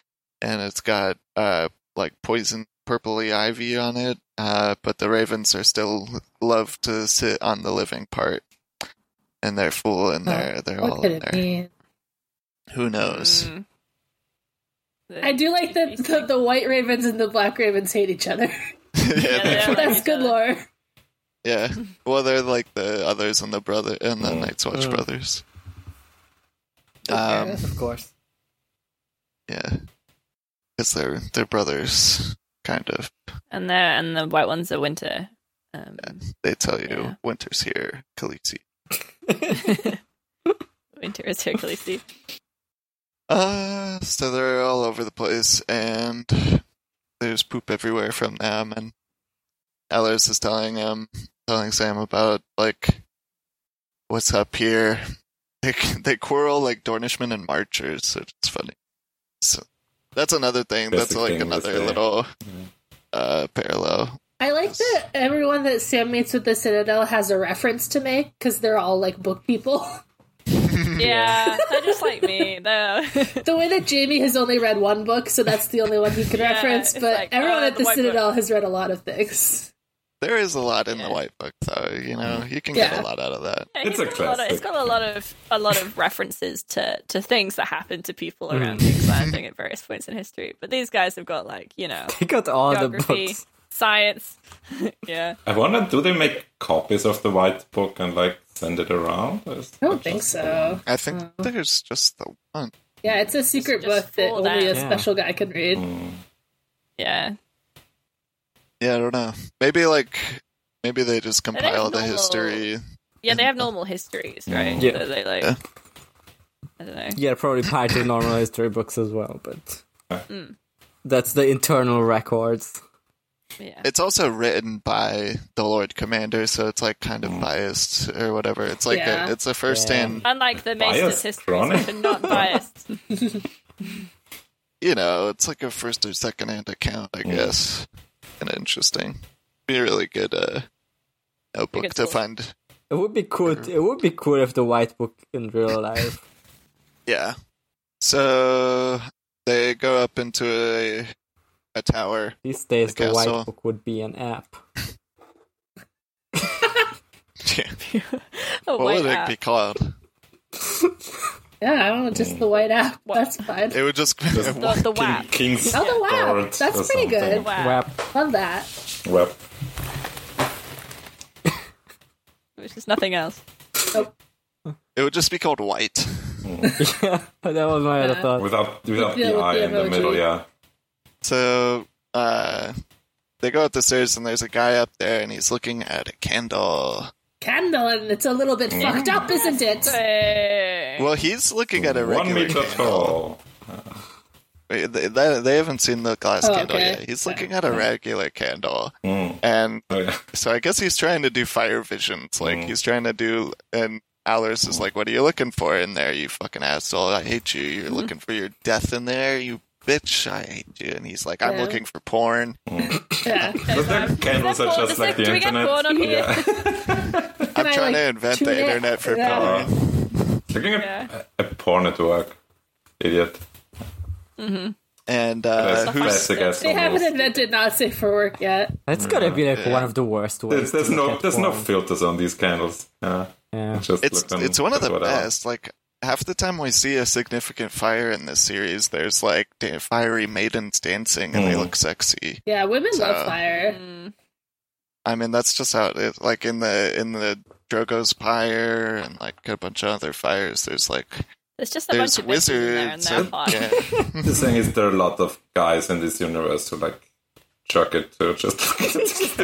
S3: and it's got uh, like poison purpley ivy on it. Uh, but the ravens are still love to sit on the living part, and they're full, and they're they're
S7: Oh, What
S3: all
S7: could
S3: in
S7: it
S3: there.
S7: mean?
S3: Who knows?
S4: Mm.
S7: I do like that the, the white ravens and the black ravens hate each other.
S3: yeah,
S4: they
S3: they're-
S4: are.
S7: That's good lore.
S3: yeah. Well, they're like the others and the brother and
S7: Oh,
S3: the Night's Watch
S5: Mm.
S3: brothers. Um,
S5: of course.
S3: yeah, because they're they're brothers, kind of.
S4: And the and the white ones are winter. Um,
S3: They tell you
S4: Yeah.
S3: winter's here, Khaleesi.
S4: winter is here, Khaleesi.
S3: Uh, so they're all over the place, and there's poop everywhere from them. And Ellers is telling him, telling Sam about like what's up here. They they quarrel like Dornishmen and Marchers, so it's funny. So that's another thing.
S6: That's
S3: That's
S6: the
S3: like
S6: thing with
S3: another
S6: the-
S3: little uh parallel.
S7: I like that everyone that Sam meets with the Citadel has a reference to make because they're all like book people.
S4: Yeah, they're just like me. They're
S7: the way that Jamie has only read one book, so that's the only one he can
S4: Yeah,
S7: reference,
S4: it's
S7: but
S4: like,
S7: everyone
S4: uh,
S7: at
S4: the
S7: the,
S4: white book.
S7: Citadel has read a lot of things.
S3: There is a lot in
S4: Yeah.
S3: the White Book, though. You know, you can
S7: Yeah.
S3: get a lot out of that.
S4: It's
S6: It's a
S4: got a lot of, it's
S6: classic.
S4: got a lot of a lot of references to to things that happened to people around the Atlantic at various points in history. But these guys have got like you know
S5: He got all the
S4: geography,
S5: books.
S4: science. yeah,
S6: I wonder, do they make copies of the white book and like send it around? I
S7: I don't think so.
S3: I think
S4: Mm-hmm.
S3: there's just the one.
S7: Yeah, it's a secret
S4: Just
S7: book that
S4: full
S7: only a
S4: that.
S5: Yeah.
S7: special guy can read.
S3: Mm.
S4: yeah.
S3: Yeah, I don't know. Maybe like maybe they just
S4: don't
S3: compile the
S4: know.
S3: history.
S4: Yeah, they have normal histories, right?
S5: Yeah.
S4: So they like,
S3: Yeah.
S4: I don't know.
S5: Yeah, probably part of normal history books as well, but
S4: Mm.
S5: that's the internal records.
S4: Yeah,
S3: It's also written by the Lord Commander, so it's like kind of biased or whatever. It's like
S7: Yeah.
S3: a, it's a first hand,
S4: unlike the
S6: Biased
S4: Maester's histories,
S6: chronic?
S4: which are not biased.
S3: you know, it's like a first or second hand account, I guess. And interesting. Be a really good uh notebook
S4: good
S3: to
S4: tool.
S3: find.
S5: It would be cool. It would be cool if the white book in real life.
S3: Yeah. So they go up into a a tower.
S5: These days,
S3: Okay,
S5: the white
S3: so-
S5: book would be an app.
S3: Yeah.
S4: A
S3: What
S4: white
S3: would
S4: app.
S3: it be called?
S7: Yeah, I don't know, just the
S3: Mm.
S7: white app. That's fine.
S3: It would just be
S4: the, the WAP.
S6: King's
S7: Oh, the WAP.
S6: Guard
S7: That's
S6: or
S7: pretty
S4: The
S6: something.
S7: good.
S4: WAP,
S5: Web.
S7: Love that.
S6: WAP.
S4: which is nothing else.
S3: it would just be called white.
S5: Yeah, that was my other thought.
S6: Without, without
S7: Yeah,
S6: the
S7: with
S6: eye
S7: the
S6: in the
S7: emoji.
S6: middle, yeah.
S3: So uh, they go up the stairs, and there's a guy up there, and he's looking at a candle.
S7: Candle, and it's a little bit fucked up, isn't it?
S4: Hey.
S3: Well, he's looking at a
S6: One
S3: regular
S6: meter
S3: candle.
S6: tall.
S3: Wait, They, they, they haven't seen the glass
S7: Oh,
S3: candle
S7: okay.
S3: yet. He's looking at a regular candle,
S6: Mm.
S3: and
S6: Oh, yeah.
S3: so I guess he's trying to do fire visions. Like
S6: Mm.
S3: he's trying to do, and Allers is like, "What are you looking for in there? You fucking asshole! I hate you.
S7: Mm-hmm.
S3: You're looking for your death in there, you bitch! I hate you." And he's like, "I'm
S7: Yeah.
S3: looking for porn.
S6: But
S7: Yeah.
S6: the candles are
S4: porn?
S6: just
S4: Does
S6: like
S4: that-
S6: the
S4: do we get porn
S6: internet.
S4: on here?
S6: Yeah.
S7: Can
S3: I'm
S7: I,
S3: trying
S7: like,
S3: to invent
S7: tune
S3: the
S7: it?
S3: internet for
S7: Yeah.
S3: porn."
S6: Uh-huh. Looking at
S4: Yeah.
S6: a porn at work. Idiot.
S3: And uh,
S6: That's
S3: who's
S6: classic ass
S7: They haven't
S6: almost.
S7: invented not safe for work yet.
S5: That's
S3: Hmm,
S5: gotta be like one of the worst
S6: There's,
S5: ones.
S6: there's no there's no filters on these candles. Yeah.
S5: Yeah.
S6: Just
S3: it's
S6: look um, on-
S3: it's one of
S6: look
S3: the
S6: whatever.
S3: best. Like half the time we see a significant fire in this series, there's like da- fiery maidens dancing and they
S6: Mm.
S3: look sexy.
S7: Yeah, women love
S3: So-
S7: fire.
S4: Mm.
S3: I mean, that's just how it is. Like in the in the Drogo's pyre and like a bunch of other fires. There's like
S4: There's just a
S3: there's
S4: bunch of wizards in there and
S3: wizards.
S4: they're
S3: and-
S4: hot.
S3: yeah.
S5: Mm-hmm.
S6: The thing is, there are a lot of guys in this universe who like jerk it to just.
S7: Just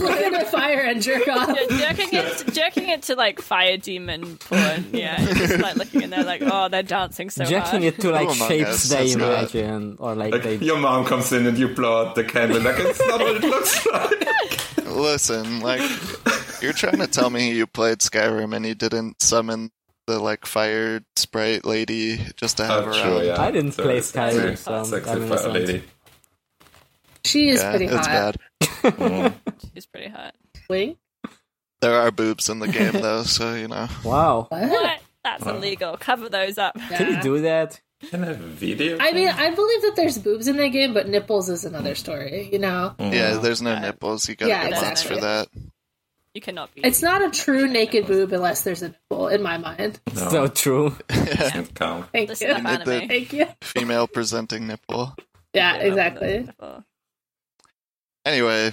S7: look at the fire and jerk off.
S4: Yeah, jerking it, jerking it to like fire demon porn. Yeah, It's just like looking in there, like oh, they're dancing so
S5: Jacking
S4: hard.
S5: it to like
S3: Who among
S5: shapes
S3: us
S5: they
S3: has got-
S5: imagine, or like
S6: like,
S5: they.
S6: your mom comes in and you blow out the candle. Like it's not what it looks like.
S3: Listen, like you're trying to tell me you played Skyrim and you didn't summon the like fired sprite lady just to have
S6: Oh,
S3: her
S6: true,
S3: around.
S6: yeah.
S5: I didn't um, play
S6: it's sexy.
S5: Skyrim, so I'm-
S6: Sexy
S5: I'm
S6: fat
S5: innocent.
S6: lady.
S7: She is
S3: Yeah,
S7: pretty
S3: it's
S7: hot.
S3: bad.
S4: She's pretty hot.
S7: Wink.
S3: There are boobs in the game though, so you know.
S5: Wow.
S4: What? That's illegal. Cover those up.
S5: Can you do that?
S6: In a video?
S7: I mean, I believe that there's boobs in the game, but nipples is another story. You know,
S3: Yeah, there's no nipples. You gotta
S7: Yeah,
S3: get mods
S7: exactly.
S3: for that.
S4: You cannot be.
S7: it's not a true naked boob unless there's a nipple, in my mind.
S6: no,
S5: So true.
S6: doesn't count.
S7: Thank
S4: Listen
S7: you.
S4: up, anime.
S3: the-
S7: Thank you.
S3: Female presenting nipple.
S7: Yeah, exactly.
S3: Anyway,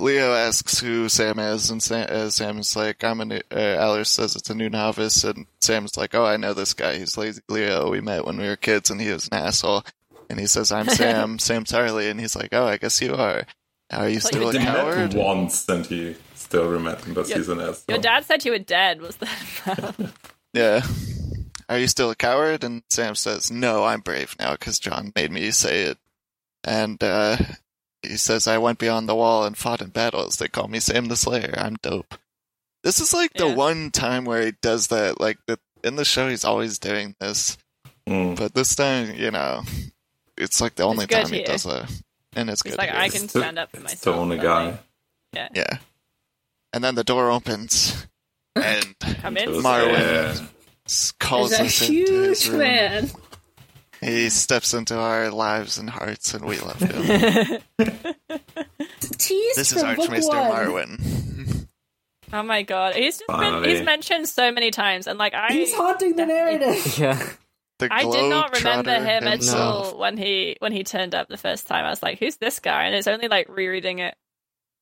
S3: Leo asks who Sam is, and Sam, uh, Sam's like, "I'm a new." Uh, Alice says it's a new novice, and Sam's like, "Oh, I know this guy. He's Lazy Leo. We met when we were kids, and he was an asshole." And he says, "I'm Sam. Sam's Harley," and he's like, "Oh, I guess you are. Are you
S7: Oh,
S4: thought you
S3: still a
S4: were
S6: He met
S3: coward?"
S6: once and he still remembers he's an asshole.
S4: Your dad said you were dead. Was that?
S3: Yeah. Are you still a coward? And Sam says, No, I'm brave now because John made me say it. And uh, he says, I went beyond the wall and fought in battles. They call me Sam the Slayer. I'm dope. This is like the
S4: Yeah.
S3: one time where he does that. Like the, in the show, he's always doing this.
S6: Mm.
S3: But this time, you know, it's like the only
S4: good
S3: time he
S4: here.
S3: does it. And it's
S4: He's
S3: good.
S4: like,
S3: here.
S4: I can stand up for
S6: It's
S4: myself.
S6: the only
S4: but,
S6: guy.
S4: like,
S3: Yeah. And then the door opens. And
S4: Come in.
S3: Marwin.
S6: Yeah.
S3: calls
S7: There's a
S3: us into his
S7: huge
S3: room.
S7: man.
S3: He steps into our lives and hearts, and we love him.
S7: Teased
S3: this is
S7: from book
S3: Archmaester
S7: one.
S3: Marwin.
S4: Oh my god, he's just been,
S6: Finally.
S4: he's mentioned so many times, and like I,
S7: He's haunting the narrative.
S5: Yeah.
S3: The
S4: I did not remember
S3: globetrotter
S4: him
S3: himself.
S4: until when he when he turned up the first time. I was like, "Who's this guy?" And it's only like rereading it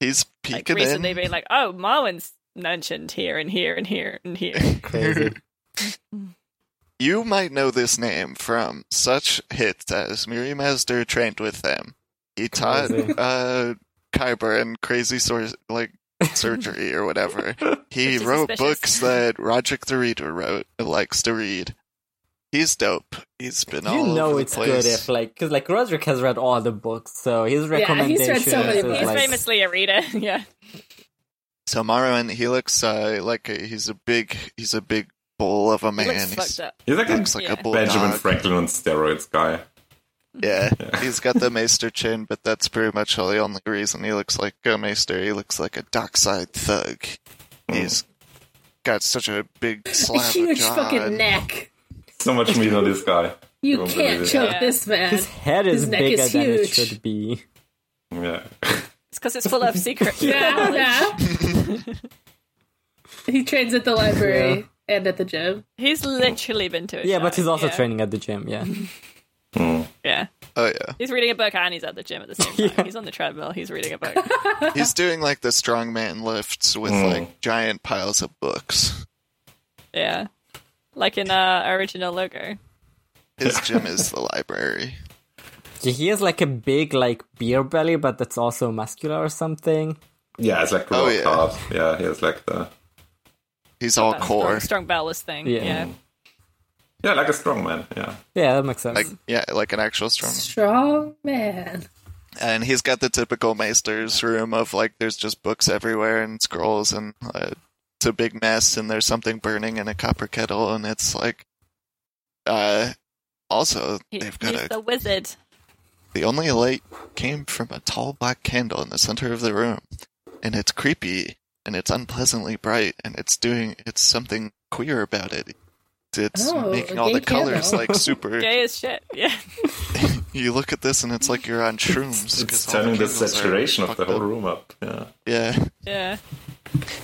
S3: He's
S4: like
S3: peeking
S4: recently,
S3: in.
S4: being like, "Oh, Marwin's mentioned here and here and here and here."
S5: Crazy.
S3: You might know this name from such hits as Miri Master trained with them. He taught
S5: Crazy.
S3: uh, Kyber and crazy source like surgery or whatever. He
S4: Which is
S3: wrote
S4: suspicious.
S3: books that Roderick the Reader wrote likes to read. He's dope. He's been all
S5: you know
S3: over
S5: it's
S3: the place.
S5: good if like because like Roderick has read all the books, so his recommendation
S7: he's read so many
S5: is
S7: books.
S4: he's
S5: like,
S4: famously a reader. yeah,
S3: So Marwin, he looks uh, like a, he's a big, he's a big bull of a man.
S4: looks
S3: he's,
S4: fucked up.
S6: He's like
S3: looks like
S4: Yeah.
S3: a bulldog.
S6: Benjamin Franklin on steroids guy.
S3: Yeah, he's got the Maester chin, but that's pretty much the only reason he looks like a Maester. He looks like a dockside thug.
S6: Hmm.
S3: He's got such a big
S7: A
S3: slab
S7: huge
S3: of jaw.
S7: fucking
S3: and-
S7: neck.
S6: So much meat on this guy.
S7: You
S6: Won't
S7: can't
S6: believe it.
S7: choke
S4: Yeah.
S7: this man.
S5: his head is
S7: His neck
S5: bigger
S7: is
S5: than it
S7: huge.
S5: should be.
S6: Yeah.
S4: It's because it's full of secret.
S7: Yeah,
S4: knowledge.
S7: yeah. he trains at the library and at the gym.
S4: he's literally been to a
S5: Yeah,
S4: show,
S5: but he's also
S4: yeah.
S5: training at the gym. Yeah,
S4: Yeah,
S3: Oh yeah,
S4: he's reading a book and he's at the gym at the same time. He's on the treadmill. He's reading a book.
S3: he's doing like the strongman lifts with
S6: Mm.
S3: like giant piles of books.
S4: yeah, like in uh, original logo.
S3: His gym is the library.
S5: Yeah, he has like a big like beer belly, but that's also muscular or something.
S6: Yeah, it's like rock
S3: Oh, yeah.
S6: hard. Yeah, he has like the
S3: He's all
S4: That
S3: core.
S4: strong, strong ballast thing.
S5: Yeah.
S4: Yeah.
S6: yeah, like a strong man. Yeah,
S5: Yeah, that makes sense.
S3: Like yeah, like an actual strong.
S7: Strong man.
S3: and he's got the typical maester's room of like there's just books everywhere and scrolls and uh, it's a big mess and there's something burning in a copper kettle and it's like uh also
S4: He-
S3: they've got
S4: he's
S3: a
S4: the wizard.
S3: the only light came from a tall black candle in the center of the room and it's creepy and it's unpleasantly bright and it's doing it's something queer about it it's
S7: Oh,
S3: making
S7: a
S3: all
S7: gay
S3: the colors
S7: candle.
S3: like super
S4: Gay as shit. Yeah.
S3: you look at this and it's like you're on shrooms 'cause
S6: it's
S3: all the
S6: turning the
S3: candles are
S6: saturation of the
S3: fucked
S6: whole
S3: up.
S6: room up. Yeah,
S3: yeah
S4: Yeah.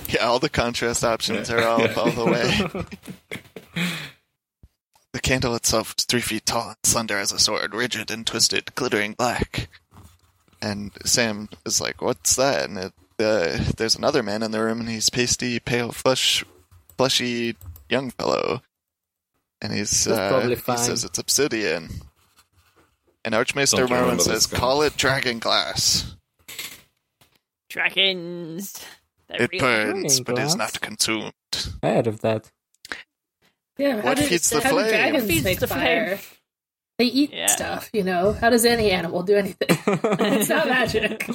S3: Yeah, all the contrast options are all up all the way. the candle itself is three feet tall and slender as a sword, rigid and twisted, glittering black. And Sam is like, "What's that?" And it, uh, there's another man in the room, and he's pasty, pale, flush, fleshy young fellow. And he's
S5: That's
S3: uh,
S5: probably
S3: he
S5: fine.
S3: says it's obsidian. And Archmaester
S6: Don't
S3: Merwin
S6: remember
S3: says,
S6: this guy.
S3: "Call it dragon glass.
S4: Dragons. They're
S3: It
S4: real.
S3: burns,
S5: Dragon
S3: but is
S5: glass?
S3: not consumed."
S5: I heard of that.
S7: Yeah, how
S3: What
S7: do,
S3: feeds the
S7: how do
S3: flame?
S7: dragons
S4: Feeds
S7: make
S4: the
S7: fire? They eat
S4: Yeah.
S7: stuff, you know. How does any animal do anything? it's not magic.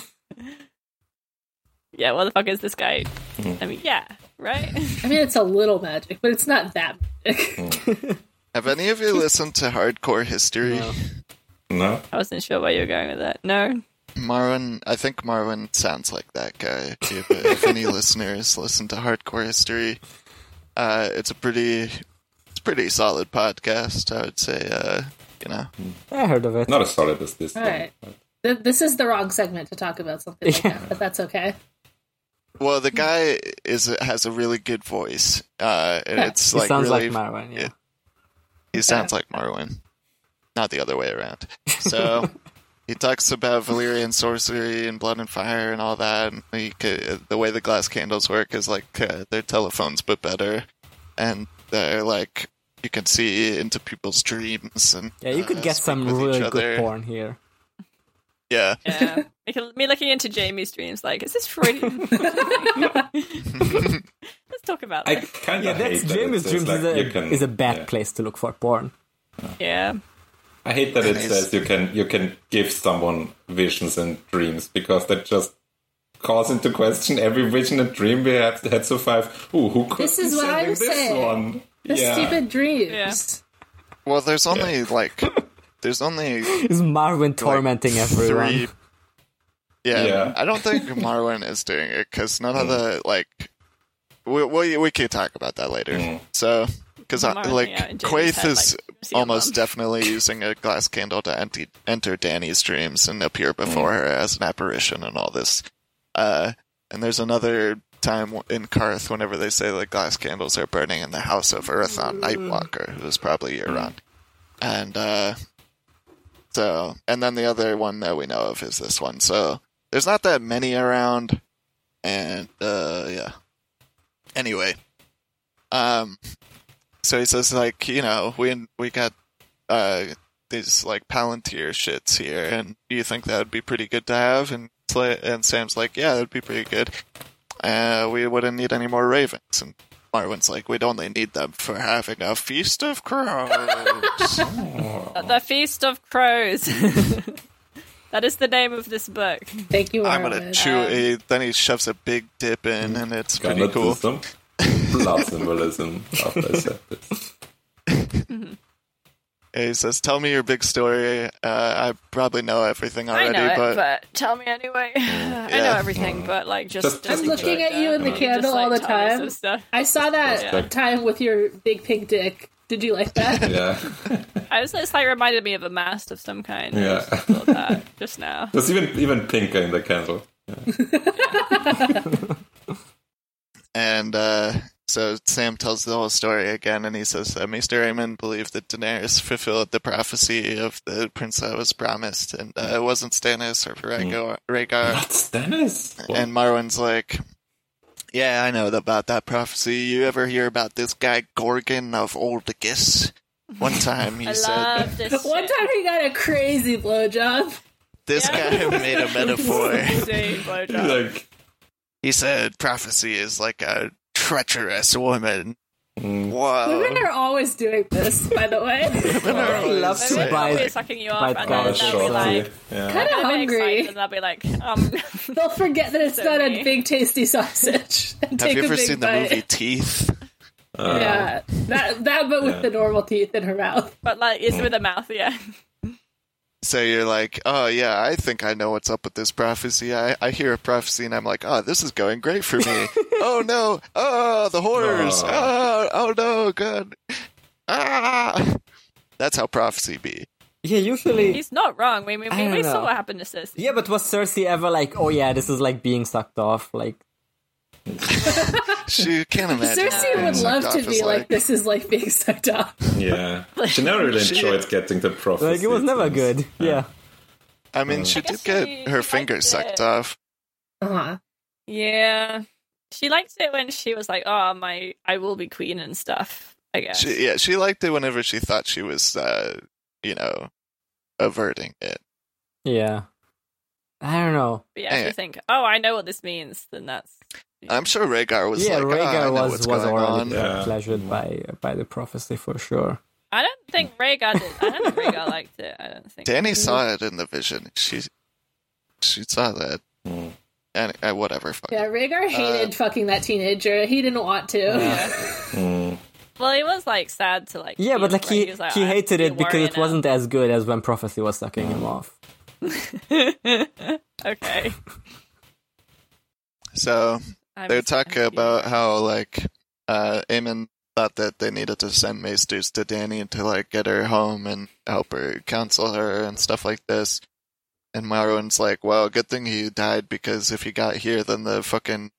S4: Yeah, what the fuck is this guy?
S5: Mm.
S4: I mean, yeah, right?
S7: I mean, it's a little magic, but it's not that magic.
S3: Have any of you listened to Hardcore History?
S5: No.
S6: no,
S4: I wasn't sure where you were going with that. No.
S3: Marwin, I think Marwin sounds like that guy. If, if any listeners listen to Hardcore History, uh, it's a pretty, it's a pretty solid podcast. I would say, uh, you know,
S5: I heard of it.
S6: Not as solid as this.
S7: All
S6: one,
S7: right.
S6: but-
S7: Th- this is the wrong segment to talk about something like
S5: Yeah.
S7: that, but that's okay.
S3: well, the guy is has a really good voice. Uh, and it's
S5: It
S3: like
S5: sounds
S3: really,
S5: like Marwan, yeah.
S3: it- He sounds like Marwin, not the other way around. So he talks about Valyrian sorcery and blood and fire and all that. And he could, the way the glass candles work is like uh, they're telephones, but better. And they're like you can see into people's dreams and
S5: Yeah, you could
S3: uh,
S5: get
S3: speak
S5: some
S3: with each
S5: really
S3: other.
S5: good porn here.
S3: Yeah,
S4: Yeah. Like, me looking into Jamie's dreams, like, is this Freudian? Let's talk about
S6: I
S4: this.
S6: kind of
S5: Yeah,
S6: hate
S5: that's
S6: that
S5: James
S6: it says,
S5: Dreams
S6: like,
S5: is, a,
S6: you can-
S5: is a bad
S6: yeah.
S5: place to look for porn.
S4: Yeah.
S6: I hate that it
S3: Nice.
S6: says you can you can give someone visions and dreams because that just calls into question every vision and dream we have had so far. Ooh, who could
S7: This
S6: be
S7: is what I
S6: sending
S7: was
S6: this
S7: saying.
S6: one?
S7: The
S6: yeah.
S7: stupid dreams.
S3: Well, there's only like there's only
S5: Is Marvin tormenting everyone?
S3: three. Yeah,
S6: Yeah.
S3: I don't think Marwin is doing it because none of the like we we we can talk about that later. So because
S4: Marwin,
S3: like
S4: yeah, and Jamie's
S3: Quaithe
S4: had,
S3: is
S4: like, seal
S3: almost
S4: them.
S3: definitely using a glass candle to enti- enter Danny's dreams and appear before her as an apparition and all this. Uh, and there's another time in Karth whenever they say like glass candles are burning in the house of Earthon Nightwalker, who is probably Euron. And uh, so, and then the other one that we know of is this one. So there's not that many around, and uh, yeah. Anyway, um, so he says like you know we we got uh these like Palantir shits here, and do you think that would be pretty good to have? And Sla- and Sam's like, yeah, that'd be pretty good. Uh, we wouldn't need any more ravens. And Marwin's like, we'd only need them for having a feast of crows.
S4: At the Feast of Crows. that is the name of this book.
S7: Thank you,
S3: I'm gonna
S7: Armin.
S3: chew a. Then he shoves a big dip in, and it's pretty cool.
S6: Cannibalism. Blood symbolism. After I said this.
S3: And he says, "Tell me your big story. Uh, I probably know everything
S4: I
S3: already,
S4: know it,
S3: but,
S4: but... tell me anyway. I know everything, but like just.
S6: Just-
S4: just
S6: I'm
S7: I'm looking
S4: enjoy
S7: at you in the
S4: that.
S7: candle
S4: Just, like,
S7: all the
S4: tell me some
S7: time.
S4: stuff.
S7: I saw that
S6: Yeah.
S7: time with your big pink dick. Did you like that?
S6: Yeah.
S4: I was just like reminded me of a mask of some kind. I
S6: Yeah.
S4: just thought that just now.
S6: There's even even pinker in the candle.
S3: And uh, so Sam tells the whole story again, and he says that Mr. Aemon believed that Daenerys fulfilled the prophecy of the prince that was promised, and uh, it wasn't Stannis or Rhaegar. Rhaegar.
S6: That's Dennis.
S3: And Marwin's like, Yeah, I know about that prophecy. You ever hear about this guy Gorgon of Oldagus? One time he
S4: I
S3: said,
S4: love this.
S7: One
S4: shit.
S7: time he got a crazy blowjob.
S3: This
S4: Yeah.
S3: guy made a metaphor.
S4: Say blowjob.
S6: like,
S3: He said prophecy is like a treacherous woman. Whoa.
S7: Women are always doing this, by the way.
S3: Women are always
S5: love to
S4: Maybe
S3: like-
S5: buy
S4: we'll be
S5: Bite-
S4: sucking you off,
S5: bite
S4: and then
S6: oh,
S5: guys.
S4: they'll be
S5: Sure.
S4: like,
S6: yeah.
S7: kind of
S4: they'll be excited,
S7: hungry.
S4: and they'll be like, um,
S7: They'll forget that it's
S4: So
S7: not
S4: me.
S7: a big tasty sausage. And
S3: Have
S7: take
S3: you
S7: a
S3: ever
S7: big
S3: seen the
S7: bite.
S3: movie Teeth?
S7: Yeah, that that, but with
S6: Yeah.
S7: the normal teeth in her mouth.
S4: but like it's with a mouth, yeah.
S3: So you're like, oh yeah, I think I know what's up with this prophecy. I, I hear a prophecy and I'm like, oh, this is going great for me. oh no, oh the horrors,
S6: No.
S3: oh oh no, god, ah. That's how prophecy be.
S5: Yeah, usually.
S4: He's not wrong. We we,
S5: I
S4: we,
S5: don't
S4: we saw
S5: know.
S4: what happened to Cersei.
S5: Yeah, but was Cersei ever like, oh yeah, this is like being sucked off? Like,
S3: She can't imagine.
S7: Cersei would
S3: Sucked
S7: love
S3: off
S7: to
S3: is
S7: be like,
S3: like-
S7: this is like being sucked up.
S6: Yeah. She never really enjoyed getting the prophecy.
S5: like it was never good. Yeah.
S3: I mean, she did
S4: guess she-
S3: get
S4: she
S3: her
S4: liked
S3: fingers
S4: it.
S3: sucked off.
S7: Uh-huh.
S4: Yeah. She liked it when she was like, "Oh my, I will be queen and stuff." I guess.
S3: She, yeah, she liked it whenever she thought she was, uh, you know, averting it.
S5: Yeah. I don't know.
S4: but yeah, if
S3: Yeah.
S4: you think, "Oh, I know what this means," then that's
S3: I'm sure Rhaegar was
S5: yeah,
S3: like, "Ah, I
S5: Rhaegar
S3: know
S5: was
S3: what's
S5: was
S3: going on. Mm.
S5: already
S6: Yeah.
S5: pleasured by by the prophecy for sure.
S4: I don't think Rhaegar did. I don't think Rhaegar liked it. I don't think.
S3: Danny saw it in the vision. She she saw that. And uh, whatever. Fuck.
S7: Yeah,
S3: Uh,
S7: Rhaegar hated fucking that teenager. He didn't want to.
S4: Well, he was like sad to like.
S5: Yeah,
S4: feel
S5: but like
S4: it,
S5: he
S4: was like,
S5: he
S4: "I have
S5: hated
S4: to
S5: it
S4: be
S5: because
S4: warrior
S5: it
S4: now."
S5: wasn't as good as when prophecy was sucking him off.
S4: Okay.
S3: So
S4: I'm
S3: they're
S4: just
S3: talking
S4: confused.
S3: about how like uh Aemon thought that they needed to send maesters to Danny to like get her home and help her counsel her and stuff like this. And Marwin's like, Well, good thing he died because if he got here then the fucking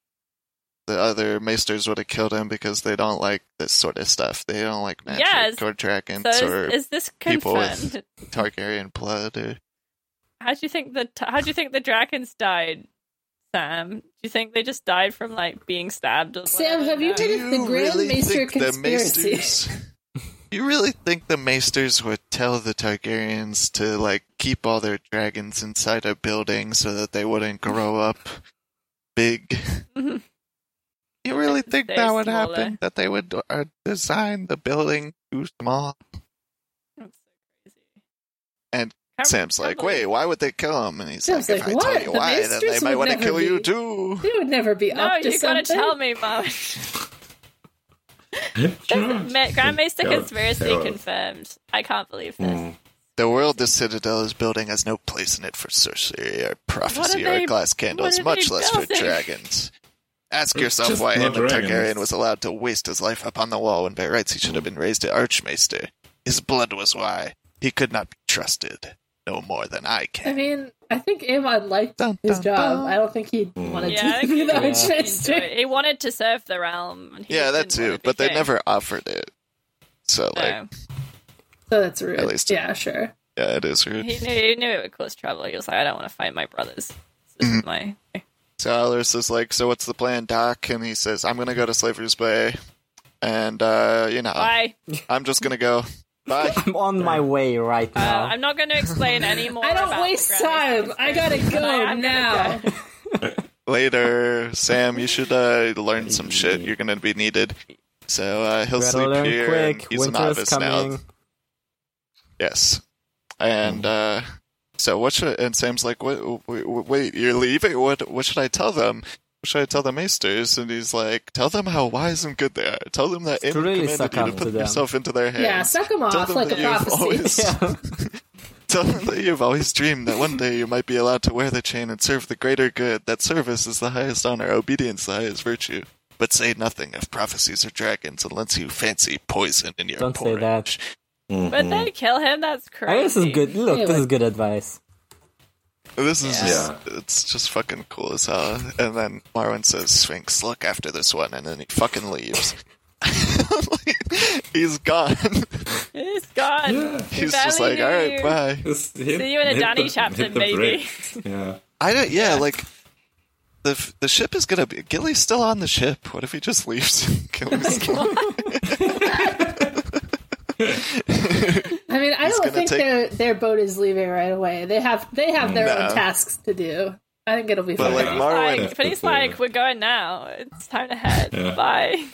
S3: the other maesters would have killed him because they don't like this sort of stuff. They don't like magic
S4: Yes.
S3: or dragons
S4: So
S3: or
S4: is, is this
S3: people with-
S4: confirmed?
S3: Targaryen blood or
S4: How do you think the how do you think the dragons died, Sam? Do you think they just died from like being stabbed? Or
S7: Sam,
S4: whatever?
S7: have you
S4: No.
S7: What done- if the Grand Maester conspiracy-
S3: Maesters- you really think the Maesters would tell the Targaryens to like keep all their dragons inside a building so that they wouldn't grow up big?
S4: Mhm.
S3: You really think
S4: They're
S3: that would
S4: smaller.
S3: happen? That they would uh, design the building too small?
S4: That's so crazy.
S3: And
S4: Can't-
S3: Sam's
S4: can't
S3: like,
S4: believe-
S3: wait, why would they kill him? And he's
S7: Sam's
S3: like, if
S7: like,
S3: I
S7: "What?
S3: tell you
S7: The
S3: why, then they
S7: Maesters
S3: might
S7: would
S3: want to
S7: never
S3: kill you
S7: be-
S3: too.
S7: They would never be
S4: No,
S7: up to
S4: you gotta
S7: something.
S4: tell me, Mom. Ma- Grand Maester
S6: Yeah,
S4: conspiracy
S6: yeah.
S4: confirmed. I can't believe this.
S6: Mm.
S3: The world the Citadel is building has no place in it for sorcery or prophecy
S4: What are they-
S3: or glass candles,
S4: what are
S3: much
S4: they
S3: less for
S4: building?
S3: dragons. Ask
S6: It's
S3: yourself
S6: just
S3: why
S6: not
S3: Aemon
S6: dragons.
S3: Targaryen was allowed to waste his life upon the wall when by rights he should have been raised to Archmaester. His blood was why he could not be trusted, no more than I
S7: I
S3: can.
S7: mean, I think Amon liked
S3: Dun,
S7: his
S3: dun,
S7: job.
S3: dun.
S7: I don't think he wanted
S4: Yeah, I
S7: to be
S4: agree.
S7: the
S4: Yeah.
S7: Archmaester.
S4: He enjoyed- He wanted to serve the realm. and he
S3: yeah,
S4: just
S3: that
S4: didn't want Oh.
S3: too,
S4: to be
S3: but they
S4: king.
S3: never offered it. So,
S4: So,
S3: like,
S7: So that's rude.
S3: At least-
S7: yeah, sure.
S3: yeah, it is
S4: he,
S3: rude.
S4: knew, he knew it would cause trouble. He was like, I don't want to fight my brothers. This
S3: Mm-hmm.
S4: is my.
S3: So Alaric is like, So what's the plan, Doc? And he says, I'm going to go to Slaver's Bay, and, uh, you know,
S4: Bye.
S3: I'm just going to go. Bye.
S5: I'm on my way right
S4: Uh,
S5: now.
S4: I'm not going to explain anymore.
S7: I
S4: about
S7: don't
S4: the
S7: waste
S4: Grand Maester
S7: time. I gotta
S4: conspiracy, but I
S7: go
S4: am gonna
S7: now.
S4: go.
S3: later, Sam. You should uh, learn some shit. You're gonna be needed. So uh, he'll
S5: Gotta
S3: sleep
S5: learn
S3: here. and
S5: quick.
S3: he's a
S5: Winter
S3: novice
S5: is coming. Hmm.
S3: now. Yes, and uh, so what should? And Sam's like, "What? Wait, wait, you're leaving? What? What should I tell them?" What Should I tell the maesters? And he's like, "Tell them how wise and good they are. Tell them that
S5: Just
S3: Aemon
S5: really
S3: commanded
S5: suck
S3: you to
S5: up to
S3: put
S5: them.
S3: yourself into their hands.
S7: Yeah, suck him
S3: Tell
S7: off
S3: them
S7: like a
S3: that you've
S7: prophecy.
S3: always
S5: Yeah.
S3: Tell them that you've always dreamed that one day you might be allowed to wear the chain and serve the greater good, that service is the highest honor, obedience the highest virtue. But say nothing of prophecies or dragons unless you fancy poison in your
S5: Don't say
S3: porridge.
S5: that.
S4: But they kill him. That's crazy.
S5: I guess this is good. Look,
S7: Yeah,
S5: this
S7: like-
S5: is good advice.
S3: This is
S4: Yeah.
S3: just, it's just fucking cool as hell. And then Marwin says, Sphinx, look after this one, and then he fucking leaves. He's gone.
S4: He's gone.
S3: He's just like, alright, bye.
S4: See you in a Danny chapter, maybe."
S6: Yeah.
S3: I don't, yeah, like, the, f- the ship is gonna be, Gilly's still on the ship. What if he just leaves? Gilly's still
S7: I mean, I don't
S3: gonna
S7: think
S3: take-
S7: their their boat is leaving right away. They have they have their
S3: No.
S7: own tasks to do. I think it'll be
S3: But
S7: fine.
S3: like Marwin,
S4: Like, but he's like, we're going now. It's time to head. Bye.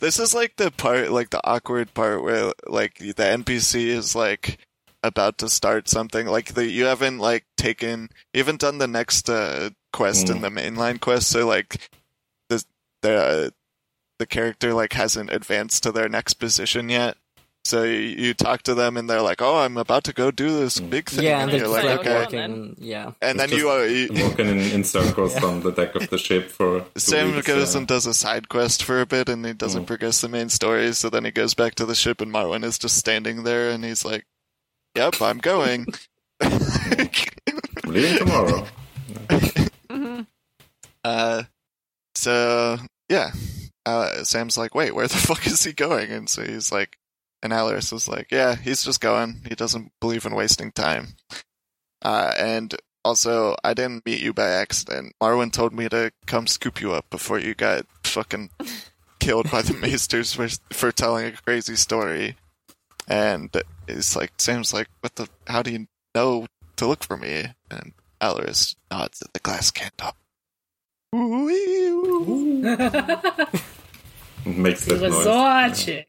S3: this is like the part, like the awkward part where like the NPC is like about to start something. Like the, you haven't like taken, you haven't done the next uh, quest in the mainline quest. So like the the uh, the character like hasn't advanced to their next position yet. So you, you talk to them and they're like, "Oh, I'm about to go do this big thing,"
S5: Yeah,
S3: and
S5: and they're
S3: you're
S5: just
S3: like,
S5: like,
S4: "Okay."
S3: "Okay."
S5: walking. and- Yeah.
S3: And then
S6: Just
S3: you, uh, you
S6: walking in, in circles on the deck of the ship for two
S3: Sam
S6: weeks, uh,
S3: goes
S6: yeah.
S3: and does a side quest for a bit, and he
S6: Mm.
S3: doesn't progress the main story. So then he goes back to the ship, and Marwin is just standing there, and he's like, "Yep, I'm going."
S6: I'm leaving tomorrow.
S3: uh, so yeah, uh, Sam's like, "Wait, where the fuck is he going?" And so he's like, and Alaris is like, "Yeah, he's just going. He doesn't believe in wasting time." Uh, and also, I didn't meet you by accident. Marwin told me to come scoop you up before you got fucking killed by the Maesters for, for telling a crazy story. And it's like Sam's like, "What the? How do you know to look for me?" And Alaris nods at the glass candle. Ooh-wee-oo.
S6: It makes
S7: he
S6: that
S7: was
S6: noise.
S7: watching.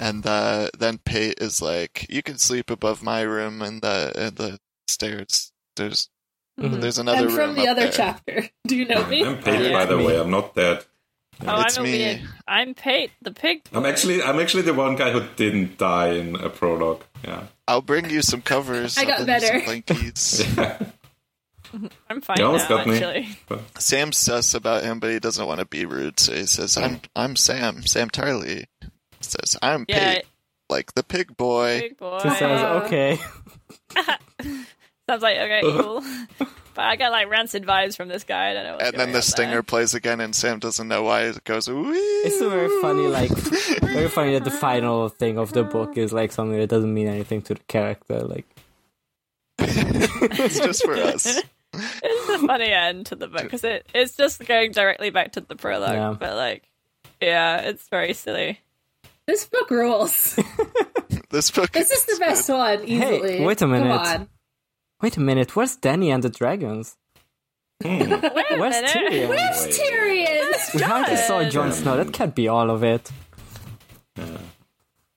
S3: And uh, then Pate is like, "You can sleep above my room and the and the stairs. There's there's another
S7: Mm-hmm. I'm from
S3: room
S7: the
S3: up
S7: other
S3: there.
S7: chapter. Do you know me?
S6: I'm Pate, by the way. I'm not dead.
S4: Oh,
S3: It's
S4: I'm a
S3: me.
S4: weird. I'm Pate the pig.
S6: I'm actually I'm actually the one guy who didn't die in a prologue. Yeah.
S3: I'll bring you some covers.
S7: I
S3: I'll
S7: got
S3: bring you some
S7: better.
S3: blankies.
S4: I'm fine
S6: You
S4: now,
S6: almost got me.
S4: actually.
S6: But-
S3: Sam's sus about him, but he doesn't want to be rude, so he says, "I'm I'm Sam, Sam Tarley." Says, "I'm
S4: Yeah,
S3: pig, like the pig boy."
S4: big boy.
S5: She says,
S7: Uh,
S5: okay.
S4: Sounds like okay, cool. but I got like rancid vibes from this guy. I don't know. What's
S3: And then
S4: going
S3: the
S4: on
S3: stinger
S4: there.
S3: plays again, and Sam doesn't know why. It goes, "Wee."
S5: It's so very funny, like, very funny that the final thing of the book is, like, something that doesn't mean anything to the character. Like,
S3: It's just for us.
S4: It's a funny end to the book because it, it's just going directly back to the prologue.
S5: Yeah.
S4: But like, yeah, it's very silly.
S7: This book rules.
S3: This book.
S7: This is the best one easily.
S5: wait a minute.
S7: Come
S5: wait a minute, where's Danny and the dragons? Where's
S4: minute.
S5: Tyrion?
S7: on. It's Tyrion.
S5: We hardly saw Jon Snow. That can't be all of it.
S7: Don't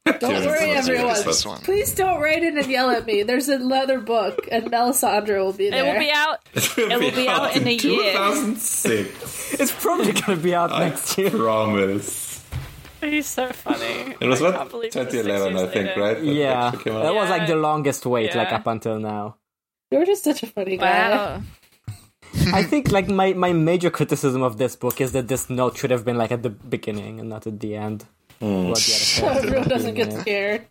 S6: Tyrion's
S7: worry,
S6: not serious,
S7: everyone.
S6: but-
S3: This one.
S7: Please don't write in and yell at me. There's another book, and Melisandre will be
S4: It
S7: there.
S4: will be out.
S6: It
S4: will be out in a year.
S6: 2006.
S5: It's probably gonna be out next year.
S6: Promise.
S4: He's so funny.
S6: It was
S4: I
S6: what
S4: can't believe it was six
S6: 2011, I
S4: years
S6: think,
S4: later.
S6: right? That
S5: Yeah,
S6: actually came
S5: that
S6: out.
S5: was like the longest wait, like
S4: Yeah.
S5: up until now.
S7: You're just such a funny guy.
S4: Wow.
S5: I think like my my major criticism of this book is that this note should have been like at the beginning and not at the end.
S6: Mm.
S5: What the other
S7: So
S5: characters
S7: everyone
S5: have
S7: doesn't
S5: been
S7: get
S5: in.
S7: scared.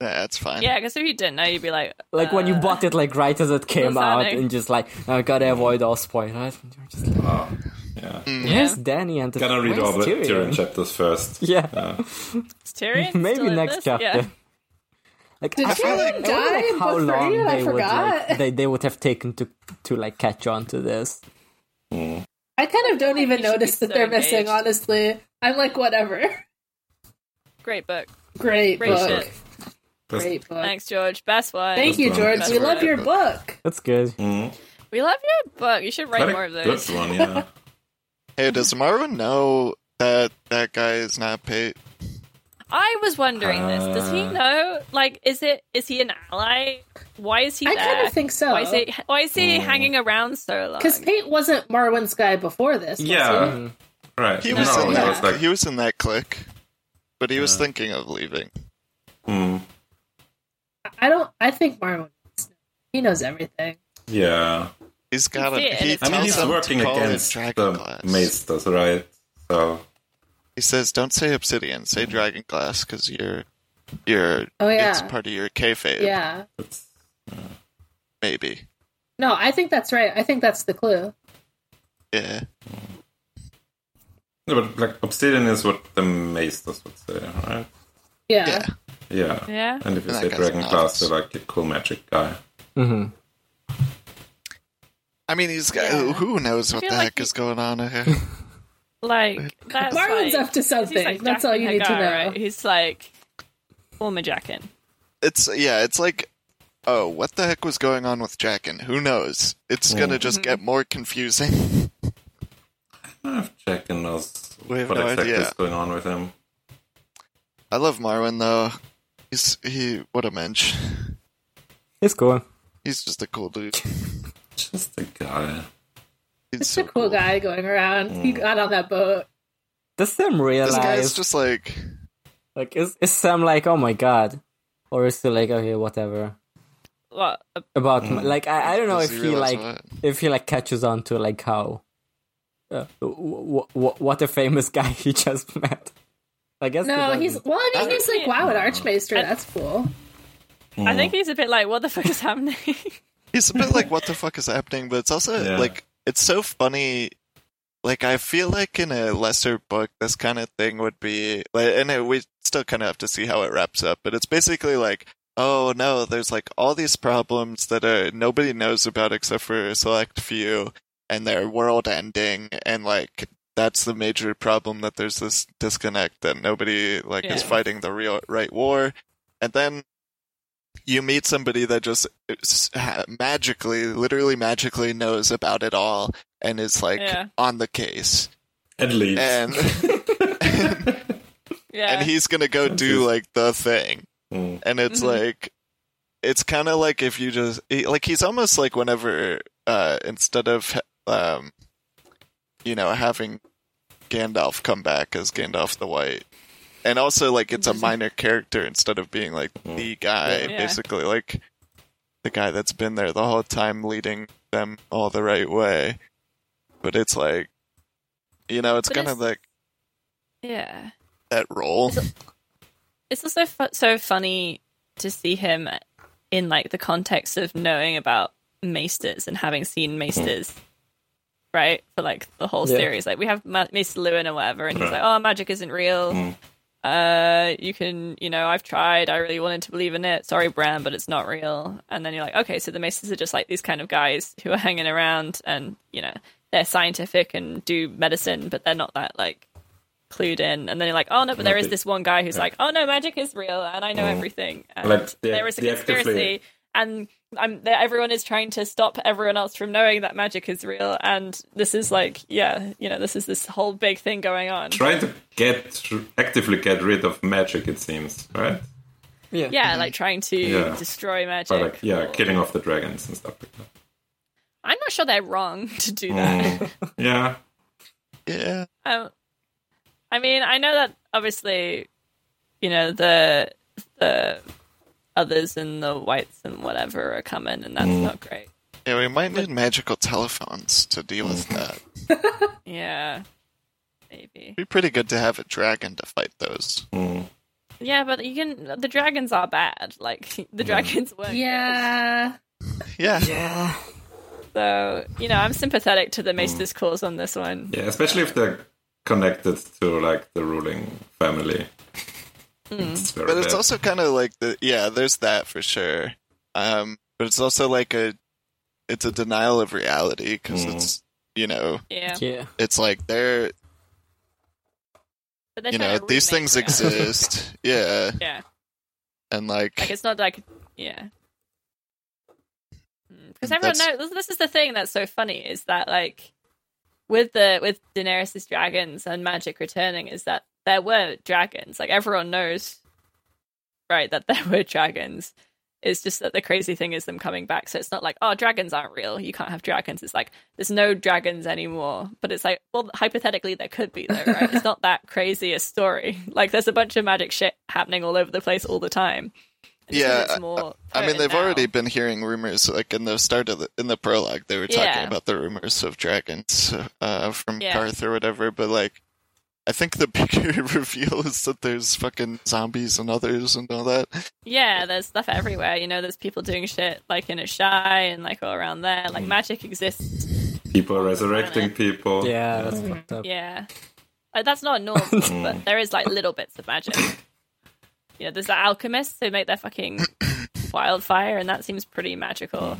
S3: That's fine.
S4: Yeah, because if you didn't know, you'd be like,
S5: like when you bought it like right as it came out
S4: Lasagna.
S5: and just like I gotta avoid all spoilers. And you're just like,
S6: Wow. Ah,
S7: Mm.
S6: Yeah.
S5: Where's Danny and the
S6: Gonna read all the
S5: where's Tyrion?
S6: Tyrion chapters first.
S5: Yeah,
S4: "Is Tyrion. still
S5: maybe
S4: in
S5: next
S4: this?"
S5: chapter.
S4: Yeah.
S5: Like
S7: Did
S5: I,
S7: Tyrion
S5: I- I wonder,
S7: die
S5: like,
S7: in
S5: how
S7: book three?
S5: long
S7: I
S5: they would like,
S7: forgot.
S5: they they would have taken to to like catch on to this.
S7: I kind of don't even
S4: you should be
S7: notice that
S4: so
S7: they're missing,
S4: engaged.
S7: honestly. I'm like, whatever.
S4: Great book.
S7: Great
S4: Great
S7: book.
S4: shit.
S7: Great book.
S4: Thanks, George. Best one.
S7: Thank you,
S6: Book.
S7: George.
S4: Best
S7: we love
S4: book.
S7: your book.
S5: That's good.
S6: Mm.
S4: We love your book. You should write
S6: Quite a
S4: more of
S6: good
S4: those.
S6: one, yeah.
S3: Hey, does Maru know that that guy is not paid?
S4: I was wondering this. Does he
S6: Uh.
S4: know? Like, is it? Is he an ally? Why is he
S7: I
S4: there?
S7: kind of think so.
S4: Why is he? Why is
S5: Oh.
S4: he hanging around so long?
S7: Because Pate wasn't Marwin's guy before this. was
S6: Yeah.
S7: he?
S6: Right.
S3: He was
S6: no,
S3: in
S6: it
S3: that.
S6: was like,
S3: he was in that clique, but he was thinking of leaving.
S6: hmm,
S7: I don't. I think Marwin. knows. He knows everything.
S6: yeah.
S3: He's got a.
S4: He did.
S3: He
S4: I
S6: I mean,
S3: tells
S6: he's
S3: him to
S6: working
S3: call it
S6: against
S3: dragon
S6: the
S3: glass.
S6: maesters, right? So,
S3: He says, "Don't say obsidian. Say
S6: Mm.
S3: dragon glass, because you're, you're.
S7: Oh, yeah.
S3: it's part of your kayfabe.
S7: Yeah.
S6: it's,
S3: maybe.
S7: No, I think that's right. I think that's the clue.
S3: Yeah,
S6: no, but like obsidian is what the maesters would say, right?
S7: Yeah.
S3: yeah.
S6: Yeah.
S4: Yeah.
S6: And if you
S3: That
S6: say
S3: guy's
S6: dragon
S3: nuts.
S6: glass, they're like a cool magic guy.
S3: I mean, he's got.
S4: Yeah.
S3: Who knows what
S4: feel
S3: the
S4: like
S3: heck
S4: he-
S3: is going on here?
S4: Like, that's
S7: Marwin's
S4: like,
S7: up to
S4: he's,
S7: something.
S4: like,
S7: that's all you
S4: jacking
S7: need to know.
S4: Hagar, Right? He's like former Jackin.
S3: it's yeah. It's like, oh, what the heck was going on with Jackin? Who knows? It's
S6: Mm.
S3: gonna just
S4: Mm-hmm.
S3: get more confusing.
S6: I've checked and knows
S3: We have
S6: what
S3: no
S6: exactly
S3: idea.
S6: is going on with him.
S3: I love Marwin though. He's he. What a mensch.
S5: It's cool.
S3: He's just a cool dude.
S6: Just a guy.
S3: He's
S7: It's
S3: so Mm.
S7: a cool guy going around. He got on that boat.
S5: Does Sam
S3: This
S5: realize?
S3: guy's just like.
S5: Like, is is Sam like, oh my god, or is he like, okay, whatever?
S4: What? a-
S5: About my- like, I, I don't know
S3: Hmm. Does
S5: if
S3: he
S5: he,
S3: realize
S5: like
S3: what?
S5: if he like catches on to like how, uh, w- w- what a famous guy he just met. I guess he
S7: No,
S5: doesn't.
S7: he's well. I mean, he's like, wow, an archmaester. That's cool.
S4: I
S6: Oh.
S4: think he's a bit like, what the fuck is happening?
S3: It's a bit like what the fuck is happening, but it's also
S6: Yeah.
S3: like it's so funny. Like I feel like in a lesser book, this kind of thing would be, like, and it, we still kind of have to see how it wraps up. But it's basically like, oh no, there's like all these problems that are nobody knows about except for a select few, and they're world ending, and like that's the major problem that there's this disconnect that nobody like is
S4: Yeah.
S3: fighting the real right war, and then you meet somebody that just s- ha- magically, literally magically knows about it all and is like
S4: Yeah.
S3: on the case.
S6: Hmm. At least.
S3: And
S4: yeah.
S3: and he's going to go do
S6: is-
S3: like the thing.
S6: Mm.
S3: And it's
S4: Mhm.
S3: like it's kind of like if you just he- like he's almost like whenever uh instead of um you know having Gandalf come back as Gandalf the White and also like it's a minor character instead of being like the guy,
S4: Mm-hmm. Yeah.
S3: basically like the guy that's been there the whole time, leading them all the right way. But it's like, you know, it's
S4: But
S3: kind of
S4: it's-
S3: like
S4: Yeah.
S3: that role.
S4: It's also fu- so funny to see him in like the context of knowing about Maesters and having seen Maesters, right? For like the whole
S5: Yeah.
S4: series, like we have Ma- Maester Lewin or whatever, and he's like, "Oh, magic isn't real."
S6: Mm.
S4: Uh, you can, you know, I've tried. I really wanted to believe in it. Sorry, Bram, but it's not real. And then you're like, okay, so the Maesters are just like these kind of guys who are hanging around, and you know, they're scientific and do medicine, but they're not that like clued in. And then you're like, oh no, but there is
S6: they-
S4: this one guy who's like, oh no, magic is real, and I know everything. And
S6: Mm. Like, they-
S4: there is a
S6: they actively-
S4: conspiracy, and I'm there, everyone is trying to stop everyone else from knowing that magic is real. And this is like, yeah, you know, this is this whole big thing going on.
S6: Trying to get actively get rid of magic, it seems, right?
S4: Yeah, like trying to
S6: Yeah.
S4: destroy magic.
S6: But like, yeah,
S4: Or-
S6: killing off the dragons and stuff like that.
S4: I'm not sure they're wrong to do that.
S6: Mm. yeah,
S3: Yeah,
S6: Mm.
S4: Um, I mean, I know that obviously, you know the the others and the whites and whatever are coming, and
S6: Mm.
S4: that's not great.
S3: yeah. We might need magical telephones to deal with that.
S4: Yeah, maybe.
S3: It'd be pretty good to have a dragon to fight those.
S4: Yeah, but you can. The dragons are bad. Like the dragons were.
S7: Yeah.
S3: Yeah,
S5: Yeah.
S4: So you know, I'm sympathetic to the
S3: Mm.
S4: Maester's cause on this one.
S6: yeah. Especially if they're connected to like the ruling family.
S4: Hmm.
S6: It's very
S3: but it's
S6: bad.
S3: also kind of like the yeah there's that for sure um but it's also like a it's a denial of reality because
S6: Mhm.
S3: it's you know
S4: Yeah,
S5: Yeah.
S3: it's like they're
S4: but they're
S3: you
S4: trying
S3: know
S4: to
S3: these
S4: remake
S3: things
S4: reality.
S3: exist yeah
S4: Yeah,
S3: and
S4: like
S3: like
S4: it's not like yeah. Because everyone
S3: That's-
S4: knows this is the thing that's so funny is that like with the with Daenerys's dragons and magic returning is that there were dragons like everyone knows right that there were dragons it's just that the crazy thing is them coming back so it's not like oh dragons aren't real you can't have dragons it's like there's no dragons anymore but it's like well hypothetically there could be though right it's not that crazy a story like there's a bunch of magic shit happening all over the place all the time It's just
S3: Yeah,
S4: it's more
S3: I mean
S4: potent
S3: they've
S4: now.
S3: already been hearing rumors like in the start of the in the prologue they were talking
S4: Yeah.
S3: about the rumors of dragons uh from
S4: Yeah.
S3: Karth or whatever but like I think the bigger reveal is that there's fucking zombies and others and all that.
S4: Yeah, there's stuff everywhere. You know, there's people doing shit like in a shy and like all around there.
S3: Mm.
S4: Like magic exists.
S6: people resurrecting people.
S5: Yeah, that's fucked up.
S4: Yeah, like, that's not normal, but
S6: Mm.
S4: there is like little bits of magic. You know, there's the alchemists who make their fucking wildfire, and that seems pretty magical.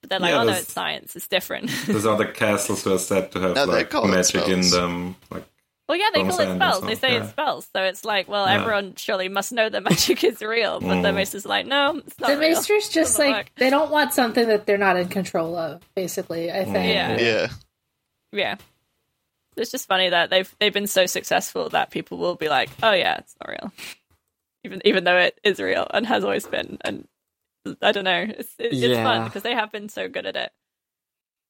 S4: But they're like,
S6: Mm. Yeah,
S4: oh no,
S6: there's-
S4: it's science. It's different.
S6: Those are the castles who are said to have
S3: No, they
S6: like
S3: call it
S6: magic in
S3: spells.
S6: them. Like,
S4: well, yeah, they
S6: From
S4: call it
S6: sand and
S4: spells. They
S6: stuff,
S4: say
S6: yeah.
S4: it's spells, so it's like, well, everyone surely must know that magic is real. But
S6: Mm.
S4: the maesters are like, no, it's not
S7: The
S4: real.
S7: Maester's just
S4: Doesn't
S7: like,
S4: work.
S7: they don't want something that they're not in control of, basically, I think.
S4: Mm. Yeah.
S3: Yeah.
S4: yeah it's just funny that they've they've been so successful that people will be like oh yeah it's not real even even though it is real and has always been and i don't know it's it's, it's
S5: Yeah.
S4: fun because they have been so good at it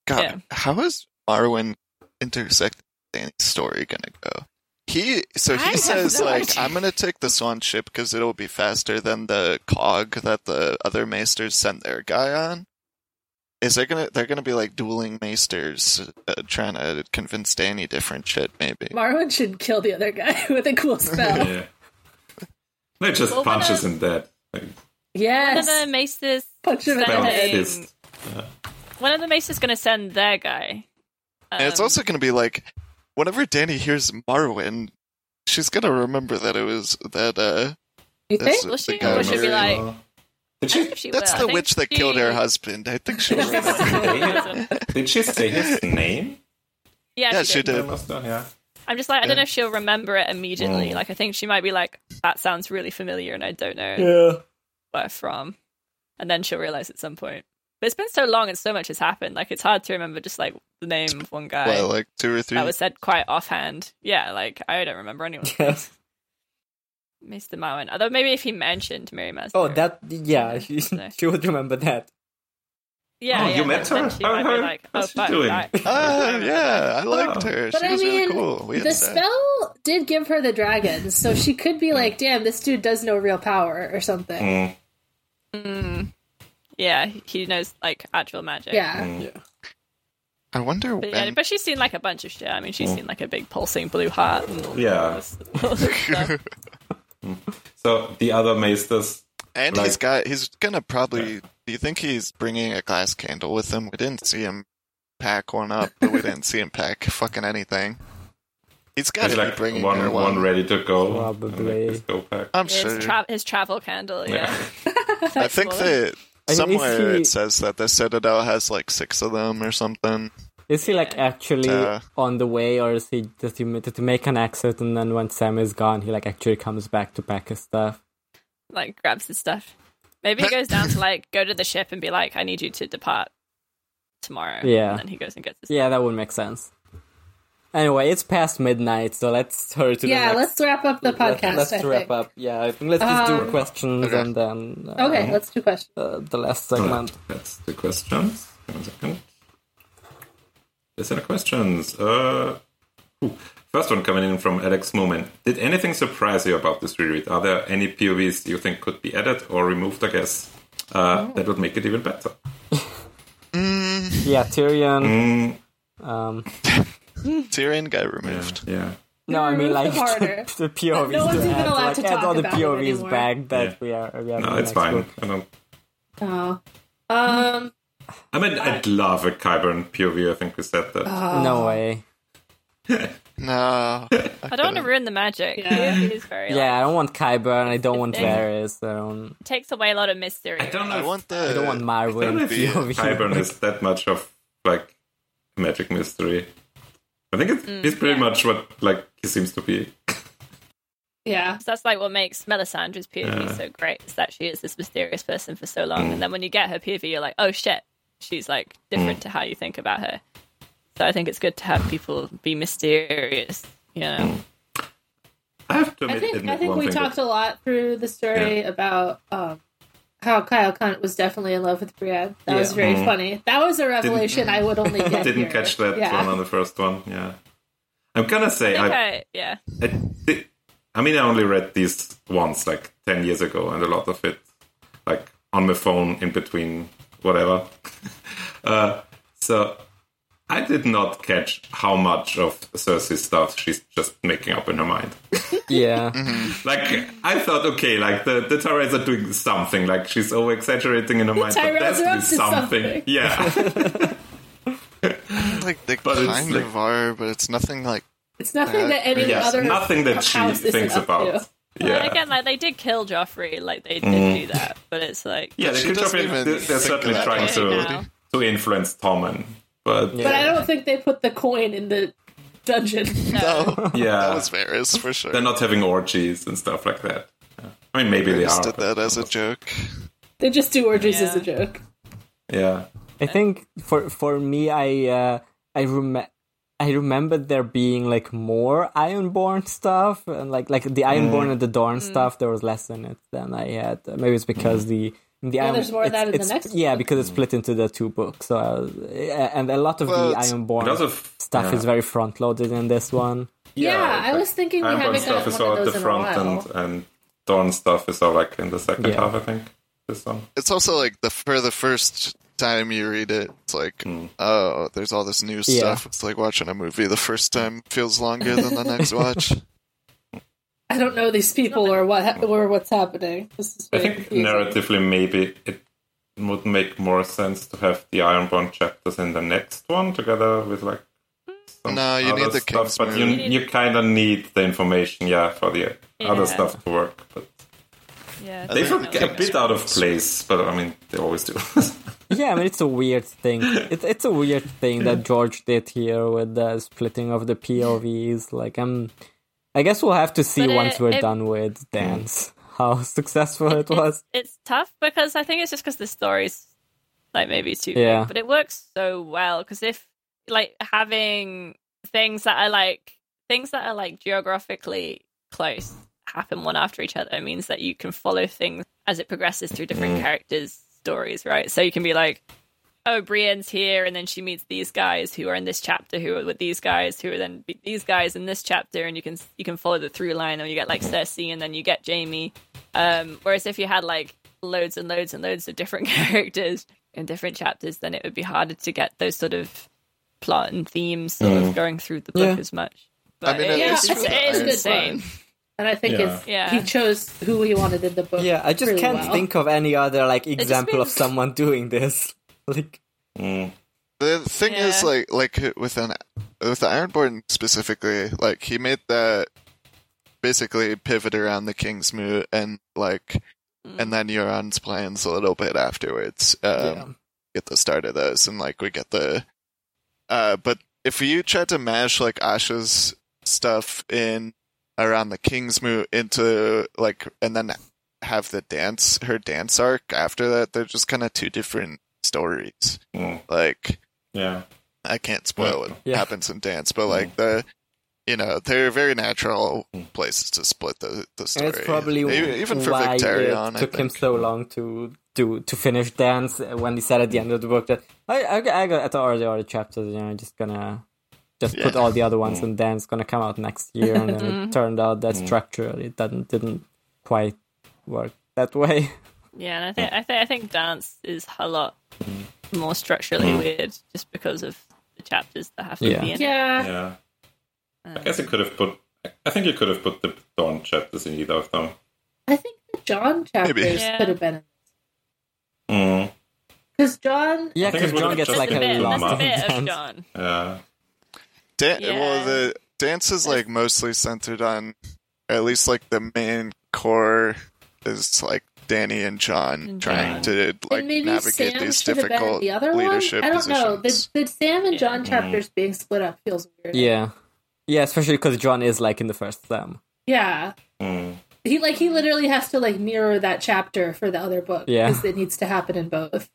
S3: God,
S4: Yeah.
S3: how is Marwin intersecting Danny's story gonna go? He so
S4: I
S3: he
S4: have
S3: says
S4: no
S3: like
S4: idea.
S3: I'm gonna take this on ship because it'll be faster than the cog that the other maesters sent their guy on. Is they gonna they're gonna be like dueling maesters uh, trying to convince Danny different shit maybe?
S7: Marwin should kill the other guy with a cool spell.
S6: yeah. They just
S4: Well, uh, when
S6: punches
S4: I-
S6: in that.
S4: one
S6: Like,
S4: of
S7: yes.
S4: the maesters
S7: Punch him in the
S6: bell
S4: Sending-
S7: head.
S6: fist.
S4: one of the maesters going to send their guy
S3: and it's
S4: Um,
S3: also gonna be like whenever Danny hears Marwin, she's gonna remember that it was that uh
S7: You
S3: that's
S7: think?
S3: the
S4: will she
S3: guy
S4: or will she be
S3: Muriel.
S4: like
S6: Uh, did
S4: I
S6: she
S4: think she
S3: That's
S4: will. I
S3: the
S4: think
S3: witch that
S4: she-
S3: killed her husband. I think she'll remember.
S6: Did she say his name?
S4: yeah,
S3: yeah,
S4: she
S3: she
S4: did.
S3: did.
S6: Must have, yeah.
S4: i'm just like i
S6: Yeah.
S4: don't know if she'll remember it immediately
S6: Mm.
S4: like i think she might be like that sounds really familiar and i don't know where from, and then she'll realize at some point. But it's been so long and so much has happened. Like it's hard to remember just like the name of one guy
S3: Well, like two or three
S4: that was said quite offhand. Yeah, like I don't remember anyone.
S5: Yes.
S4: Mr. Marwin. Although maybe if he mentioned Mary Master.
S5: Oh, that. Yeah, she, she would remember that.
S4: Yeah,
S6: Oh,
S4: yeah,
S6: you met
S4: then
S6: her?
S4: She might
S6: Hi,
S4: be
S6: hi.
S4: like, oh,
S6: What's she
S4: fuck,
S6: doing?
S4: right.
S6: Oh.
S3: Ah, Uh, yeah, I liked her.
S7: But
S3: she
S7: I
S3: was really
S7: mean,
S3: cool. We had
S7: the
S3: sex.
S7: spell did give her the dragons, so she could be like, damn, this dude does know real power or something.
S6: Mm.
S4: Yeah, he knows like actual magic.
S7: Yeah.
S6: Mm.
S5: Yeah.
S3: I wonder
S4: But,
S3: when.
S4: yeah, but she's seen like a bunch of shit. I mean,
S3: Mm.
S4: she's seen like a big pulsing blue heart. And all
S6: Yeah.
S4: this- all this stuff.
S6: So the other maesters,
S3: and
S6: like-
S3: he's got. He's gonna probably. Do you think he's bringing a glass candle with him? We didn't see him pack one up, but we didn't see him pack fucking anything. He's got
S6: there's
S3: to
S6: like
S3: be bringing
S6: one,
S3: her
S6: one
S3: one.
S6: ready to go.
S5: Probably.
S6: And, like, go back.
S3: I'm sure.
S4: His, tra- his travel candle. Yeah.
S6: Yeah.
S3: I think that
S5: I mean,
S3: somewhere
S5: if he-
S3: it says that the Citadel has like six of them or something.
S5: Is he like actually
S3: Uh,
S5: on the way, or is he just he ma- to make an exit and then when Sam is gone, he like actually comes back to pack his stuff?
S4: like grabs his stuff. Maybe he goes down to like go to the ship and be like, "I need you to depart tomorrow."
S5: Yeah.
S4: and then he goes and gets his.
S5: Yeah, that would make sense. Anyway, it's past midnight, so let's hurry to
S7: Yeah,
S5: the next.
S7: let's wrap up the podcast.
S5: Let's
S7: I
S5: wrap
S7: think.
S5: up. Yeah, I think let's just do
S7: Um,
S5: questions
S3: Okay.
S5: and then uh,
S6: Mm-hmm.
S7: Okay, let's do questions.
S5: uh, the last segment.
S6: That's the questions. One second. Listener questions. Uh, ooh. First one coming in from Alex Moman. Did anything surprise you about this reread? Are there any POVs you think could be added or removed, I guess?
S3: Oh.
S6: Uh, That would make it even better.
S5: Yeah, Tyrion.
S6: Mm,
S5: Um,
S3: Tyrion got removed.
S6: yeah.
S5: no, I mean
S7: Remove the
S5: like
S7: Mm, harder.
S5: the, the POVs.
S7: No one's
S5: to
S7: even
S5: add,
S7: allowed
S5: like,
S7: to
S5: add
S7: talk
S5: all the
S7: about it
S5: POVs
S7: anymore.
S5: back that
S6: Yeah.
S5: we are. We have
S6: No,
S5: for next
S6: it's fine.
S5: week.
S6: I don't.
S7: Oh. Um,
S6: I mean, I'd love a Kyburn POV. I think we said that.
S7: Uh,
S5: No way.
S3: No,
S4: I don't want to ruin the magic.
S7: Yeah.
S4: He is
S7: Oh.
S4: very. like,
S5: Yeah, I don't want Kyburn. I don't want
S4: thing.
S5: Varys. I don't.
S4: takes away a lot of mystery.
S6: I don't know.
S3: I
S6: if-
S3: want the.
S5: I don't want
S6: Uh, I don't know
S5: Marwyn.
S6: if
S5: POV.
S6: Kyburn is that much of like magic mystery. I think it's, it's pretty
S7: Mm,
S6: much what like he seems to be.
S7: yeah.
S4: So that's like what makes Melisandra's POV
S6: Yeah. Mm.
S4: so great is that she is this mysterious person for so long, and then when you get her POV, you're like, oh shit, she's like
S6: Mm.
S4: different to how you think about her. So I think it's good to have people be mysterious. You know,
S6: Mm. I have to
S7: I
S6: admit,
S7: think
S6: admit
S7: I think
S6: one
S7: we
S6: thing.
S7: talked
S6: that-
S7: a lot through the story about um, how Kyle Kant was definitely in love with Brienne. That was
S5: Yeah.
S7: very funny. That was a revelation I would only get.
S6: Mm-hmm. didn't
S7: here.
S6: catch that
S7: Yeah.
S6: one on the first one. Yeah, I'm gonna say
S4: I think
S6: I.
S4: I- yeah,
S6: I, thi- I mean, I only read these once, like ten years ago, and a lot of it, like on my phone in between whatever. uh, so I did not catch how much of Cersei's stuff she's just making up in her mind.
S5: Yeah.
S6: Mm. Like I thought, okay, like the the Tyrells are doing something. Like she's over exaggerating in her mind,
S7: Tyrells
S6: but that's
S7: are up
S6: doing
S7: to
S6: something.
S7: something.
S6: Yeah,
S3: like they
S6: But it's
S3: kind
S6: like-
S3: of are, but it's nothing like.
S7: It's nothing that any
S6: yes,
S7: other
S6: nothing that she
S7: house isn't
S6: thinks
S7: up
S6: about.
S7: to.
S4: But
S6: Yeah, Mm.
S4: again, like they did kill Joffrey, like they did do that, but it's like
S6: yeah. They
S3: She
S6: could drop
S3: doesn't
S6: in.
S3: even
S6: They're, they're
S3: think
S6: certainly
S3: about
S6: trying
S4: it
S6: to
S4: now.
S6: to influence Tommen, but
S5: Yeah.
S7: But I don't think they put the coin in the dungeon.
S3: No, that
S6: yeah,
S3: was Varys for sure.
S6: Uh, they're not having orgies and stuff like that. Yeah. I mean, maybe they
S3: Varys
S6: are.
S3: did
S6: but-
S3: that as a joke.
S7: They just do orgies
S4: Yeah.
S7: as a joke.
S6: Yeah,
S5: I think for for me, I uh, I rem I remember there being like more Ironborn stuff and like like the
S3: Mm.
S5: Ironborn and the
S7: Mm.
S5: Dorn stuff. There was less in it than I had. Maybe it's because
S3: Mm-hmm.
S5: the the Iron-
S7: there's more of
S5: it's-
S7: that in the
S5: it's-
S7: next
S5: Yeah, because it's split into the two books. So I was, and a lot of
S3: Well,
S5: the
S3: it's-
S5: Ironborn
S6: Because of-
S5: stuff
S6: yeah.
S5: is very front loaded in this one.
S7: Yeah, I was thinking we
S6: Ironborn
S7: haven't
S6: stuff
S7: gotten
S6: is
S7: one
S6: all
S7: of
S6: at
S7: those
S6: the
S7: in a
S6: front,
S7: while.
S6: and and Dawn stuff is all like in the second
S5: Yeah.
S6: half. I think this one.
S3: It's also like the for the first time you read it, it's like
S6: Hmm.
S3: oh, there's all this new stuff. It's like watching a movie. The first time feels longer than the next watch.
S7: I don't know these people or what or what's happening. This is
S6: I
S7: very
S6: think
S7: confusing.
S6: narratively, maybe it would make more sense to have the Ironborn chapters in the next one together with like. some
S3: No, you
S6: other
S3: need the
S6: stuff, but you
S3: Kingsman.
S6: you kind of need the information, yeah, for the
S4: Yeah.
S6: other stuff to work. But
S4: yeah.
S6: they
S4: it's
S6: feel
S4: not
S6: a
S4: really-
S6: bit out of place, but I mean they always do.
S5: yeah, I mean it's a weird thing. It's it's a weird thing that George did here with the splitting of the POVs. Like I'm, I guess we'll have to see
S4: But uh, it-
S5: once we're
S4: it-
S5: done with dance how successful it was.
S4: It's, it's tough because I think it's just because the story's like maybe too
S5: Yeah.
S4: big, but it works so well because if like having things that are like things that are like geographically close happen one after each other means that you can follow things as it progresses through different characters' stories, right? So you can be like, oh, Brienne's here, and then she meets these guys who are in this chapter, who are with these guys, who are then be- these guys in this chapter, and you can you can follow the through line, and you get like Cersei, and then you get Jamie. Um, whereas if you had like loads and loads and loads of different characters in different chapters, then it would be harder to get those sort of plot and themes sort of going through the book
S5: Mm. Yeah.
S4: as much. But
S3: mean,
S4: it,
S3: at
S7: Yeah,
S4: it's,
S3: least
S4: it's,
S3: for the
S4: it is
S3: Iron
S4: the
S7: Swords.
S4: same.
S7: And I think
S6: Yeah.
S7: it's
S4: Yeah.
S7: he chose who he wanted in the book.
S5: Yeah, I just
S7: really
S5: can't
S7: well.
S5: think of any other like
S4: just
S5: example of
S4: means-
S5: someone doing this. Like,
S3: The thing is,
S4: Yeah.
S3: like, like with an with the Ironborn specifically, like he made that basically pivot around the King's Moot and like, and then Euron's plans a little bit afterwards. Um,
S5: yeah.
S3: Get the start of those, and like we get the. Uh, but if you tried to mash like Asha's stuff in around the King's Moot into like, and then have the dance her dance arc after that, they're just kind of two different stories.
S6: Mm.
S3: Like.
S6: Yeah.
S3: I can't spoil what
S5: Yeah.
S3: happens in dance, but like the, you know, they're very natural places to split the the
S5: And
S3: story.
S5: it's probably
S3: even, even for
S5: why
S3: Victarion,
S5: it
S3: I
S5: took him
S3: think.
S5: so long to do to finish dance uh, when he said at the end of the book that I I, I got at all the other chapters, you know, just gonna just put
S3: Yeah. Mm.
S5: all the other ones in dance, gonna come out next year, and then it turned out that structurally it didn't didn't quite work that way.
S4: Yeah, and I think I think I think dance is a lot more structurally weird just because of the chapters that have to
S5: Mm. Yeah.
S4: be in. it.
S7: Yeah.
S6: Yeah. I guess you could have put. I think you could have put the Dawn chapters in either of them.
S7: I think the John chapters
S4: Yeah.
S7: could have been
S6: Mm.
S7: because John.
S5: Yeah,
S6: I think
S5: because
S6: it would've
S5: John gets
S6: just
S5: like
S4: That's
S5: a
S4: a bit,
S5: lot
S4: that's a
S5: of
S4: bit of
S5: dance.
S4: John.
S6: Yeah.
S3: Dan-
S4: Yeah.
S3: Well, the dance is like mostly centered on, at least like the main core is like Danny and John trying to like
S7: and maybe
S3: navigate
S7: Sam
S3: these
S7: should have been in
S3: difficult
S7: the other one. I
S3: leadership
S7: don't know. The,
S3: positions.
S7: the Sam and John chapters being split up feels weird.
S5: Yeah, yeah, especially because John is like in the first them.
S7: Yeah.
S6: Mm.
S7: He like he literally has to like mirror that chapter for the other book
S5: Yeah.
S7: because it needs to happen in both.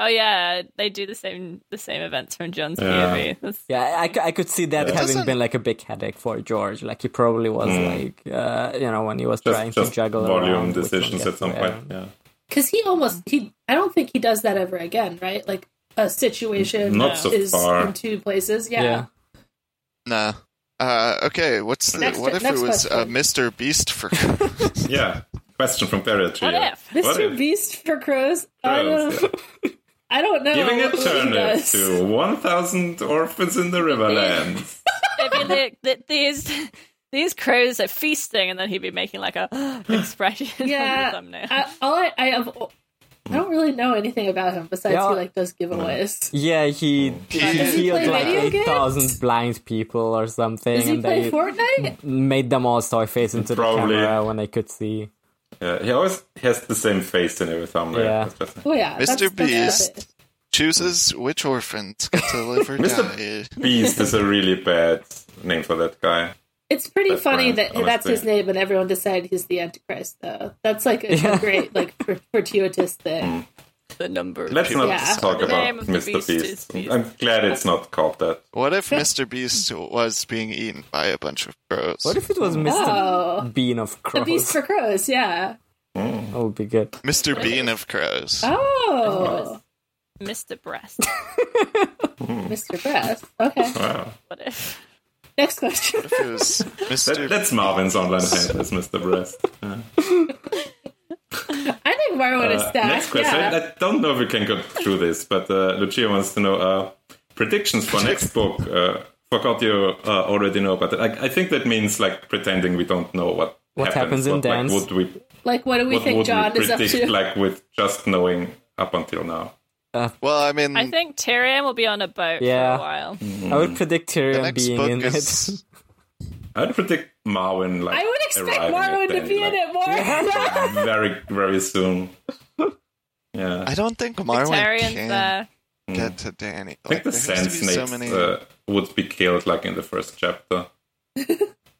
S4: Oh yeah, they do the same the same events from John's
S6: Yeah.
S4: POV. That's,
S5: Yeah, I- I, cou- I could see that having
S3: doesn't-
S5: been like a big headache for George. Like he probably was like, uh, you know, when he was trying
S6: Hmm. Just,
S5: to
S6: just
S5: juggle
S6: volume
S5: around which one
S6: decisions
S5: gets
S6: at some
S5: where.
S6: point. Yeah.
S7: Because he almost he I don't think he does that ever again, right? Like a situation
S6: Not so
S7: is
S6: far.
S7: in two places. Yeah.
S5: Yeah.
S3: Nah. Uh, okay, what's the,
S7: Next-
S3: what if
S7: next
S3: it was uh,
S7: question.
S3: Mr. Beast for?
S6: Yeah. Question from Barrier Trio.
S4: What if?
S6: What
S7: Mr.
S6: if?
S7: Beast for crows. I
S6: Gross,
S7: don't,
S6: yeah.
S7: I don't know.
S6: Oh, Giving a
S7: what he
S6: turnip
S7: does.
S6: to 1,000 orphans in the Riverlands.
S4: They'd be like, th- these these crows are feasting, and then he'd be making like a expression
S7: Yeah.
S4: on the thumbnail.
S7: I, all I, I have. I don't really know anything about him besides
S5: Yeah.
S7: he like does giveaways.
S5: Yeah,
S6: Hmm.
S5: he, he
S3: Does he
S5: healed
S7: play
S5: like
S7: video games?
S5: 8,000 blind people or something,
S7: Does he
S5: and
S7: play
S5: they
S7: Fortnite?
S5: made them all soy face into
S6: Probably.
S5: the camera when they could see.
S6: yeah, he always has the same face in every thumbnail.
S5: Yeah.
S6: That's just-
S7: Oh yeah, that's-
S3: Mr.
S7: that's
S3: Beast.
S7: about it.
S3: chooses which orphans get to live or
S6: Mr.
S3: die.
S6: Beast is a really bad name for that guy.
S7: It's pretty
S6: That's
S7: funny
S6: right,
S7: that that's
S6: honestly.
S7: his name, and everyone decided he's the Antichrist. Though that's like a, a
S5: Yeah.
S7: great like gr- gratuitous thing.
S4: the number.
S6: Let's not
S7: Yeah.
S6: talk
S4: The
S6: about
S4: name of the
S6: Mr.
S4: beast is
S6: Beast.
S4: Beast.
S6: I'm glad it's not called that.
S3: What if Mr. Beast was being eaten by a bunch of crows?
S5: What if it was Mr.
S7: Oh,
S5: Bean of
S7: the
S6: Mm.
S5: Crows?
S7: Beast for Crows. Yeah.
S5: that would be good.
S3: Mr. Bean of crows.
S7: Ah. Oh,
S4: Mr. Breast.
S7: Mr. Breast. Oh, Okay.
S6: Wow.
S4: What if?
S7: Next question.
S3: If it was Mr.
S6: That, that's Marvin's online handle, is Mr. Breast. Yeah.
S7: I think Marwan is
S6: Uh,
S7: stacked.
S6: next question.
S7: Yeah.
S6: I, I don't know if we can go through this, but uh, Lucia wants to know uh, predictions for next book. Uh, forgot you uh, already know, but I, I think that means like pretending we don't know what
S5: What happens in
S6: what, like,
S5: dance?
S6: would we
S7: Like, what do we
S6: what
S7: think
S6: would
S7: John
S6: we
S7: is up
S6: predict
S7: to?
S6: like with just knowing up until now?
S3: well, I mean,
S4: I think Tyrion will be on a boat
S5: Yeah.
S4: for a while.
S5: I
S6: Hmm.
S5: would predict
S3: the
S5: Tyrion
S3: next
S5: being
S3: book
S5: in it.
S3: is.
S6: I'd predict Marwin like
S7: I would expect
S6: arriving at
S7: Marwan to
S6: Dany,
S7: be in
S6: like,
S7: it more.
S6: very very soon. Yeah,
S3: I don't think Marwyn
S4: Tyrion's
S3: can
S4: there.
S3: get to Danny.
S6: I think the
S3: there has
S6: sand
S3: to be
S6: snakes
S3: so many.
S6: uh, would be killed like in the first chapter.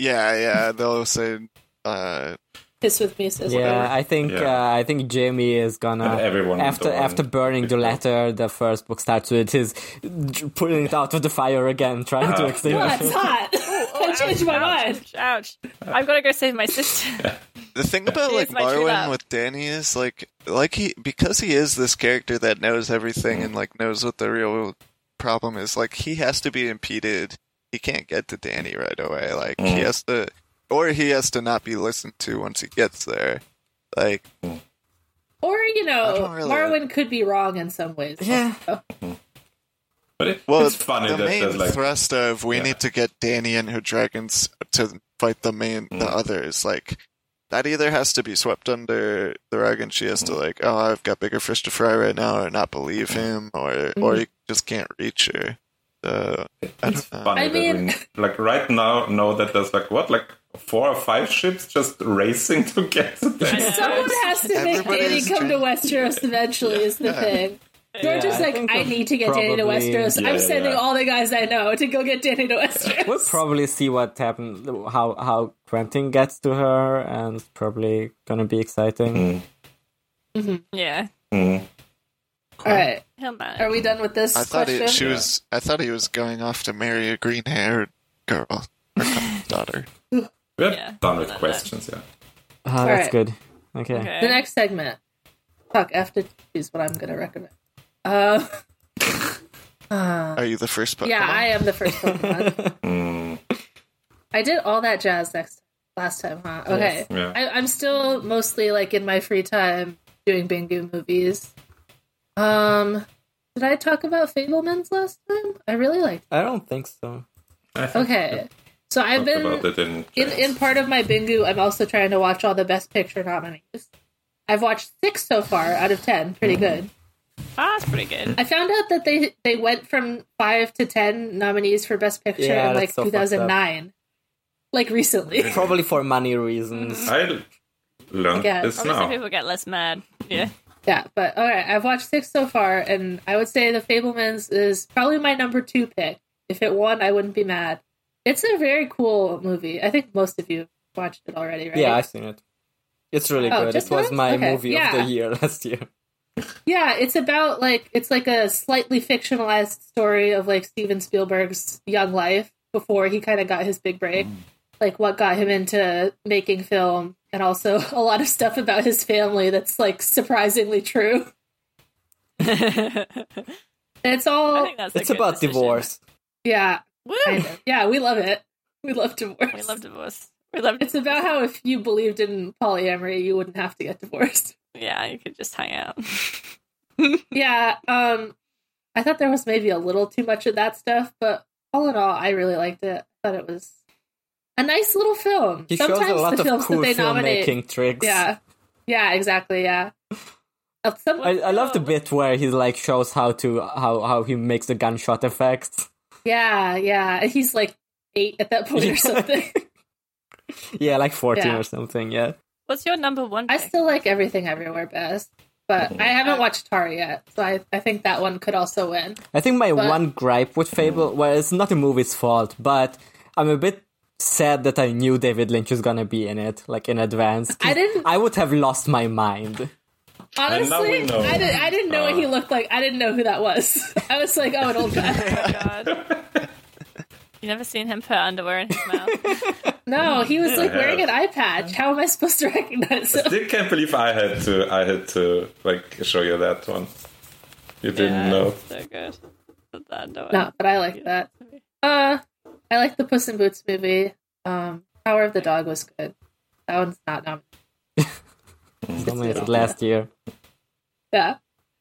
S3: Yeah, yeah. They'll say, uh,
S7: Piss with me, says
S5: Yeah, I think
S6: Yeah.
S5: Uh, I think Jamie is gonna
S6: And everyone
S5: after
S6: don't.
S5: after burning the letter. The first book starts with his pulling it out of the fire again, trying to
S6: Ah,
S5: extinguish. it.
S7: Oh, it's hot. I changed my mind.
S4: Ouch. I've got to go save my sister.
S3: The thing about
S4: He
S3: like
S4: is my true
S3: Marwin
S4: love.
S3: with Danny is like like he because he is this character that knows everything and like knows what the real problem is. Like he has to be impeded. He can't get to Danny right away. Like
S6: Mm.
S3: he has to, or he has to not be listened to once he gets there. Like
S7: Or you know,
S3: don't really-
S7: Marwin could be wrong in some ways.
S5: Yeah.
S7: also.
S6: But it,
S3: well,
S6: it's funny
S3: the
S6: that
S3: main
S6: there's like
S3: thrust of we
S6: Yeah.
S3: need to get Danny and her dragons to fight the main
S6: Mm.
S3: the others like. That either has to be swept under the rug, and she has
S6: Mm.
S3: to like, oh, I've got bigger fish to fry right now, or not believe him, or or
S7: Mm.
S3: you just can't reach her. So I don't know.
S6: funny
S7: I
S6: that
S7: mean-
S6: we like right now know that there's like what like four or five ships just racing to get to them.
S7: Someone has to make
S3: Everybody
S7: Danny
S3: is
S7: come to
S3: trying-
S7: Westeros eventually. Is the thing. Georgia's
S5: I
S7: like,
S5: think
S7: I
S5: we'll
S7: need to get Danny to
S5: probably-
S7: Westeros.
S6: Yeah,
S7: I'm sending
S6: yeah.
S7: all the guys I know to go get Danny to Westeros.
S5: We'll probably see what happens, how how Quentin gets to her, and it's probably gonna be exciting.
S6: Hmm.
S4: Yeah.
S7: All right,
S4: He'll manage.
S7: are we done with this
S3: I thought
S7: question?
S3: he, she was. I thought he was going off to marry a green-haired girl, or daughter.
S6: We're
S4: Yeah.
S6: done with questions, yeah.
S5: Ah, that's
S7: right.
S5: good. Okay.
S4: Okay.
S7: the next segment. Fuck, I have to choose what I'm going to recommend. Uh,
S3: Are you the first Pokemon?
S7: yeah, I am the first Pokemon. I did all that jazz next last time, huh? Okay,
S6: Yeah.
S7: I, I'm still mostly like in my free time doing Bingo movies. Um, did I talk about Fablemans last time? I really liked.
S5: I don't think so.
S7: Okay, so I've
S6: Talked about
S7: been
S6: it in,
S7: in, in part of my Bingo. I'm also trying to watch all the Best Picture nominees. I've watched six so far out of ten. Pretty
S6: Mm-hmm.
S7: good.
S4: Ah, that's pretty good.
S7: I found out that they they went from five to ten nominees for Best Picture
S5: Yeah,
S7: in
S5: that's
S7: like
S5: so fucked up.
S7: 2009, like recently.
S5: Probably for money reasons.
S6: I learned
S7: Yeah.
S6: this
S4: Obviously,
S6: now.
S4: people get less mad. Yeah.
S7: yeah, but all right, I've watched six so far, and I would say The Fablemans is probably my number two pick. If it won, I wouldn't be mad. It's a very cool movie. I think most of you watched it already, right?
S5: Yeah, I've seen it. It's really
S7: Oh,
S5: good.
S7: just
S5: It was
S7: once?
S5: my
S7: Okay.
S5: movie of
S7: Yeah.
S5: the year last year.
S7: Yeah, it's about like it's like a slightly fictionalized story of like Steven Spielberg's young life before he kind of got his big break. Like what got him into making film and also a lot of stuff about his family that's like surprisingly true. It's
S4: I
S7: all
S4: think that's a
S5: It's
S4: good
S5: about
S4: decision.
S5: divorce.
S7: yeah,
S4: Woo!
S7: kind of. yeah, we love it. We love divorce.
S4: We love divorce. We love
S7: it's about how if you believed in polyamory, you wouldn't have to get divorced.
S4: Yeah, you could just hang out.
S7: yeah, um I thought there was maybe a little too much of that stuff, but all in all, I really liked it. I thought it was a nice little film.
S5: He shows a lot of cool filmmaking tricks.
S7: yeah, yeah, exactly, yeah. Of Some,
S5: I, I love the bit where he like shows how to how how he makes the gunshot effects.
S7: yeah, yeah. And He's like eight at that point or something.
S5: Yeah, like fourteen
S7: Yeah.
S5: or something. Yeah,
S4: What's your number one?
S7: I
S4: Pick?
S7: still like everything everywhere best,
S5: Oh,
S7: but I haven't watched Tar yet, so I, I think that one could also win.
S5: I think my
S7: But-
S5: one gripe with Fable, well, it's not the movie's fault, but I'm a bit sad that I knew David Lynch was gonna be in it, like in advance.
S7: I didn't-
S5: I would have lost my mind.
S6: And now we
S7: Honestly,
S6: know.
S7: I, did, I didn't know what he looked like. I didn't know who that was. I was like, oh, an old guy.
S4: Oh my God. You never seen him put underwear in his mouth?
S5: Oh,
S7: No, he was like
S6: I
S7: wearing an
S6: have.
S7: eye patch. How am I supposed to recognize him?
S6: Still can't believe I had to I had to like show you that one. You didn't
S4: Yeah,
S6: know.
S4: So good. Put the underwear.
S7: No, but I like that. Uh, I like the Puss in Boots movie. Um, Power of the Dog was good. That one's not nominated.
S5: Dominated last year.
S7: Yeah.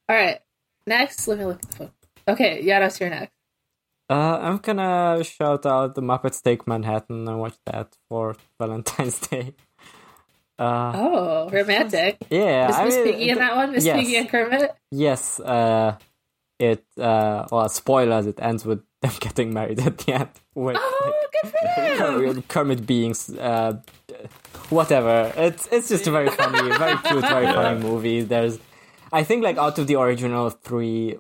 S7: All right. Next, let me look at the phone. Okay, Yados, you're next.
S5: Uh, I'm gonna shout out the Muppets Take Manhattan. I watched that for Valentine's Day.
S7: Oh, romantic.
S5: Yeah,
S7: Is
S5: I
S7: Miss
S5: mean,
S7: Piggy in that one? Miss
S5: yes.
S7: Piggy and Kermit?
S5: yes. Uh, it uh, well, spoilers. It ends with them getting married at the end. Wait,
S7: Oh, good for them.
S5: Kermit, Kermit beings, uh, whatever. It's it's just a very funny, very cute, very funny movie. There's, I think, like out of the original three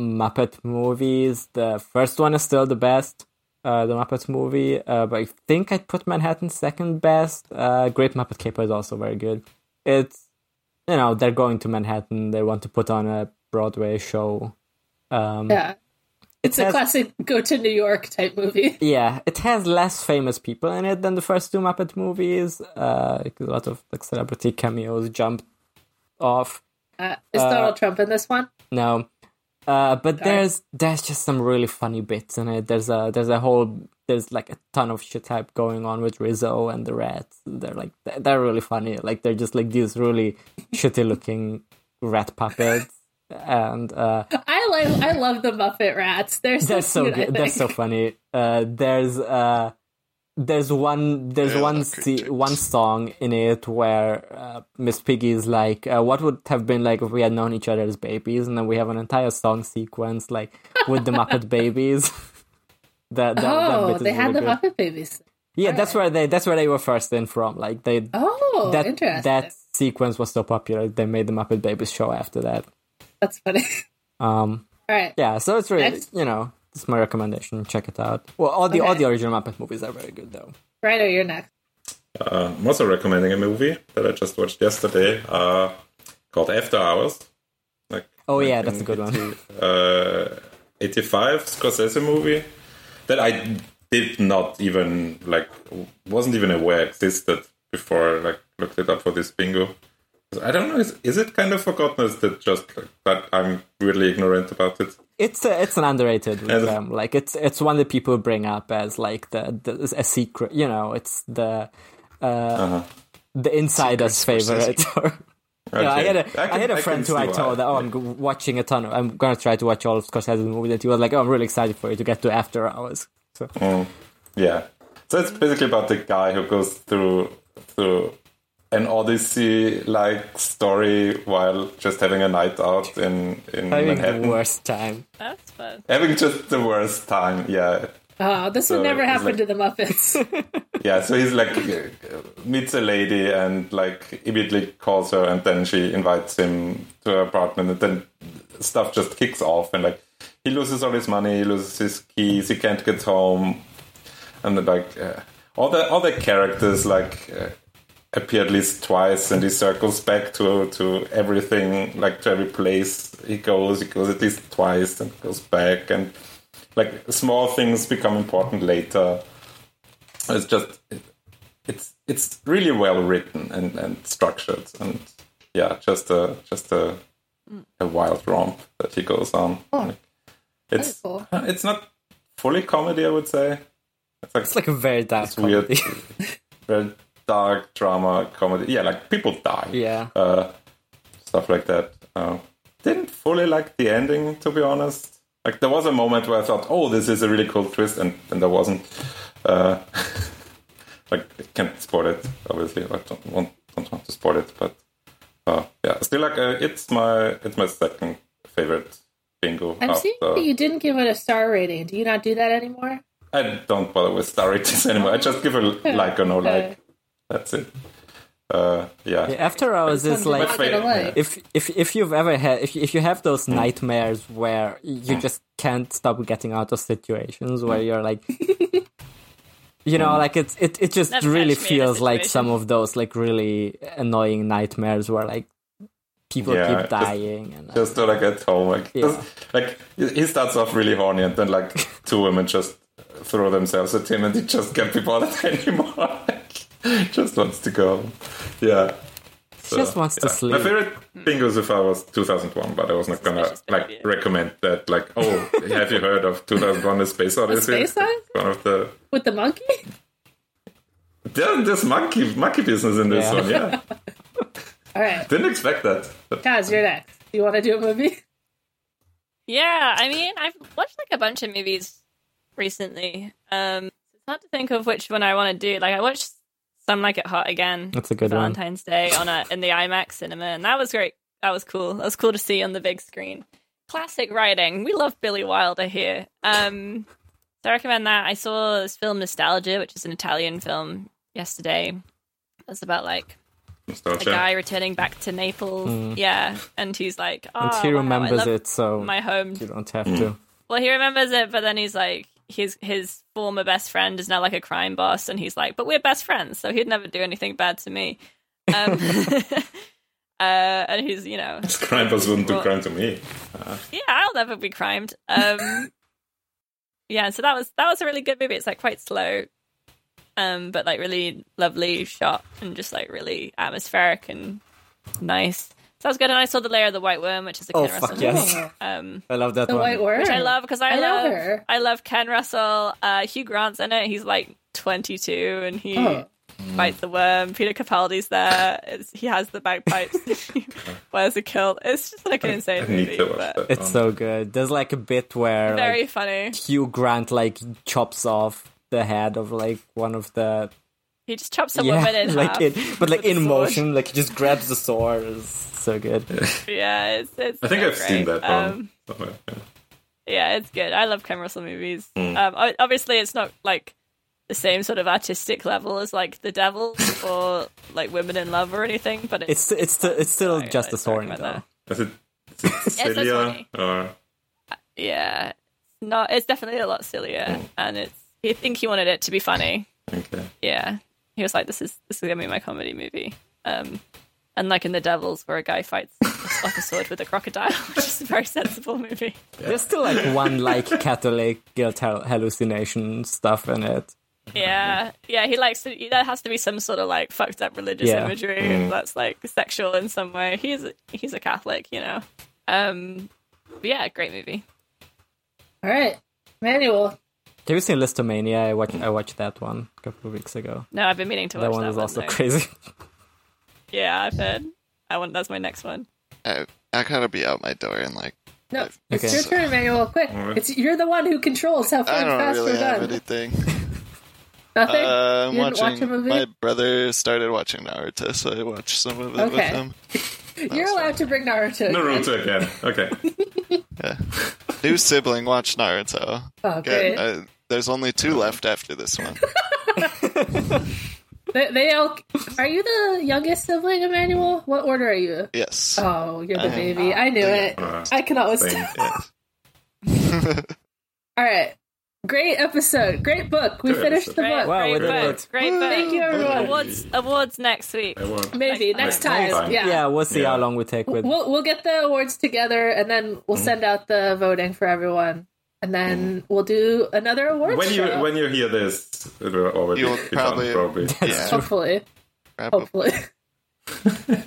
S5: Muppet movies, the first one is still the best. Uh, the Muppets movie, uh, but I think I'd put Manhattan second best. Uh, Great Muppet Caper is also very good. It's you know they're going to Manhattan. They want to put on a Broadway show. Um,
S7: Yeah. It's a
S5: has-
S7: classic go to New York type movie.
S5: Yeah, it has less famous people in it than the first two Muppet movies. Uh, like, a lot of like celebrity cameos jumped off.
S7: Uh, is Donald Trump in this one?
S5: No, uh, but there's there's just some really funny bits in it. There's a there's a whole there's like a ton of shit type going on with Rizzo and the rats. They're like they're, they're really funny. Like they're just like these really shitty looking rat puppets. And uh,
S7: I like I love the Muppet Rats. They're so
S5: that's so
S7: cute, I
S5: good. That's so
S7: think.
S5: funny. Uh, there's uh, there's one there's
S3: Yeah,
S5: one
S3: that could
S5: se-
S3: take-
S5: one song in it where uh, Miss Piggy is like, uh, "What would have been like if we had known each other as babies?" And then we have an entire song sequence like with the Muppet Babies. that, that, that
S7: Oh,
S5: bit is
S7: they had
S5: really
S7: the
S5: good.
S7: Muppet Babies.
S5: Yeah, that's where they that's where they were first in from. Like they
S7: Oh,
S5: that
S7: interesting.
S5: that sequence was so popular they made the Muppet Babies show after that.
S7: That's funny.
S5: Um,
S7: All right.
S5: yeah, so it's really
S7: Next.
S5: you know it's my recommendation. Check it out. Well, all the all
S7: Okay.
S5: the original Muppet movies are very good though.
S7: Ryder, you're next.
S6: Uh, I'm also recommending a movie that I just watched yesterday uh, called After Hours. Like
S5: Oh yeah, that's a good one.
S6: uh, 85 Scorsese movie that I did not even like wasn't even aware existed before I like looked it up for this bingo. I don't know. Is, is it kind of forgotten? or Is that just like, that I'm really ignorant about it?
S5: It's a, it's an underrated
S6: the-
S5: film. Like it's it's one that people bring up as like the, the a secret. You know, it's the uh, the insider's favorite. Yeah, I had a I, had a friend who I told that oh I'm g- watching a ton of I'm gonna try to watch all of Scorsese's movies and he was like oh I'm really excited for you to get to After Hours. So
S6: Yeah. So it's basically about the guy who goes through through an Odyssey like story while just having a night out in,
S5: having
S6: in
S5: the
S6: Manhattan.
S5: worst time.
S4: That's fun.
S6: Having just the worst time, yeah.
S7: Oh, this would
S6: So
S7: never
S6: it's
S7: happen
S6: like-
S7: to the Muppets.
S6: Yeah, so he's like uh, meets a lady and like immediately calls her and then she invites him to her apartment and then stuff just kicks off and like he loses all his money, he loses his keys, he can't get home, and then, like uh, all the all the characters like uh, appear at least twice and he circles back to to everything like to every place he goes he goes at least twice and goes back and like small things become important later it's just it, it's it's really well written and and structured and yeah just a just a a wild romp that he goes on it's uh,
S7: cool.
S6: it's not fully comedy i would say it's like
S5: It's like a very dark
S6: it's weird,
S5: comedy.
S6: very dark drama comedy. Yeah, like people die.
S5: yeah.
S6: Uh, stuff like that. Uh, didn't fully like the ending, to be honest. Like there was a moment where I thought, "Oh, this is a really cool twist," and, and there wasn't. Uh, like I can't spoil it, obviously. I don't want don't want to spoil it, but uh, yeah, still like uh, it's my it's my second favorite bingo.
S3: Oh,
S7: I'm seeing
S6: after-
S7: that you didn't give it a star rating. Do you not do that anymore?
S6: I don't bother with star ratings anymore. I just give a like or no like. That's it. Uh, yeah.
S5: Yeah, After Hours is
S7: Something
S5: like
S7: not gonna
S6: fa-
S7: like.
S5: if if if you've ever had if if you have those nightmares where you just can't stop getting out of situations where you're like you know like it's it it just
S4: Never
S5: really
S4: catch me in a
S5: feels like
S4: situation.
S5: some of those like really annoying nightmares where like people
S6: Yeah,
S5: keep
S6: just-
S5: dying and
S4: Oh,
S6: Just to like at home, like
S5: Yeah.
S6: just- like he he starts off really horny, and then like two women just throw themselves at him, and he just can't be bothered anymore. Like, just wants to go. home. Yeah. So,
S5: Just wants to sleep.
S6: My favorite bingo so far was 2001, but I was not gonna
S4: Suspicious
S6: like
S4: behavior.
S6: recommend that. Like, oh, have you heard of 2001: A Space Odyssey?
S7: Space Odyssey?
S6: One of the
S7: With the monkey?
S6: There- there's monkey monkey business in this
S5: Yeah.
S6: one. Yeah,
S7: All right.
S6: didn't expect that. But
S7: Kaz, you're next. Do you want to do a movie?
S4: Yeah, I mean, I've watched like a bunch of movies recently. Um, it's hard to think of which one I want to do. Like, I watched Some Like It Hot again.
S5: That's a good one.
S4: Valentine's Day on a in the IMAX cinema, and that was great. That was cool. That was cool to see on the big screen. Classic writing. We love Billy Wilder here. Um, so I recommend that. I saw this film Nostalgia, which is an Italian film, yesterday. It's about like a guy
S6: nostalgia.
S4: returning back to Naples, yeah, and he's like, oh,
S5: Mm. and he
S4: wow, I
S5: remembers
S4: love
S5: it so
S4: my home
S5: you don't have to
S4: well, he remembers it, but then he's like, his his former best friend is now like a crime boss, and he's like, but we're best friends, so he'd never do anything bad to me. Um, uh, and he's, you know,
S6: Crime boss wouldn't do
S4: Well-
S6: crime to me.
S4: yeah, I'll never be crimed. Um, yeah, so that was that was a really good movie. It's like quite slow, um, but like really lovely shot and just like really atmospheric and nice. So that was good. And I saw the Layer of the White Worm, which is a Ken
S5: Oh,
S4: Russell
S5: fuck
S4: movie,
S5: yes.
S4: um,
S5: I love that
S7: The
S5: one.
S7: White Worm.
S4: which I love because I,
S7: I love
S4: love,
S7: her.
S4: I love Ken Russell. Uh, Hugh Grant's in it. He's like twenty two, and he.
S7: Oh.
S4: Bites the worm. Peter Capaldi's there. It's, he has the bagpipes. He Wears a kilt. It's just like an insane
S6: I need
S4: movie,
S6: to watch
S4: but
S6: that.
S5: It's
S6: one.
S5: so good. There's like a bit where
S4: very
S5: like,
S4: funny.
S5: Hugh Grant like chops off the head of like one of the
S4: He just chops a woman
S5: yeah,
S4: in
S5: like
S4: half.
S5: in, but like
S4: with a
S5: in
S4: sword.
S5: motion, like he just grabs the sword. It's so good.
S4: Yeah, it's, it's
S6: I think
S4: so
S6: I've seen
S4: great. Um,
S6: that one. somewhere, yeah.
S4: Yeah, it's good. I love Ken Russell movies.
S6: Hmm.
S4: Um, o- obviously, it's not like the same sort of artistic level as like The Devil or like Women in Love or anything, but it's
S5: It's it's sti- it's still
S4: Sorry,
S5: just
S4: I
S5: a
S4: was talking
S5: sword
S4: about
S5: though.
S6: Is it, is it
S4: that's
S6: Celia
S4: funny.
S6: or
S4: yeah, it's not. It's definitely a lot sillier, and it's. I think he wanted it to be funny.
S6: okay?
S4: Yeah, he was like, "This is this is gonna be my comedy movie." Um, and like in The Devils, where a guy fights like a sword with a crocodile, which is a very sensible movie.
S5: There's still like one like Catholic guilt hal- hallucination stuff in it.
S4: Yeah, yeah, he likes to. There has to be some sort of like fucked up religious
S5: Yeah.
S4: imagery that's like sexual in some way. He's he's a Catholic, you know. Um, but yeah, great movie.
S7: All right, Manuel.
S5: Have you seen Listomania? I watched I watched that one a couple of weeks ago.
S4: No, I've been meaning to watch
S5: that one is also
S4: though.
S5: crazy.
S4: Yeah, I've heard. I want that's my next one.
S3: I, I gotta be out my door and like
S7: No, it's
S5: Okay.
S7: your turn, Manuel. Quick, it's you're the one who controls how far
S3: I
S7: and
S3: don't
S7: fast
S3: really
S7: we're
S3: have
S7: done.
S3: anything.
S7: Nothing.
S3: Uh, I'm
S7: you didn't
S3: watching.
S7: watch a movie.
S3: My brother started watching Naruto, so I watched some of it with
S7: Okay.
S3: him.
S7: you're allowed to bring Naruto.
S6: Naruto again. Okay.
S3: New sibling watched Naruto.
S7: Oh,
S3: Okay,
S7: great.
S3: I- there's only two left after this one.
S7: They, they all. Are you the youngest sibling, Emmanuel? What order are you?
S3: Yes.
S7: Oh, you're the
S3: I-
S7: baby. I knew it.
S6: Uh,
S7: I can always
S6: same.
S7: tell. All right. Great episode. Great book. We
S6: Good
S7: finished
S6: episode.
S7: the
S4: Great,
S7: book.
S5: Wow, we
S4: great
S5: did
S4: book.
S5: it.
S4: Great book.
S7: Thank you, everyone.
S4: Awards awards next week.
S6: I won't.
S7: Maybe
S4: Next
S7: next
S6: time.
S7: time.
S6: Next time.
S7: Yeah.
S5: yeah, we'll see
S6: Yeah.
S5: how long we take with.
S7: We'll we'll get the awards together and then we'll
S6: Mm-hmm.
S7: send out the voting for everyone. And then we'll do another awards
S6: When you
S7: show.
S6: when you hear this, it will already
S3: You'll
S6: be done.
S3: probably-
S6: Probably.
S3: Yeah.
S7: hopefully.
S3: wrap up.
S7: Hopefully.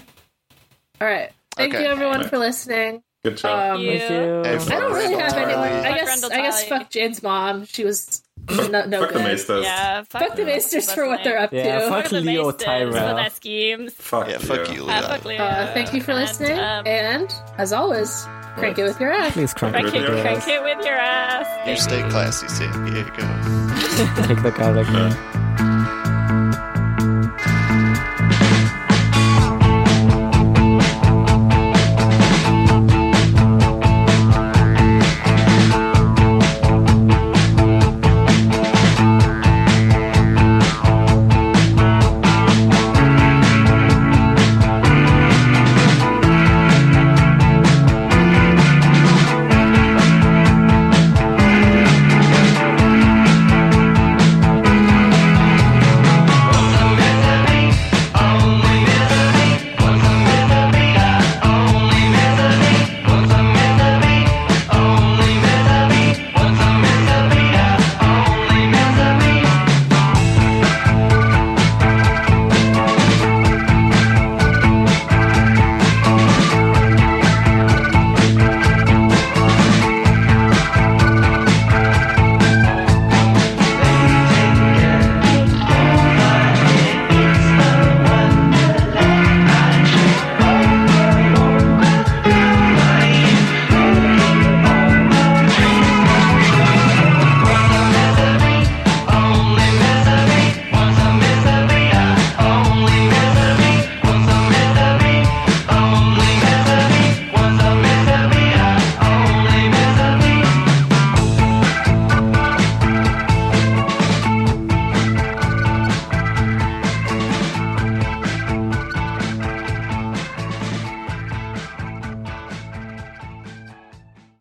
S7: All right. Thank
S3: Okay.
S7: you everyone for listening.
S6: Good job.
S7: Um,
S4: You-
S5: Thank you.
S3: Hey,
S7: I don't really have
S3: Sorry.
S7: any. I
S4: Fuck
S7: guess.
S4: Randall
S7: I guess.
S4: Talley.
S7: Fuck Jane's mom. She was no, no
S6: Fuck the
S7: good.
S6: Maesters.
S4: Yeah, fuck,
S7: Fuck the Maesters for what they're up
S5: Yeah,
S7: to.
S5: fuck
S4: Fuck the
S5: Leo
S4: Maesters
S5: Tyrell.
S4: for their schemes.
S6: Fuck
S3: Yeah, fuck you, Leo.
S4: Uh, fuck Leo.
S7: Uh, thank you for
S4: And,
S7: listening,
S4: um,
S7: and as always, crank it with your ass.
S5: Please crank
S4: Crank
S5: it.
S4: it,
S6: Ridiculous.
S4: crank it with your ass.
S3: You stay classy, San Diego.
S5: Take the car.
S6: Uh,